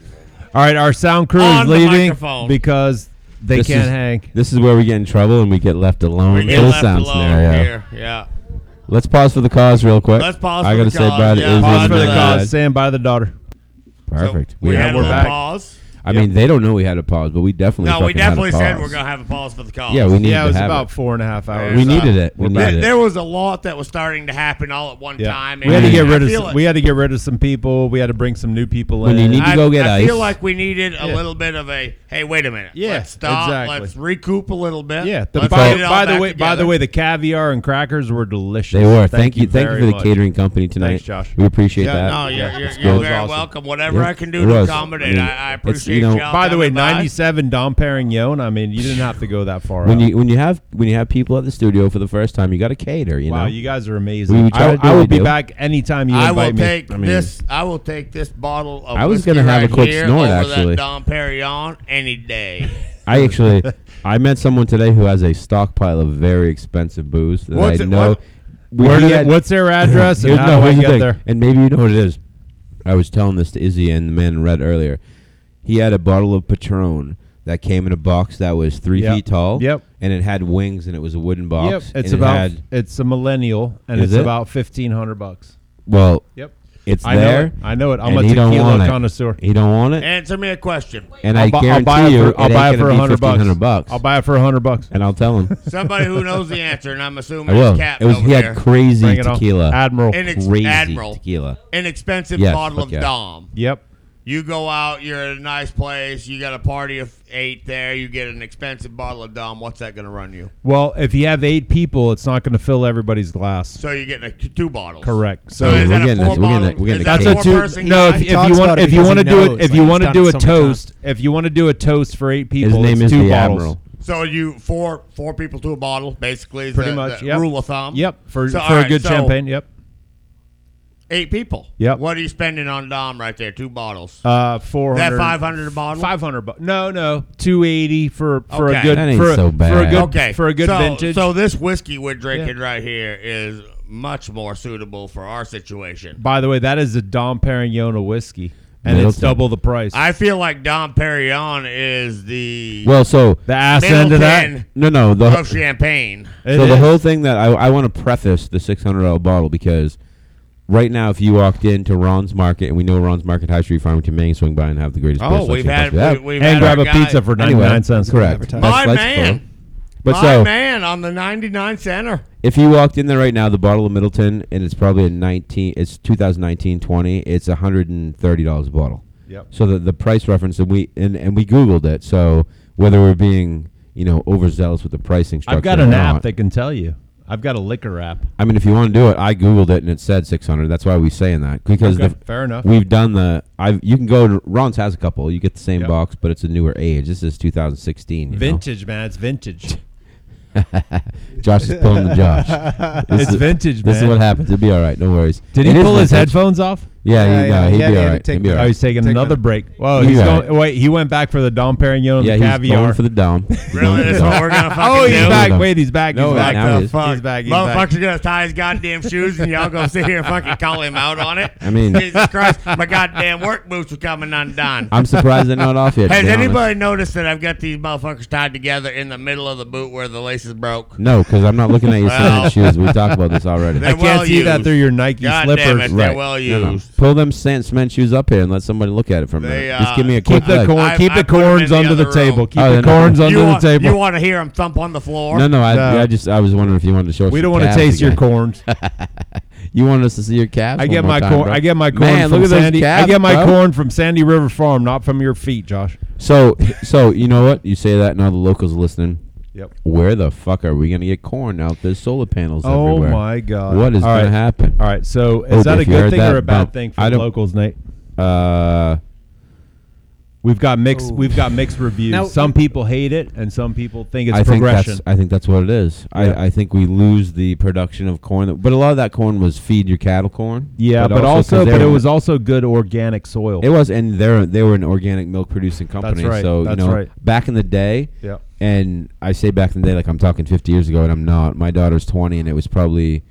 Speaker 3: All right, our sound crew
Speaker 1: On
Speaker 3: is
Speaker 1: the
Speaker 3: leaving
Speaker 1: microphone.
Speaker 3: because they
Speaker 2: This
Speaker 3: can't
Speaker 2: is-
Speaker 3: hang.
Speaker 2: This is where we get in trouble and we get left alone.
Speaker 1: We get
Speaker 2: Kill
Speaker 1: left
Speaker 2: sound
Speaker 1: alone
Speaker 2: scenario.
Speaker 1: here. Yeah.
Speaker 2: Let's pause for the cause real quick.
Speaker 1: Let's pause
Speaker 2: I
Speaker 1: for
Speaker 2: gotta
Speaker 1: the
Speaker 2: say
Speaker 1: cause,
Speaker 2: bye to
Speaker 1: yeah. Pause
Speaker 2: Israel
Speaker 3: Pause
Speaker 1: for
Speaker 3: for the
Speaker 1: the
Speaker 2: Baghdad.
Speaker 3: cause. Stand by the daughter.
Speaker 1: So
Speaker 2: Perfect.
Speaker 1: we
Speaker 2: are
Speaker 1: had a
Speaker 3: we're
Speaker 1: little
Speaker 3: back.
Speaker 1: pause.
Speaker 2: I mean, they don't know we had a pause, but we definitely.
Speaker 1: No, we
Speaker 2: fucking had a
Speaker 1: definitely said
Speaker 2: pause.
Speaker 1: we're gonna have a pause for the call.
Speaker 2: Yeah, we needed
Speaker 3: yeah, it was
Speaker 2: to have
Speaker 3: about
Speaker 2: it.
Speaker 3: four and a half hours.
Speaker 2: We needed it. We
Speaker 1: There,
Speaker 2: needed
Speaker 1: there
Speaker 2: it.
Speaker 1: was a lot that was starting to happen all at one
Speaker 3: Yeah.
Speaker 1: time.
Speaker 3: we had to
Speaker 1: and
Speaker 3: get
Speaker 1: I
Speaker 3: rid of
Speaker 1: feel
Speaker 3: some,
Speaker 1: it-
Speaker 3: we had to get rid of some people. We had to bring some new people
Speaker 2: When
Speaker 3: in. Uh,
Speaker 2: you need to
Speaker 1: I,
Speaker 2: go get
Speaker 1: I feel
Speaker 2: ice.
Speaker 1: like we needed a
Speaker 3: Yeah.
Speaker 1: little bit of a hey, wait a minute.
Speaker 3: Yeah,
Speaker 1: let's stop.
Speaker 3: exactly.
Speaker 1: Let's recoup a little bit.
Speaker 3: yeah. The,
Speaker 1: Let's
Speaker 3: by,
Speaker 1: get it all
Speaker 3: by the
Speaker 1: back
Speaker 3: way, by the
Speaker 1: together.
Speaker 3: way, the caviar and crackers were delicious.
Speaker 2: They were. Thank, you. Thank you
Speaker 3: very
Speaker 2: for the
Speaker 3: much.
Speaker 2: catering company tonight.
Speaker 3: Josh.
Speaker 2: We appreciate
Speaker 3: Yeah,
Speaker 2: that.
Speaker 1: No, Oh,
Speaker 3: Yeah,
Speaker 1: you're, you're,
Speaker 3: it's
Speaker 1: you're
Speaker 3: good.
Speaker 1: very
Speaker 3: It was awesome.
Speaker 1: welcome. Whatever
Speaker 2: Yeah,
Speaker 1: I can
Speaker 2: it
Speaker 1: do to
Speaker 2: was.
Speaker 1: accommodate,
Speaker 2: I mean,
Speaker 1: I, I
Speaker 2: it's,
Speaker 1: appreciate
Speaker 2: you know-
Speaker 1: y'all
Speaker 3: By the way,
Speaker 1: coming by.
Speaker 3: 97 Dom Perignon. I mean, you didn't have to go that far.
Speaker 2: When
Speaker 3: out.
Speaker 2: you when you have when you have people at the studio for the first time, you got to cater. You
Speaker 3: wow,
Speaker 2: know.
Speaker 3: you guys are amazing.
Speaker 2: We try
Speaker 3: I,
Speaker 2: to do
Speaker 3: I
Speaker 2: what
Speaker 3: will
Speaker 2: we
Speaker 3: be
Speaker 2: do.
Speaker 3: back anytime you
Speaker 1: I
Speaker 3: invite
Speaker 1: will
Speaker 3: me.
Speaker 1: take
Speaker 2: I mean-
Speaker 1: this. I will take this bottle of.
Speaker 2: I was
Speaker 1: whiskey
Speaker 2: gonna have
Speaker 1: right
Speaker 2: a quick
Speaker 1: here
Speaker 2: snort,
Speaker 1: over that
Speaker 2: actually.
Speaker 1: Dom Perignon any
Speaker 2: *laughs*
Speaker 1: day.
Speaker 2: I
Speaker 3: *laughs*
Speaker 2: actually I met someone today who has a stockpile of very expensive booze that
Speaker 3: What's
Speaker 2: I
Speaker 3: it-
Speaker 2: know.
Speaker 3: what-
Speaker 2: We-
Speaker 3: Where
Speaker 2: he
Speaker 3: did,
Speaker 2: had- *laughs*
Speaker 3: what's their address and
Speaker 2: Here's-
Speaker 3: how do I
Speaker 2: here's the
Speaker 3: get
Speaker 2: thing,
Speaker 3: there?
Speaker 2: And maybe you know what it is. I was telling this to Izzy and the man in red earlier. He had a bottle of Patron that came in a box that was three
Speaker 3: Yep.
Speaker 2: feet tall.
Speaker 3: Yep.
Speaker 2: And it had wings and it was a wooden box.
Speaker 3: Yep, it's
Speaker 2: and it
Speaker 3: about
Speaker 2: had-
Speaker 3: it's a millennial and
Speaker 2: Is
Speaker 3: it's
Speaker 2: it?
Speaker 3: about 1500 bucks.
Speaker 2: well,
Speaker 3: Yep.
Speaker 2: it's
Speaker 3: I
Speaker 2: there.
Speaker 3: know it. I know it. I'm
Speaker 2: and
Speaker 3: a
Speaker 2: he don't want
Speaker 3: tequila
Speaker 2: it.
Speaker 3: connoisseur.
Speaker 2: He don't want it. And,
Speaker 1: Answer me a question.
Speaker 2: I
Speaker 3: bu-
Speaker 2: guarantee
Speaker 3: buy it
Speaker 2: you,
Speaker 3: for, I'll
Speaker 2: it
Speaker 3: buy it
Speaker 2: ain't
Speaker 3: for
Speaker 2: gonna be
Speaker 3: 100 bucks.
Speaker 2: 1500 bucks.
Speaker 3: I'll buy it for 100 bucks.
Speaker 2: and I'll tell him.
Speaker 1: Somebody who knows the answer, and I'm assuming
Speaker 2: I will.
Speaker 1: it's Cap
Speaker 2: It was
Speaker 1: over
Speaker 2: he
Speaker 1: there.
Speaker 2: had crazy
Speaker 3: Bring it on.
Speaker 2: tequila.
Speaker 3: Admiral.
Speaker 1: And it's
Speaker 2: Crazy
Speaker 1: Admiral.
Speaker 2: tequila.
Speaker 1: Inexpensive
Speaker 2: Yes,
Speaker 1: bottle
Speaker 2: fuck
Speaker 1: of
Speaker 2: yeah.
Speaker 1: Dom.
Speaker 3: Yep.
Speaker 1: You go out, you're at a nice place, you got a party of eight there, you get an expensive bottle of Dom. What's that going to run you?
Speaker 3: Well, if you have 8 people, it's not going to fill everybody's glass.
Speaker 1: So you're getting a, two bottles.
Speaker 3: Correct.
Speaker 1: So,
Speaker 3: So
Speaker 1: is that
Speaker 2: We're
Speaker 1: a
Speaker 2: getting
Speaker 1: four
Speaker 2: a- we're getting a-
Speaker 1: bottle?
Speaker 2: we're getting
Speaker 1: is that
Speaker 2: a
Speaker 3: That's
Speaker 2: cake.
Speaker 3: a
Speaker 1: four
Speaker 3: two.
Speaker 1: person
Speaker 3: No,
Speaker 1: guy?
Speaker 3: if, if
Speaker 5: talks
Speaker 3: you
Speaker 5: about
Speaker 3: want
Speaker 5: it
Speaker 3: if you
Speaker 5: because
Speaker 3: want to do
Speaker 5: he knows,
Speaker 3: it if
Speaker 5: like,
Speaker 3: you
Speaker 5: he's
Speaker 3: want to
Speaker 5: done
Speaker 3: do
Speaker 5: it
Speaker 3: a
Speaker 5: so many
Speaker 3: toast if you want to do a toast for eight people,
Speaker 2: His name
Speaker 3: it's
Speaker 2: is
Speaker 3: two
Speaker 2: the
Speaker 3: bottles.
Speaker 2: Admiral.
Speaker 1: So you four four people to a bottle, basically. Is
Speaker 3: Pretty
Speaker 1: the-
Speaker 3: much,
Speaker 1: the
Speaker 3: yep.
Speaker 1: Rule of thumb.
Speaker 3: Yep, for
Speaker 1: So,
Speaker 3: for
Speaker 1: all right,
Speaker 3: a good
Speaker 1: so
Speaker 3: champagne. Yep.
Speaker 1: Eight people.
Speaker 3: Yep.
Speaker 1: What are you spending on Dom right there? Two bottles.
Speaker 3: Uh, four
Speaker 1: Is that
Speaker 3: hundred.
Speaker 1: five hundred a bottle.
Speaker 3: Five hundred bucks. No, no, two eighty for for
Speaker 1: Okay.
Speaker 3: a good
Speaker 2: That ain't
Speaker 3: for, a-
Speaker 2: so
Speaker 3: for a
Speaker 2: bad.
Speaker 3: good
Speaker 1: Okay.
Speaker 3: for a good
Speaker 1: so,
Speaker 3: vintage.
Speaker 1: So this whiskey we're drinking right here is much more suitable for our situation.
Speaker 3: By the way, that is a Dom Perignon whiskey, and it's
Speaker 2: Middleton.
Speaker 3: double the price.
Speaker 1: I feel like Dom Perignon is the Oh,
Speaker 2: Well, so
Speaker 3: the ass end of that.
Speaker 1: Middleton
Speaker 2: no, no. The,
Speaker 1: of champagne.
Speaker 3: It
Speaker 2: so the
Speaker 3: is.
Speaker 2: whole thing that I, I want to preface the six hundred dollar bottle because right now, if you walked into Ron's Market and we know Ron's Market High Street Farmington, Maine, swing by and have the greatest. beer
Speaker 1: Oh, we've
Speaker 2: selection
Speaker 1: had
Speaker 2: possibly.
Speaker 1: we, we've
Speaker 3: and
Speaker 1: had
Speaker 3: grab
Speaker 1: our
Speaker 3: a
Speaker 1: guy-
Speaker 3: pizza for ninety
Speaker 2: Anyway,
Speaker 3: nine cents.
Speaker 2: Correct.
Speaker 5: advertising.
Speaker 2: That's-
Speaker 1: My
Speaker 2: that's
Speaker 1: man,
Speaker 2: cool. But
Speaker 1: my
Speaker 2: so
Speaker 1: man on the ninety nine center.
Speaker 2: if you walked in there right now, the bottle of Middleton and it's probably a nineteen. It's 2019-20. It's hundred and thirty dollars a bottle.
Speaker 3: Yep.
Speaker 2: So the the price reference and we and, and we googled it. So whether we're being you know overzealous with the pricing structure,
Speaker 3: I've got
Speaker 2: or
Speaker 3: an
Speaker 2: not,
Speaker 3: app that can tell you. I've got a liquor app.
Speaker 2: I mean, if you want to do it, I googled it and it said 600. That's why we're saying that because
Speaker 3: Okay,
Speaker 2: the,
Speaker 3: fair enough.
Speaker 2: We've done the. I've you can go. to Ron's has a couple. You get the same
Speaker 3: Yep.
Speaker 2: box, but it's a newer age. This is 2016. you know?
Speaker 3: Vintage, man. It's vintage.
Speaker 2: Josh is pulling the
Speaker 3: *laughs*
Speaker 2: Josh. This
Speaker 3: It's
Speaker 2: is-
Speaker 3: vintage,
Speaker 2: This is
Speaker 3: man.
Speaker 2: what happens. It'll be all right. No worries.
Speaker 3: Did
Speaker 2: It
Speaker 3: he
Speaker 2: is
Speaker 3: pull his
Speaker 2: vintage.
Speaker 3: headphones off?
Speaker 2: Yeah,
Speaker 5: Yeah,
Speaker 2: he,
Speaker 5: yeah,
Speaker 2: no,
Speaker 5: he
Speaker 2: he'd
Speaker 5: had-
Speaker 2: be
Speaker 5: he
Speaker 2: all
Speaker 5: had to
Speaker 2: right.
Speaker 5: take
Speaker 2: He'd be
Speaker 5: the-
Speaker 2: all
Speaker 3: Oh,
Speaker 2: right.
Speaker 3: he's taking
Speaker 5: Take
Speaker 3: another
Speaker 5: another-
Speaker 3: break. Whoa,
Speaker 2: He's
Speaker 3: he's
Speaker 2: all
Speaker 3: going. Wait, he went back for the Dom Perignon and
Speaker 2: yeah,
Speaker 3: the
Speaker 2: he's
Speaker 3: caviar.
Speaker 2: going for the dome.
Speaker 1: *laughs*
Speaker 2: *laughs*
Speaker 1: Really, that's what we're gonna fucking
Speaker 3: *laughs* oh, he's
Speaker 1: do.
Speaker 3: back. Wait, he's back.
Speaker 2: No,
Speaker 3: he's back.
Speaker 2: now he is.
Speaker 3: He's back. He's
Speaker 1: Motherfucker's
Speaker 3: back.
Speaker 1: gonna tie his goddamn shoes and y'all gonna sit here and fucking call him out on it.
Speaker 2: I mean-
Speaker 1: Jesus Christ, my goddamn work boots are coming undone.
Speaker 2: I'm surprised they're not off yet. to
Speaker 1: Has
Speaker 2: be honest.
Speaker 1: anybody noticed that I've got these motherfuckers tied together in the middle of the boot where the laces broke?
Speaker 2: No, because I'm not looking at your
Speaker 1: Well.
Speaker 2: signed shoes.
Speaker 1: *laughs*
Speaker 2: We talked about this already.
Speaker 1: They're
Speaker 3: I can't
Speaker 1: well
Speaker 3: see that
Speaker 1: used.
Speaker 3: through your Nike
Speaker 1: God
Speaker 3: slippers.
Speaker 1: damn it, they're
Speaker 2: Right.
Speaker 1: well
Speaker 2: No, no.
Speaker 1: used.
Speaker 2: Pull them sand cement shoes up here and let somebody look at it for a minute.
Speaker 1: They, uh,
Speaker 2: Just give me a
Speaker 1: Keep
Speaker 2: quick
Speaker 3: Keep the
Speaker 2: look.
Speaker 3: corn.
Speaker 1: I-
Speaker 3: keep
Speaker 1: I
Speaker 3: the
Speaker 1: put 'em
Speaker 3: corns
Speaker 1: in the
Speaker 3: under the,
Speaker 1: other
Speaker 3: table.
Speaker 1: room.
Speaker 3: Keep
Speaker 2: Oh,
Speaker 3: the
Speaker 2: they're not-
Speaker 3: corns under
Speaker 1: you
Speaker 3: the
Speaker 1: want,
Speaker 3: table.
Speaker 1: You want to hear them thump on the floor?
Speaker 2: No, no, I,
Speaker 3: No.
Speaker 2: I just I was wondering if you wanted to show us.
Speaker 3: we don't
Speaker 2: want to
Speaker 3: taste your corns.
Speaker 2: You wanted us to see your calves.
Speaker 3: I
Speaker 2: one
Speaker 3: get
Speaker 2: more
Speaker 3: my
Speaker 2: time,
Speaker 3: corn.
Speaker 2: bro.
Speaker 3: I get my corn
Speaker 2: Man,
Speaker 3: from
Speaker 2: look at those
Speaker 3: Sandy. I
Speaker 2: calves,
Speaker 3: get my
Speaker 2: bro.
Speaker 3: corn from Sandy River Farm, not from your feet, Josh.
Speaker 2: So, so you know what? You say that, and all the locals listening.
Speaker 3: Yep.
Speaker 2: Where the fuck are we gonna get corn out? There's solar panels
Speaker 3: Oh
Speaker 2: everywhere.
Speaker 3: my God.
Speaker 2: What is
Speaker 3: All
Speaker 2: gonna
Speaker 3: right.
Speaker 2: happen?
Speaker 3: All right. So is
Speaker 2: Oh,
Speaker 3: that a
Speaker 2: if you
Speaker 3: good
Speaker 2: heard
Speaker 3: thing
Speaker 2: that
Speaker 3: or a bad
Speaker 2: bump,
Speaker 3: thing
Speaker 2: I
Speaker 3: for the
Speaker 2: don't-
Speaker 3: locals, Nate?
Speaker 2: Uh,
Speaker 3: We've got mixed. We've got mixed reviews.
Speaker 5: Now-
Speaker 3: some people hate it, and some people think it's
Speaker 2: I think
Speaker 3: progression.
Speaker 2: that's I think that's what it is.
Speaker 3: Yeah.
Speaker 2: I, I think we lose the production of corn, that, but a lot of that corn was feed your cattle corn.
Speaker 3: yeah, but,
Speaker 2: 'cause
Speaker 3: also,
Speaker 2: they
Speaker 3: but it
Speaker 2: were-
Speaker 3: was also good organic soil.
Speaker 2: It was, and they're they were an organic milk producing company.
Speaker 3: right,
Speaker 2: So
Speaker 3: that's
Speaker 2: you know,
Speaker 3: right.
Speaker 2: back in the day,
Speaker 3: Yeah.
Speaker 2: and I say back in the day, like I'm talking 50 years ago, and I'm not. My daughter's 20, and it was probably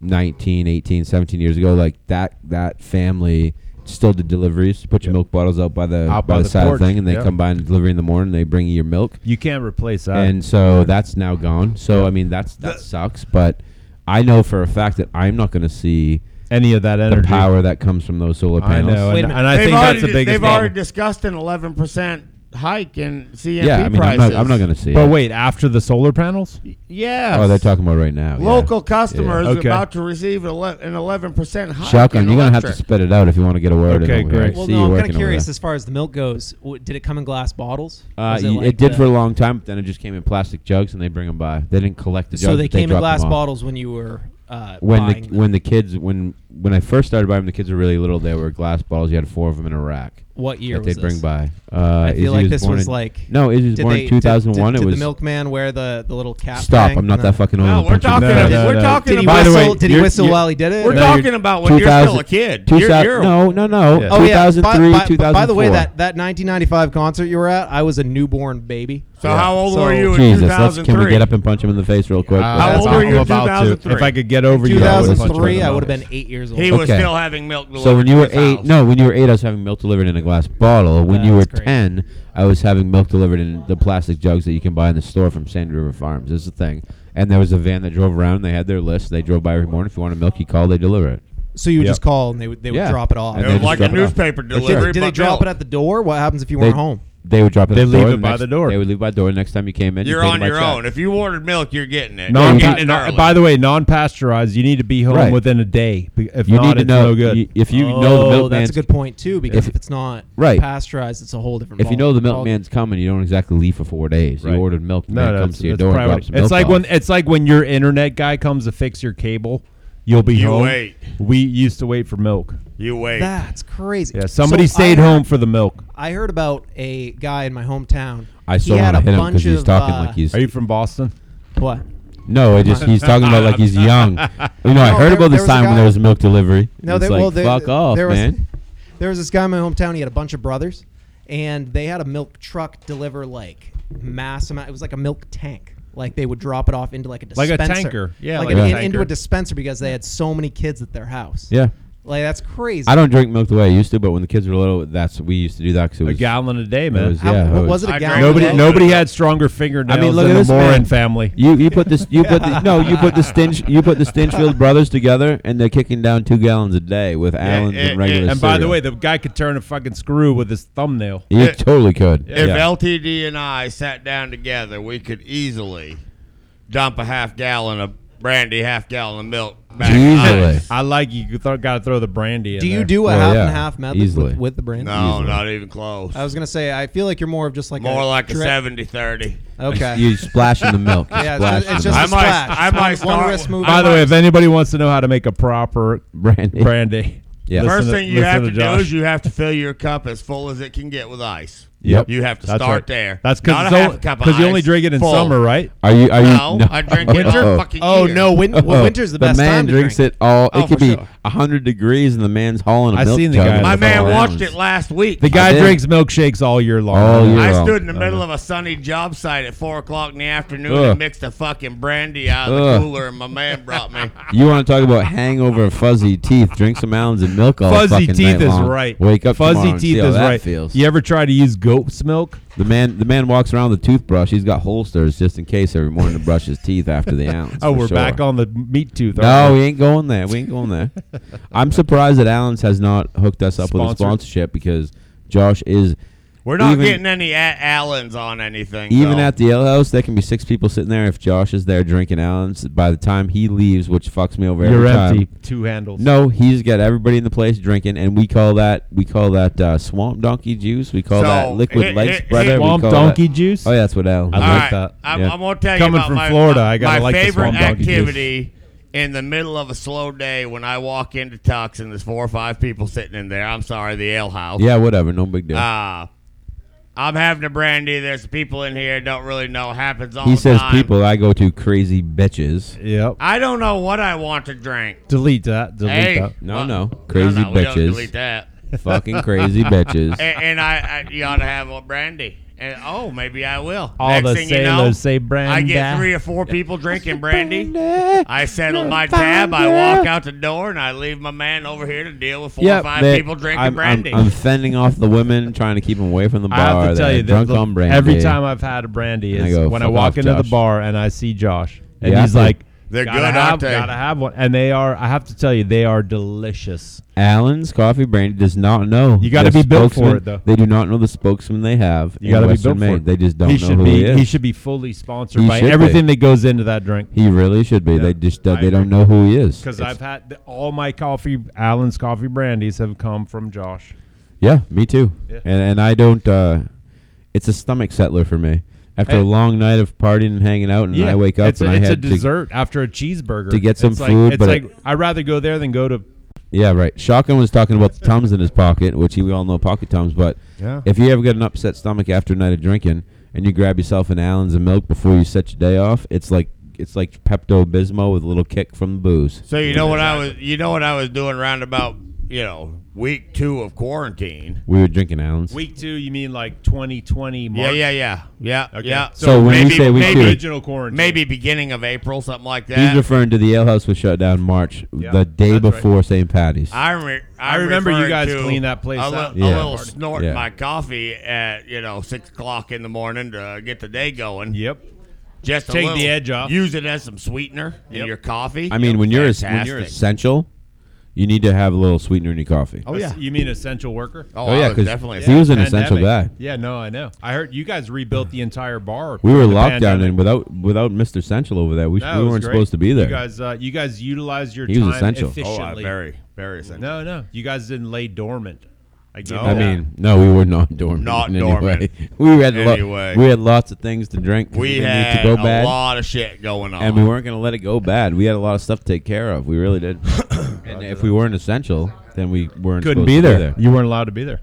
Speaker 2: 19, 18, 17 years ago. Like that that family still did deliveries. Put your
Speaker 3: Yep.
Speaker 2: milk bottles out by the
Speaker 3: Out
Speaker 2: by,
Speaker 3: by
Speaker 2: the,
Speaker 3: the
Speaker 2: side of
Speaker 3: porch,
Speaker 2: the thing, and they
Speaker 3: yeah.
Speaker 2: come by and deliver in the morning. They bring you your milk,
Speaker 3: you can't replace that.
Speaker 2: and so that's now gone. So I mean, that's that sucks. But I know for a fact that I'm not going to see
Speaker 3: any of that
Speaker 2: the
Speaker 3: energy.
Speaker 2: power that comes from those solar
Speaker 3: I
Speaker 2: panels.
Speaker 3: know,
Speaker 5: Wait a
Speaker 3: and,
Speaker 5: minute.
Speaker 3: and I
Speaker 1: they've
Speaker 3: think
Speaker 1: already,
Speaker 3: that's the biggest
Speaker 1: they've
Speaker 3: problem.
Speaker 1: already discussed an 11 percent hike in CMP
Speaker 2: yeah, I mean, I'm
Speaker 1: prices.
Speaker 2: not, I'm not going to see
Speaker 3: But
Speaker 2: it.
Speaker 3: wait, after the solar panels,
Speaker 1: Yeah.
Speaker 2: Oh, they're talking about right now. yeah.
Speaker 1: Local customers
Speaker 3: Yeah. Okay.
Speaker 1: about to receive an ele- an 11% hike.
Speaker 2: Shotgun,
Speaker 1: in
Speaker 2: you're going to have to
Speaker 1: electric.
Speaker 2: spit it out if you want to get a word
Speaker 3: Okay,
Speaker 2: in. over
Speaker 3: great.
Speaker 2: here. I
Speaker 5: Well,
Speaker 2: see
Speaker 5: no,
Speaker 2: you
Speaker 5: I'm kind
Speaker 2: working
Speaker 5: of
Speaker 2: over
Speaker 5: curious
Speaker 2: there.
Speaker 5: as far as the milk goes. W- did it come in glass bottles?
Speaker 2: Uh,
Speaker 5: Was
Speaker 2: y- it,
Speaker 5: like
Speaker 2: did
Speaker 5: the-
Speaker 2: for a long time, but then it just came in plastic jugs, and they bring them by. They didn't collect the jugs.
Speaker 5: So they
Speaker 2: but
Speaker 5: came in
Speaker 2: dropped
Speaker 5: glass
Speaker 2: them off.
Speaker 5: bottles when you were uh,
Speaker 2: When the
Speaker 5: buying them.
Speaker 2: when the kids when when I first started buying them, the kids were really little. They were glass bottles. You had four of them in a rack
Speaker 5: what year
Speaker 2: that
Speaker 5: was
Speaker 2: they'd bring
Speaker 5: this?
Speaker 2: by. Uh,
Speaker 5: I feel
Speaker 2: Izzy
Speaker 5: like this
Speaker 2: born
Speaker 5: was
Speaker 2: in-
Speaker 5: like-
Speaker 2: no. Izzy was
Speaker 5: Did
Speaker 2: born
Speaker 5: they-
Speaker 2: in
Speaker 5: did-
Speaker 2: 2001.
Speaker 5: Did,
Speaker 2: it
Speaker 5: did
Speaker 2: was
Speaker 5: the milkman wear the, the little cap?
Speaker 2: stop.
Speaker 5: thing?
Speaker 2: I'm not
Speaker 5: No.
Speaker 2: that fucking old.
Speaker 1: No,
Speaker 2: I'm
Speaker 1: we're
Speaker 2: punching
Speaker 1: talking-
Speaker 2: you in the
Speaker 1: no,
Speaker 2: face.
Speaker 1: we're talking
Speaker 5: Did he
Speaker 1: By
Speaker 3: the
Speaker 5: whistle?
Speaker 3: way,
Speaker 5: did he
Speaker 3: you're-
Speaker 5: whistle
Speaker 3: you're-
Speaker 5: while he did it?
Speaker 1: We're
Speaker 5: Or-
Speaker 1: talking about when you're still a
Speaker 2: 2000
Speaker 1: kid.
Speaker 2: 2000
Speaker 1: You're- you're-
Speaker 2: no, no, no.
Speaker 3: Yeah.
Speaker 5: Oh yeah. By,
Speaker 2: 2003,
Speaker 5: by, by, by the way,
Speaker 2: 2004.
Speaker 5: that, that 1995 concert you were at, I was a newborn baby.
Speaker 1: So how old
Speaker 5: So-
Speaker 1: were you in
Speaker 2: Jesus, let's,
Speaker 1: 2003?
Speaker 2: can we get up and punch him in the face real quick?
Speaker 3: Uh,
Speaker 1: How old
Speaker 3: I'm
Speaker 1: were you in
Speaker 3: about to.
Speaker 1: 2003?
Speaker 3: If I could get over you, I would've punched you in
Speaker 5: 2003,
Speaker 3: the
Speaker 5: I would have
Speaker 3: mouth.
Speaker 5: been eight years old.
Speaker 1: He was
Speaker 2: Okay.
Speaker 1: still having milk delivered.
Speaker 2: So when you
Speaker 1: to
Speaker 2: were
Speaker 1: his
Speaker 2: eight,
Speaker 1: house.
Speaker 2: no, when you were eight, I was having milk delivered in a glass bottle. When you were
Speaker 5: That's great.
Speaker 2: ten, I was having milk delivered in the plastic jugs that you can buy in the store from Sandy River Farms. This is the thing. And there was a van that drove around. They had their list. They drove by every morning. If you wanted milk, you called. They deliver it.
Speaker 5: so you would
Speaker 3: Yeah.
Speaker 5: just call and they would they would
Speaker 2: Yeah.
Speaker 5: drop it off.
Speaker 2: And
Speaker 1: It
Speaker 2: they
Speaker 1: was
Speaker 2: just
Speaker 1: like a
Speaker 2: drop it off.
Speaker 1: newspaper
Speaker 2: That's right.
Speaker 1: delivery.
Speaker 5: Did they
Speaker 1: but
Speaker 5: drop it
Speaker 1: milk.
Speaker 5: at the door? What happens if you
Speaker 2: They-
Speaker 5: weren't home?
Speaker 2: They would drop it. at
Speaker 3: They
Speaker 2: the
Speaker 3: leave
Speaker 2: door
Speaker 3: it
Speaker 2: the
Speaker 3: by
Speaker 2: next-
Speaker 3: the door.
Speaker 2: They would leave by the door the next time you came in. you
Speaker 1: You're
Speaker 2: paid
Speaker 1: on
Speaker 2: by
Speaker 1: your
Speaker 2: check.
Speaker 1: own. If you ordered milk, you're getting it.
Speaker 3: Non,
Speaker 1: you're getting it
Speaker 3: pa-
Speaker 1: early.
Speaker 3: by the way, non-pasteurized. You need to be home
Speaker 2: Right.
Speaker 3: within a day. Be- If
Speaker 2: You
Speaker 3: not,
Speaker 2: need to
Speaker 3: it's
Speaker 2: know
Speaker 3: no good.
Speaker 2: y- if you know the
Speaker 5: oh, that's
Speaker 2: milkman's
Speaker 5: a good point too, because
Speaker 2: if-
Speaker 5: if, it's not
Speaker 2: Right.
Speaker 5: pasteurized, it's a whole different.
Speaker 2: If you
Speaker 5: ball-
Speaker 2: know the
Speaker 5: ball-
Speaker 2: milkman's coming, you don't exactly leave for four days.
Speaker 3: Right.
Speaker 2: You ordered milk,
Speaker 3: no,
Speaker 2: man
Speaker 3: no,
Speaker 2: comes
Speaker 3: it's,
Speaker 2: to your
Speaker 3: it's
Speaker 2: door and
Speaker 3: priority.
Speaker 2: drops some
Speaker 3: It's
Speaker 2: milk
Speaker 3: like
Speaker 2: off.
Speaker 3: when it's like when your internet guy comes to fix your cable. You'll be
Speaker 1: You
Speaker 3: home.
Speaker 1: wait.
Speaker 3: We used to wait for milk.
Speaker 1: you wait.
Speaker 5: that's crazy.
Speaker 3: Yeah, somebody
Speaker 5: So
Speaker 3: stayed
Speaker 5: I heard-
Speaker 3: home for the milk.
Speaker 5: I heard about a guy in my hometown.
Speaker 2: I still
Speaker 5: he had
Speaker 2: want to
Speaker 5: a
Speaker 2: hit him
Speaker 5: bunch
Speaker 2: because he's
Speaker 5: of,
Speaker 2: talking
Speaker 5: uh,
Speaker 2: like he's
Speaker 3: Are you from Boston?
Speaker 5: what?
Speaker 2: No, it just he's talking about like
Speaker 3: *laughs*
Speaker 2: he's young. You know, I
Speaker 5: No,
Speaker 2: heard
Speaker 5: there-
Speaker 2: about
Speaker 5: there
Speaker 2: this
Speaker 5: was a
Speaker 2: time when
Speaker 5: guy-
Speaker 2: there was milk delivery.
Speaker 5: No,
Speaker 2: it's
Speaker 5: they,
Speaker 2: like,
Speaker 5: well, they,
Speaker 2: fuck off,
Speaker 5: there was,
Speaker 2: man.
Speaker 5: There was this guy in my hometown. He had a bunch of brothers, and they had a milk truck deliver like mass amount. It was like a milk tank. Like they would drop it off into like a
Speaker 3: Like
Speaker 5: dispenser.
Speaker 3: a tanker. Yeah,
Speaker 5: like,
Speaker 3: like
Speaker 2: a
Speaker 5: in-
Speaker 3: tanker.
Speaker 5: into a dispenser because they had so many kids at their house.
Speaker 2: Yeah,
Speaker 5: like that's crazy.
Speaker 2: I don't drink milk the way I used to, but when the kids were little, that's we used to do that because it
Speaker 3: A
Speaker 2: was.
Speaker 3: gallon a day, man.
Speaker 2: was-
Speaker 5: How,
Speaker 2: yeah,
Speaker 5: what
Speaker 2: it
Speaker 5: was it
Speaker 1: I
Speaker 5: a gallon?
Speaker 1: drank
Speaker 5: a
Speaker 3: Nobody,
Speaker 5: day?
Speaker 3: nobody had stronger fingernails
Speaker 2: I mean, look
Speaker 3: than
Speaker 2: at
Speaker 3: the
Speaker 2: this
Speaker 3: Moran
Speaker 2: man.
Speaker 3: family.
Speaker 2: You you put this you put
Speaker 3: *laughs*
Speaker 2: the, no you put the Stinch you put the Stinchfield brothers together and they're kicking down two gallons a day with Allen's
Speaker 1: eh,
Speaker 2: and regular.
Speaker 1: eh.
Speaker 3: and by the
Speaker 2: cereal.
Speaker 3: way, the guy could turn a fucking screw with his thumbnail.
Speaker 2: you
Speaker 1: Eh,
Speaker 2: totally could.
Speaker 1: If
Speaker 2: Yeah.
Speaker 1: LTD and I sat down together, we could easily dump a half gallon of brandy, half gallon of milk. Back
Speaker 2: Easily.
Speaker 1: ice.
Speaker 3: I like you. you th- Got to throw the brandy in.
Speaker 5: Do you
Speaker 3: there.
Speaker 5: do a
Speaker 2: Well,
Speaker 5: half
Speaker 2: yeah,
Speaker 5: and half method
Speaker 2: easily.
Speaker 5: with, with the brand?
Speaker 1: No,
Speaker 2: Easily.
Speaker 1: not even close.
Speaker 5: I was gonna say I feel like you're more of just like
Speaker 1: More
Speaker 5: a
Speaker 1: like a
Speaker 5: drip-
Speaker 1: 70 30.
Speaker 5: Okay.
Speaker 2: *laughs* you splash in the milk. You
Speaker 5: *laughs* yeah,
Speaker 2: splash
Speaker 5: it's just,
Speaker 2: in
Speaker 5: it's
Speaker 2: the
Speaker 5: just
Speaker 1: I
Speaker 5: a
Speaker 2: milk.
Speaker 1: might-
Speaker 5: splash.
Speaker 1: I
Speaker 5: It's
Speaker 1: might
Speaker 5: one
Speaker 1: start
Speaker 5: wrist
Speaker 1: with-
Speaker 5: move.
Speaker 3: By the way, if anybody wants to know how to make a proper
Speaker 2: *laughs* brandy.
Speaker 3: brandy,
Speaker 2: Yeah.
Speaker 3: listen
Speaker 1: First
Speaker 3: to-
Speaker 1: thing you
Speaker 3: listen
Speaker 1: have to do
Speaker 3: Josh.
Speaker 1: is you have to fill your cup as full as it can get with ice.
Speaker 2: Yep.
Speaker 1: You have to
Speaker 3: That's
Speaker 1: start
Speaker 3: right.
Speaker 1: there.
Speaker 3: That's
Speaker 1: Not
Speaker 3: because
Speaker 1: a half a cup of
Speaker 3: you only
Speaker 1: ice,
Speaker 3: drink it in
Speaker 1: full.
Speaker 3: summer, right?
Speaker 2: Are you are you?
Speaker 1: No, I
Speaker 2: *laughs*
Speaker 1: drink it all fucking
Speaker 5: oh
Speaker 1: year. *laughs*
Speaker 5: no, win- well,
Speaker 2: Oh,
Speaker 5: winter's the best
Speaker 2: man
Speaker 5: time to
Speaker 2: drinks
Speaker 5: drink.
Speaker 2: it all. It
Speaker 1: Oh,
Speaker 2: could
Speaker 1: for
Speaker 2: be
Speaker 1: sure.
Speaker 2: hundred degrees, and the man's hauling a
Speaker 3: I
Speaker 2: milk
Speaker 3: seen the
Speaker 2: jug
Speaker 3: guy
Speaker 2: in
Speaker 3: in
Speaker 1: My
Speaker 3: the
Speaker 2: four
Speaker 1: man watched
Speaker 2: rounds.
Speaker 1: it last week.
Speaker 3: The guy
Speaker 2: did.
Speaker 3: drinks milkshakes all year long.
Speaker 2: All year.
Speaker 1: I
Speaker 2: Well,
Speaker 1: stood in the
Speaker 3: Uh-huh.
Speaker 2: I
Speaker 1: middle of a sunny job site at four o'clock in the afternoon
Speaker 3: Uh.
Speaker 2: Ugh.
Speaker 1: and mixed a fucking brandy out of
Speaker 2: Ugh.
Speaker 1: the cooler, and my man brought
Speaker 3: *laughs*
Speaker 1: me.
Speaker 2: You want to talk about hangover, fuzzy teeth? Drink some Allen's and milk all
Speaker 3: Fuzzy
Speaker 2: fucking
Speaker 3: teeth
Speaker 2: night
Speaker 3: is
Speaker 2: long.
Speaker 3: right.
Speaker 2: Wake up, tomorrow
Speaker 3: Fuzzy
Speaker 2: and see
Speaker 3: teeth
Speaker 2: how
Speaker 3: is
Speaker 2: that
Speaker 3: right.
Speaker 2: Feels.
Speaker 3: You ever try to use goat's milk?
Speaker 2: The man, the man walks around with a toothbrush. He's got holsters just in case every morning to brush his teeth after the Allen's.
Speaker 3: Oh,
Speaker 2: for
Speaker 3: we're
Speaker 2: sure.
Speaker 3: back on the meat tooth.
Speaker 2: No,
Speaker 3: aren't
Speaker 2: we
Speaker 3: we?
Speaker 2: ain't going there. We ain't going
Speaker 3: *laughs*
Speaker 2: there. I'm surprised that Allen's has not hooked us up with a
Speaker 3: Sponsored.
Speaker 2: sponsorship because Josh is.
Speaker 1: We're not
Speaker 2: even-
Speaker 1: getting any a- Allens on anything.
Speaker 2: Even
Speaker 1: though.
Speaker 2: at the ale house, there can be six people sitting there. If Josh is there drinking Allen's, by the time he leaves, which fucks me over
Speaker 3: you're
Speaker 2: every time.
Speaker 3: empty. Two handles.
Speaker 2: No, he's got everybody in the place drinking, and we call that we call that uh, swamp donkey juice. We call
Speaker 1: So,
Speaker 2: that liquid
Speaker 1: hit-
Speaker 2: light
Speaker 1: hit-
Speaker 2: spreader.
Speaker 1: hit-
Speaker 2: we
Speaker 3: Swamp
Speaker 2: call
Speaker 3: donkey
Speaker 2: that-
Speaker 3: juice.
Speaker 2: Oh, yeah, that's what Al.
Speaker 3: I
Speaker 1: All
Speaker 3: like
Speaker 1: right,
Speaker 3: that.
Speaker 1: I'm,
Speaker 2: Yeah.
Speaker 1: I'm gonna tell
Speaker 3: Coming
Speaker 1: you about
Speaker 3: from
Speaker 1: my,
Speaker 3: Florida,
Speaker 1: my-
Speaker 3: I gotta
Speaker 1: my
Speaker 3: like the
Speaker 1: favorite
Speaker 3: swamp donkey juice.
Speaker 1: activity in the middle of a slow day when I walk into Tux and there's four or five people sitting in there. I'm sorry, the ale house.
Speaker 2: Yeah, whatever. No big deal.
Speaker 1: Uh, I'm having a brandy. There's people in here don't really know happens all
Speaker 2: he
Speaker 1: the
Speaker 2: says
Speaker 1: time.
Speaker 2: people I go to crazy
Speaker 3: *laughs*
Speaker 2: bitches.
Speaker 3: Yep.
Speaker 1: I don't know what I want to drink.
Speaker 3: Delete that. Delete
Speaker 1: Hey,
Speaker 3: that.
Speaker 2: No,
Speaker 1: well,
Speaker 2: no, crazy
Speaker 1: no, no, we don't
Speaker 2: bitches.
Speaker 1: delete that. *laughs*
Speaker 2: Fucking crazy bitches.
Speaker 1: and, and I, I, you ought to have a brandy. And oh, maybe I will.
Speaker 3: All
Speaker 1: Next
Speaker 3: the
Speaker 1: thing you know,
Speaker 3: sailors say brandy.
Speaker 1: I get three or four people
Speaker 3: *laughs*
Speaker 1: drinking brandy. I settle my tab. I walk out the door and I leave my man over here to deal with four
Speaker 2: Yeah,
Speaker 1: or five
Speaker 2: they-
Speaker 1: people drinking
Speaker 2: I'm,
Speaker 1: brandy.
Speaker 2: I'm, I'm fending off the women, trying to keep them away from the bar.
Speaker 3: I have to tell
Speaker 2: They're
Speaker 3: you, that,
Speaker 2: drunk
Speaker 3: look,
Speaker 2: on brandy.
Speaker 3: every time I've had a brandy
Speaker 2: And I
Speaker 3: is
Speaker 2: go,
Speaker 3: when I
Speaker 2: "Fuck
Speaker 3: walk
Speaker 2: off,
Speaker 3: into the
Speaker 2: Josh."
Speaker 3: bar and I see Josh, and
Speaker 2: Yeah,
Speaker 3: he's
Speaker 2: I do.
Speaker 3: like,
Speaker 1: They're
Speaker 3: Gotta
Speaker 1: good,
Speaker 3: have,
Speaker 1: aren't they?
Speaker 3: Gotta have one, and they are. I have to tell you, they are delicious.
Speaker 2: Allen's Coffee Brand does not know.
Speaker 3: You gotta
Speaker 2: their
Speaker 3: be built for
Speaker 2: spokesman.
Speaker 3: it, though.
Speaker 2: They do not know the spokesman they have.
Speaker 3: You
Speaker 2: in
Speaker 3: gotta
Speaker 2: Western
Speaker 3: be built for
Speaker 2: Maine.
Speaker 3: it.
Speaker 2: They just don't
Speaker 3: he
Speaker 2: know
Speaker 3: should
Speaker 2: who
Speaker 3: be.
Speaker 2: he is.
Speaker 3: should be fully sponsored
Speaker 2: He
Speaker 3: by
Speaker 2: should be.
Speaker 3: everything that goes into that drink.
Speaker 2: He really should be.
Speaker 3: Yeah.
Speaker 2: They just don't,
Speaker 3: I
Speaker 2: they don't know who he is.
Speaker 3: Because
Speaker 2: It's-
Speaker 3: I've had the, all my coffee, Allen's coffee brandies have come from Josh.
Speaker 2: Yeah, me too.
Speaker 3: Yeah.
Speaker 2: And and I don't. Uh, it's a stomach settler for me. After
Speaker 3: Hey.
Speaker 2: a long night of partying and hanging out, and I wake up
Speaker 3: it's
Speaker 2: and
Speaker 3: a,
Speaker 2: I
Speaker 3: it's a
Speaker 2: had to.
Speaker 3: dessert after a cheeseburger
Speaker 2: to get some
Speaker 3: It's like-
Speaker 2: food,
Speaker 3: it's
Speaker 2: but
Speaker 3: like
Speaker 2: it-
Speaker 3: I'd rather go there than go to.
Speaker 2: Yeah, right. Shotgun was talking about the tums in his pocket, which we all know pocket tums. But
Speaker 3: Yeah.
Speaker 2: if you ever get an upset stomach after a night of drinking, and you grab yourself an Allen's and milk before you set your day off, it's like it's like Pepto Bismol with a little kick from the booze.
Speaker 1: So you know what I was you know what I was doing round about, you know, week two of quarantine.
Speaker 2: We were drinking Allen's.
Speaker 3: Week two, you mean like 2020? March?
Speaker 1: Yeah, yeah, yeah. Yeah.
Speaker 3: Okay.
Speaker 1: Yeah.
Speaker 3: So
Speaker 2: So when you say we
Speaker 1: maybe,
Speaker 2: should-
Speaker 3: Original quarantine.
Speaker 1: maybe beginning of April, something like that.
Speaker 2: He's referring to the alehouse was shut down March
Speaker 3: Yeah,
Speaker 2: the day
Speaker 3: that's right.
Speaker 2: before St. Patty's.
Speaker 1: I, re-
Speaker 3: I remember you
Speaker 1: referred
Speaker 3: guys
Speaker 1: to
Speaker 3: cleaned that place
Speaker 1: a li-
Speaker 3: out.
Speaker 1: A
Speaker 2: Yeah.
Speaker 1: little snort
Speaker 2: Yeah.
Speaker 1: my coffee at you know six o'clock in the morning to get the day going.
Speaker 3: Yep.
Speaker 1: Just a
Speaker 3: Take the
Speaker 1: little-
Speaker 3: edge off.
Speaker 1: Use it as some sweetener in
Speaker 3: Yep.
Speaker 1: your coffee.
Speaker 2: I mean, when you're es- when you're
Speaker 1: Fantastic.
Speaker 2: essential, you need to have a little sweetener in your coffee.
Speaker 1: Oh, yeah.
Speaker 3: You mean essential worker?
Speaker 1: Oh,
Speaker 2: Oh,
Speaker 1: I
Speaker 2: yeah,
Speaker 1: was
Speaker 2: because
Speaker 1: definitely.
Speaker 2: he was an essential guy.
Speaker 3: Pandemic. Yeah, no, I know. I heard you guys rebuilt the entire bar.
Speaker 2: We were
Speaker 3: during the
Speaker 2: locked down
Speaker 3: pandemic.
Speaker 2: and without without Mr. Central over there, we,
Speaker 3: That
Speaker 2: we
Speaker 3: was
Speaker 2: weren't
Speaker 3: great.
Speaker 2: supposed to be there.
Speaker 3: You guys, uh, you guys utilized your
Speaker 2: He was
Speaker 3: time
Speaker 2: essential. Oh, I
Speaker 1: oh, uh,
Speaker 3: efficiently.
Speaker 1: very, very essential.
Speaker 3: No, no, you guys didn't lay dormant. I, give
Speaker 1: No.
Speaker 3: you
Speaker 2: I
Speaker 3: that.
Speaker 2: mean, no, we were not dormant.
Speaker 1: Oh, Not
Speaker 2: in any
Speaker 1: dormant.
Speaker 2: way. *laughs* We had lo-
Speaker 1: Anyway.
Speaker 2: we had lots of things to drink. 'cause
Speaker 1: We
Speaker 2: didn't
Speaker 1: had
Speaker 2: need to go
Speaker 1: a
Speaker 2: bad,
Speaker 1: lot of shit going on.
Speaker 2: and we weren't going to let it go bad. We had a lot of stuff to take care of. We
Speaker 1: *coughs*
Speaker 2: really did. and if we weren't essential, then we weren't
Speaker 3: couldn't
Speaker 2: supposed
Speaker 3: be
Speaker 2: to
Speaker 3: there. You weren't allowed to be there.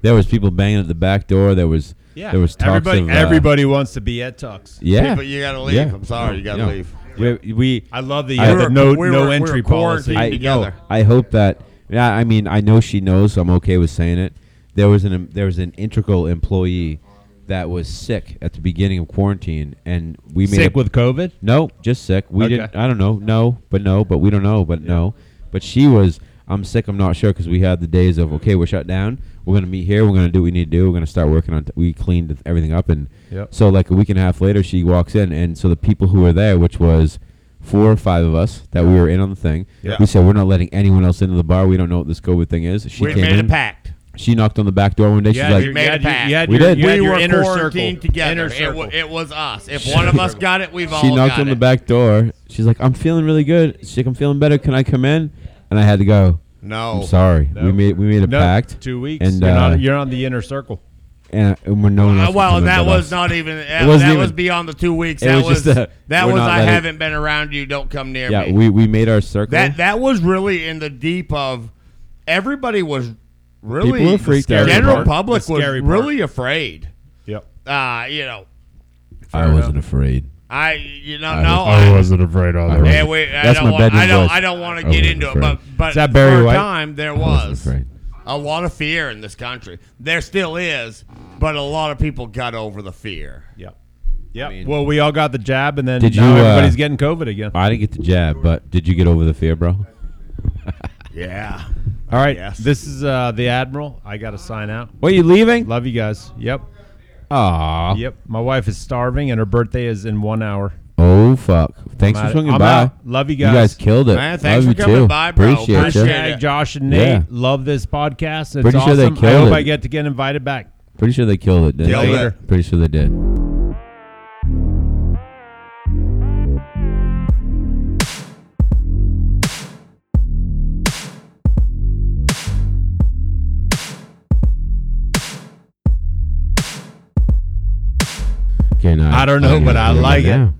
Speaker 2: There was people banging at the back door. There was
Speaker 3: Yeah,
Speaker 2: there was talks
Speaker 3: everybody.
Speaker 2: of, uh,
Speaker 3: everybody wants to be at Tux.
Speaker 2: Yeah,
Speaker 1: People, you gotta leave.
Speaker 2: Yeah.
Speaker 1: I'm sorry, you gotta
Speaker 2: Yeah.
Speaker 1: leave.
Speaker 2: We, we
Speaker 3: I love the,
Speaker 2: I-
Speaker 3: uh,
Speaker 2: We
Speaker 3: the
Speaker 2: were-
Speaker 3: no
Speaker 1: we
Speaker 3: no
Speaker 1: were- we were
Speaker 3: entry policy.
Speaker 1: quarantined.
Speaker 2: I,
Speaker 1: together.
Speaker 2: No, I hope that. Yeah, I mean, I know she knows. So I'm okay with saying it. There was an um, there was an integral employee that was sick at the beginning of quarantine, and we made
Speaker 3: Sick
Speaker 2: a,
Speaker 3: with COVID.
Speaker 2: no, just sick. We
Speaker 3: Okay.
Speaker 2: didn't. I don't know. No, but no, but we don't know. But no, but she was. I'm sick. I'm not sure because we had the days of okay, we're shut down. We're gonna meet here. We're gonna do what we need to do. We're gonna start working on. T- we cleaned everything up, and
Speaker 3: Yep.
Speaker 2: so like a week and a half later, she walks in, and so the people who were there, which was four or five of us that we were in on the thing,
Speaker 3: Yeah.
Speaker 2: we said we're not letting anyone else into the bar. We don't know what this COVID thing is. She
Speaker 1: We
Speaker 2: came
Speaker 1: made
Speaker 2: in.
Speaker 1: a pact.
Speaker 2: She knocked on the back door one day.
Speaker 3: Yeah,
Speaker 2: She's
Speaker 3: you
Speaker 2: like,
Speaker 1: made
Speaker 3: you
Speaker 1: a
Speaker 3: had your,
Speaker 1: pact.
Speaker 3: you had
Speaker 2: We
Speaker 3: your,
Speaker 2: did.
Speaker 3: You had
Speaker 1: we
Speaker 3: your
Speaker 1: were
Speaker 3: inner
Speaker 1: quarantined
Speaker 3: circle.
Speaker 1: together.
Speaker 3: Inner
Speaker 1: It,
Speaker 3: circle.
Speaker 1: wa- it was us. If one of us got it, we've all
Speaker 2: She knocked
Speaker 1: got
Speaker 2: on the
Speaker 1: it.
Speaker 2: back door. She's like, I'm feeling really good. She's like, I'm feeling better. Can I come in? And I had to go.
Speaker 1: No,
Speaker 2: I'm sorry.
Speaker 3: No.
Speaker 2: We made we made a
Speaker 3: No,
Speaker 2: pact.
Speaker 3: Two weeks.
Speaker 2: And
Speaker 3: you're,
Speaker 2: uh,
Speaker 3: not, you're on the inner circle.
Speaker 2: and, and we're no one else.
Speaker 1: Uh,
Speaker 2: can come
Speaker 1: well,
Speaker 2: in
Speaker 1: that
Speaker 2: but
Speaker 1: was
Speaker 2: us.
Speaker 1: not even. That,
Speaker 2: wasn't
Speaker 1: that
Speaker 2: even-
Speaker 1: was beyond the two weeks.
Speaker 2: It
Speaker 1: That
Speaker 2: was
Speaker 1: was,
Speaker 2: just a-
Speaker 1: that
Speaker 2: we're
Speaker 1: was.
Speaker 2: not
Speaker 1: I
Speaker 2: letting-
Speaker 1: haven't been around you. Don't come near
Speaker 2: Yeah,
Speaker 1: me.
Speaker 2: we, we made our circle.
Speaker 1: that that was really in the deep of. Everybody was really.
Speaker 2: People were freaked
Speaker 1: the
Speaker 2: out.
Speaker 1: General
Speaker 3: Scary part.
Speaker 1: public
Speaker 3: The
Speaker 1: was
Speaker 3: scary part.
Speaker 1: really afraid.
Speaker 3: Yep.
Speaker 1: Uh, you know,
Speaker 2: I wasn't afraid.
Speaker 1: I you know
Speaker 2: I
Speaker 1: no.
Speaker 2: was- I
Speaker 1: wasn't.
Speaker 2: I
Speaker 1: Yeah,
Speaker 2: wasn't-
Speaker 1: we, I
Speaker 2: That's
Speaker 1: don't
Speaker 2: my
Speaker 1: wa-
Speaker 2: bedroom
Speaker 1: I don't.
Speaker 2: voice.
Speaker 1: I don't want
Speaker 2: I
Speaker 1: to get
Speaker 2: wasn't
Speaker 1: into
Speaker 2: afraid.
Speaker 1: it, but but
Speaker 3: Is that Barry
Speaker 1: for a
Speaker 3: White?
Speaker 1: time there
Speaker 2: wasn't
Speaker 1: was
Speaker 2: afraid.
Speaker 1: a lot of fear in this country. There still is, but a lot of people got over the fear.
Speaker 3: Yep. Yep. well, we all got the jab, and then
Speaker 2: Did
Speaker 3: now
Speaker 2: you, uh,
Speaker 3: everybody's getting COVID again.
Speaker 2: I didn't get the jab, but did you get over the fear, bro?
Speaker 1: Yeah.
Speaker 3: All right.
Speaker 1: Yes.
Speaker 3: This is uh, the Admiral. I got to sign out.
Speaker 2: What you leaving?
Speaker 3: Love you guys. Yep.
Speaker 2: Aw.
Speaker 3: Yep. My wife is starving, and her birthday is in one hour.
Speaker 2: Oh fuck. Thanks
Speaker 3: I'm
Speaker 2: for
Speaker 3: out-
Speaker 2: swinging
Speaker 3: I'm
Speaker 2: by.
Speaker 3: out. Love you
Speaker 2: You guys
Speaker 3: guys.
Speaker 2: killed it.
Speaker 1: Man, thanks
Speaker 2: Love
Speaker 1: for
Speaker 2: you
Speaker 1: coming
Speaker 2: too.
Speaker 1: by, bro.
Speaker 2: Appreciate,
Speaker 1: Appreciate
Speaker 2: ya.
Speaker 1: it.
Speaker 3: Hashtag Josh and Nate.
Speaker 2: Yeah.
Speaker 3: Love this podcast. It's
Speaker 2: Pretty sure they
Speaker 3: awesome. I
Speaker 2: killed
Speaker 3: hope
Speaker 2: it.
Speaker 3: I get to get invited back.
Speaker 2: Pretty sure they killed it. didn't
Speaker 1: Killed
Speaker 2: they?
Speaker 1: it.
Speaker 2: Pretty sure they did. Okay, now,
Speaker 3: I don't know, but I like it.
Speaker 2: Yeah.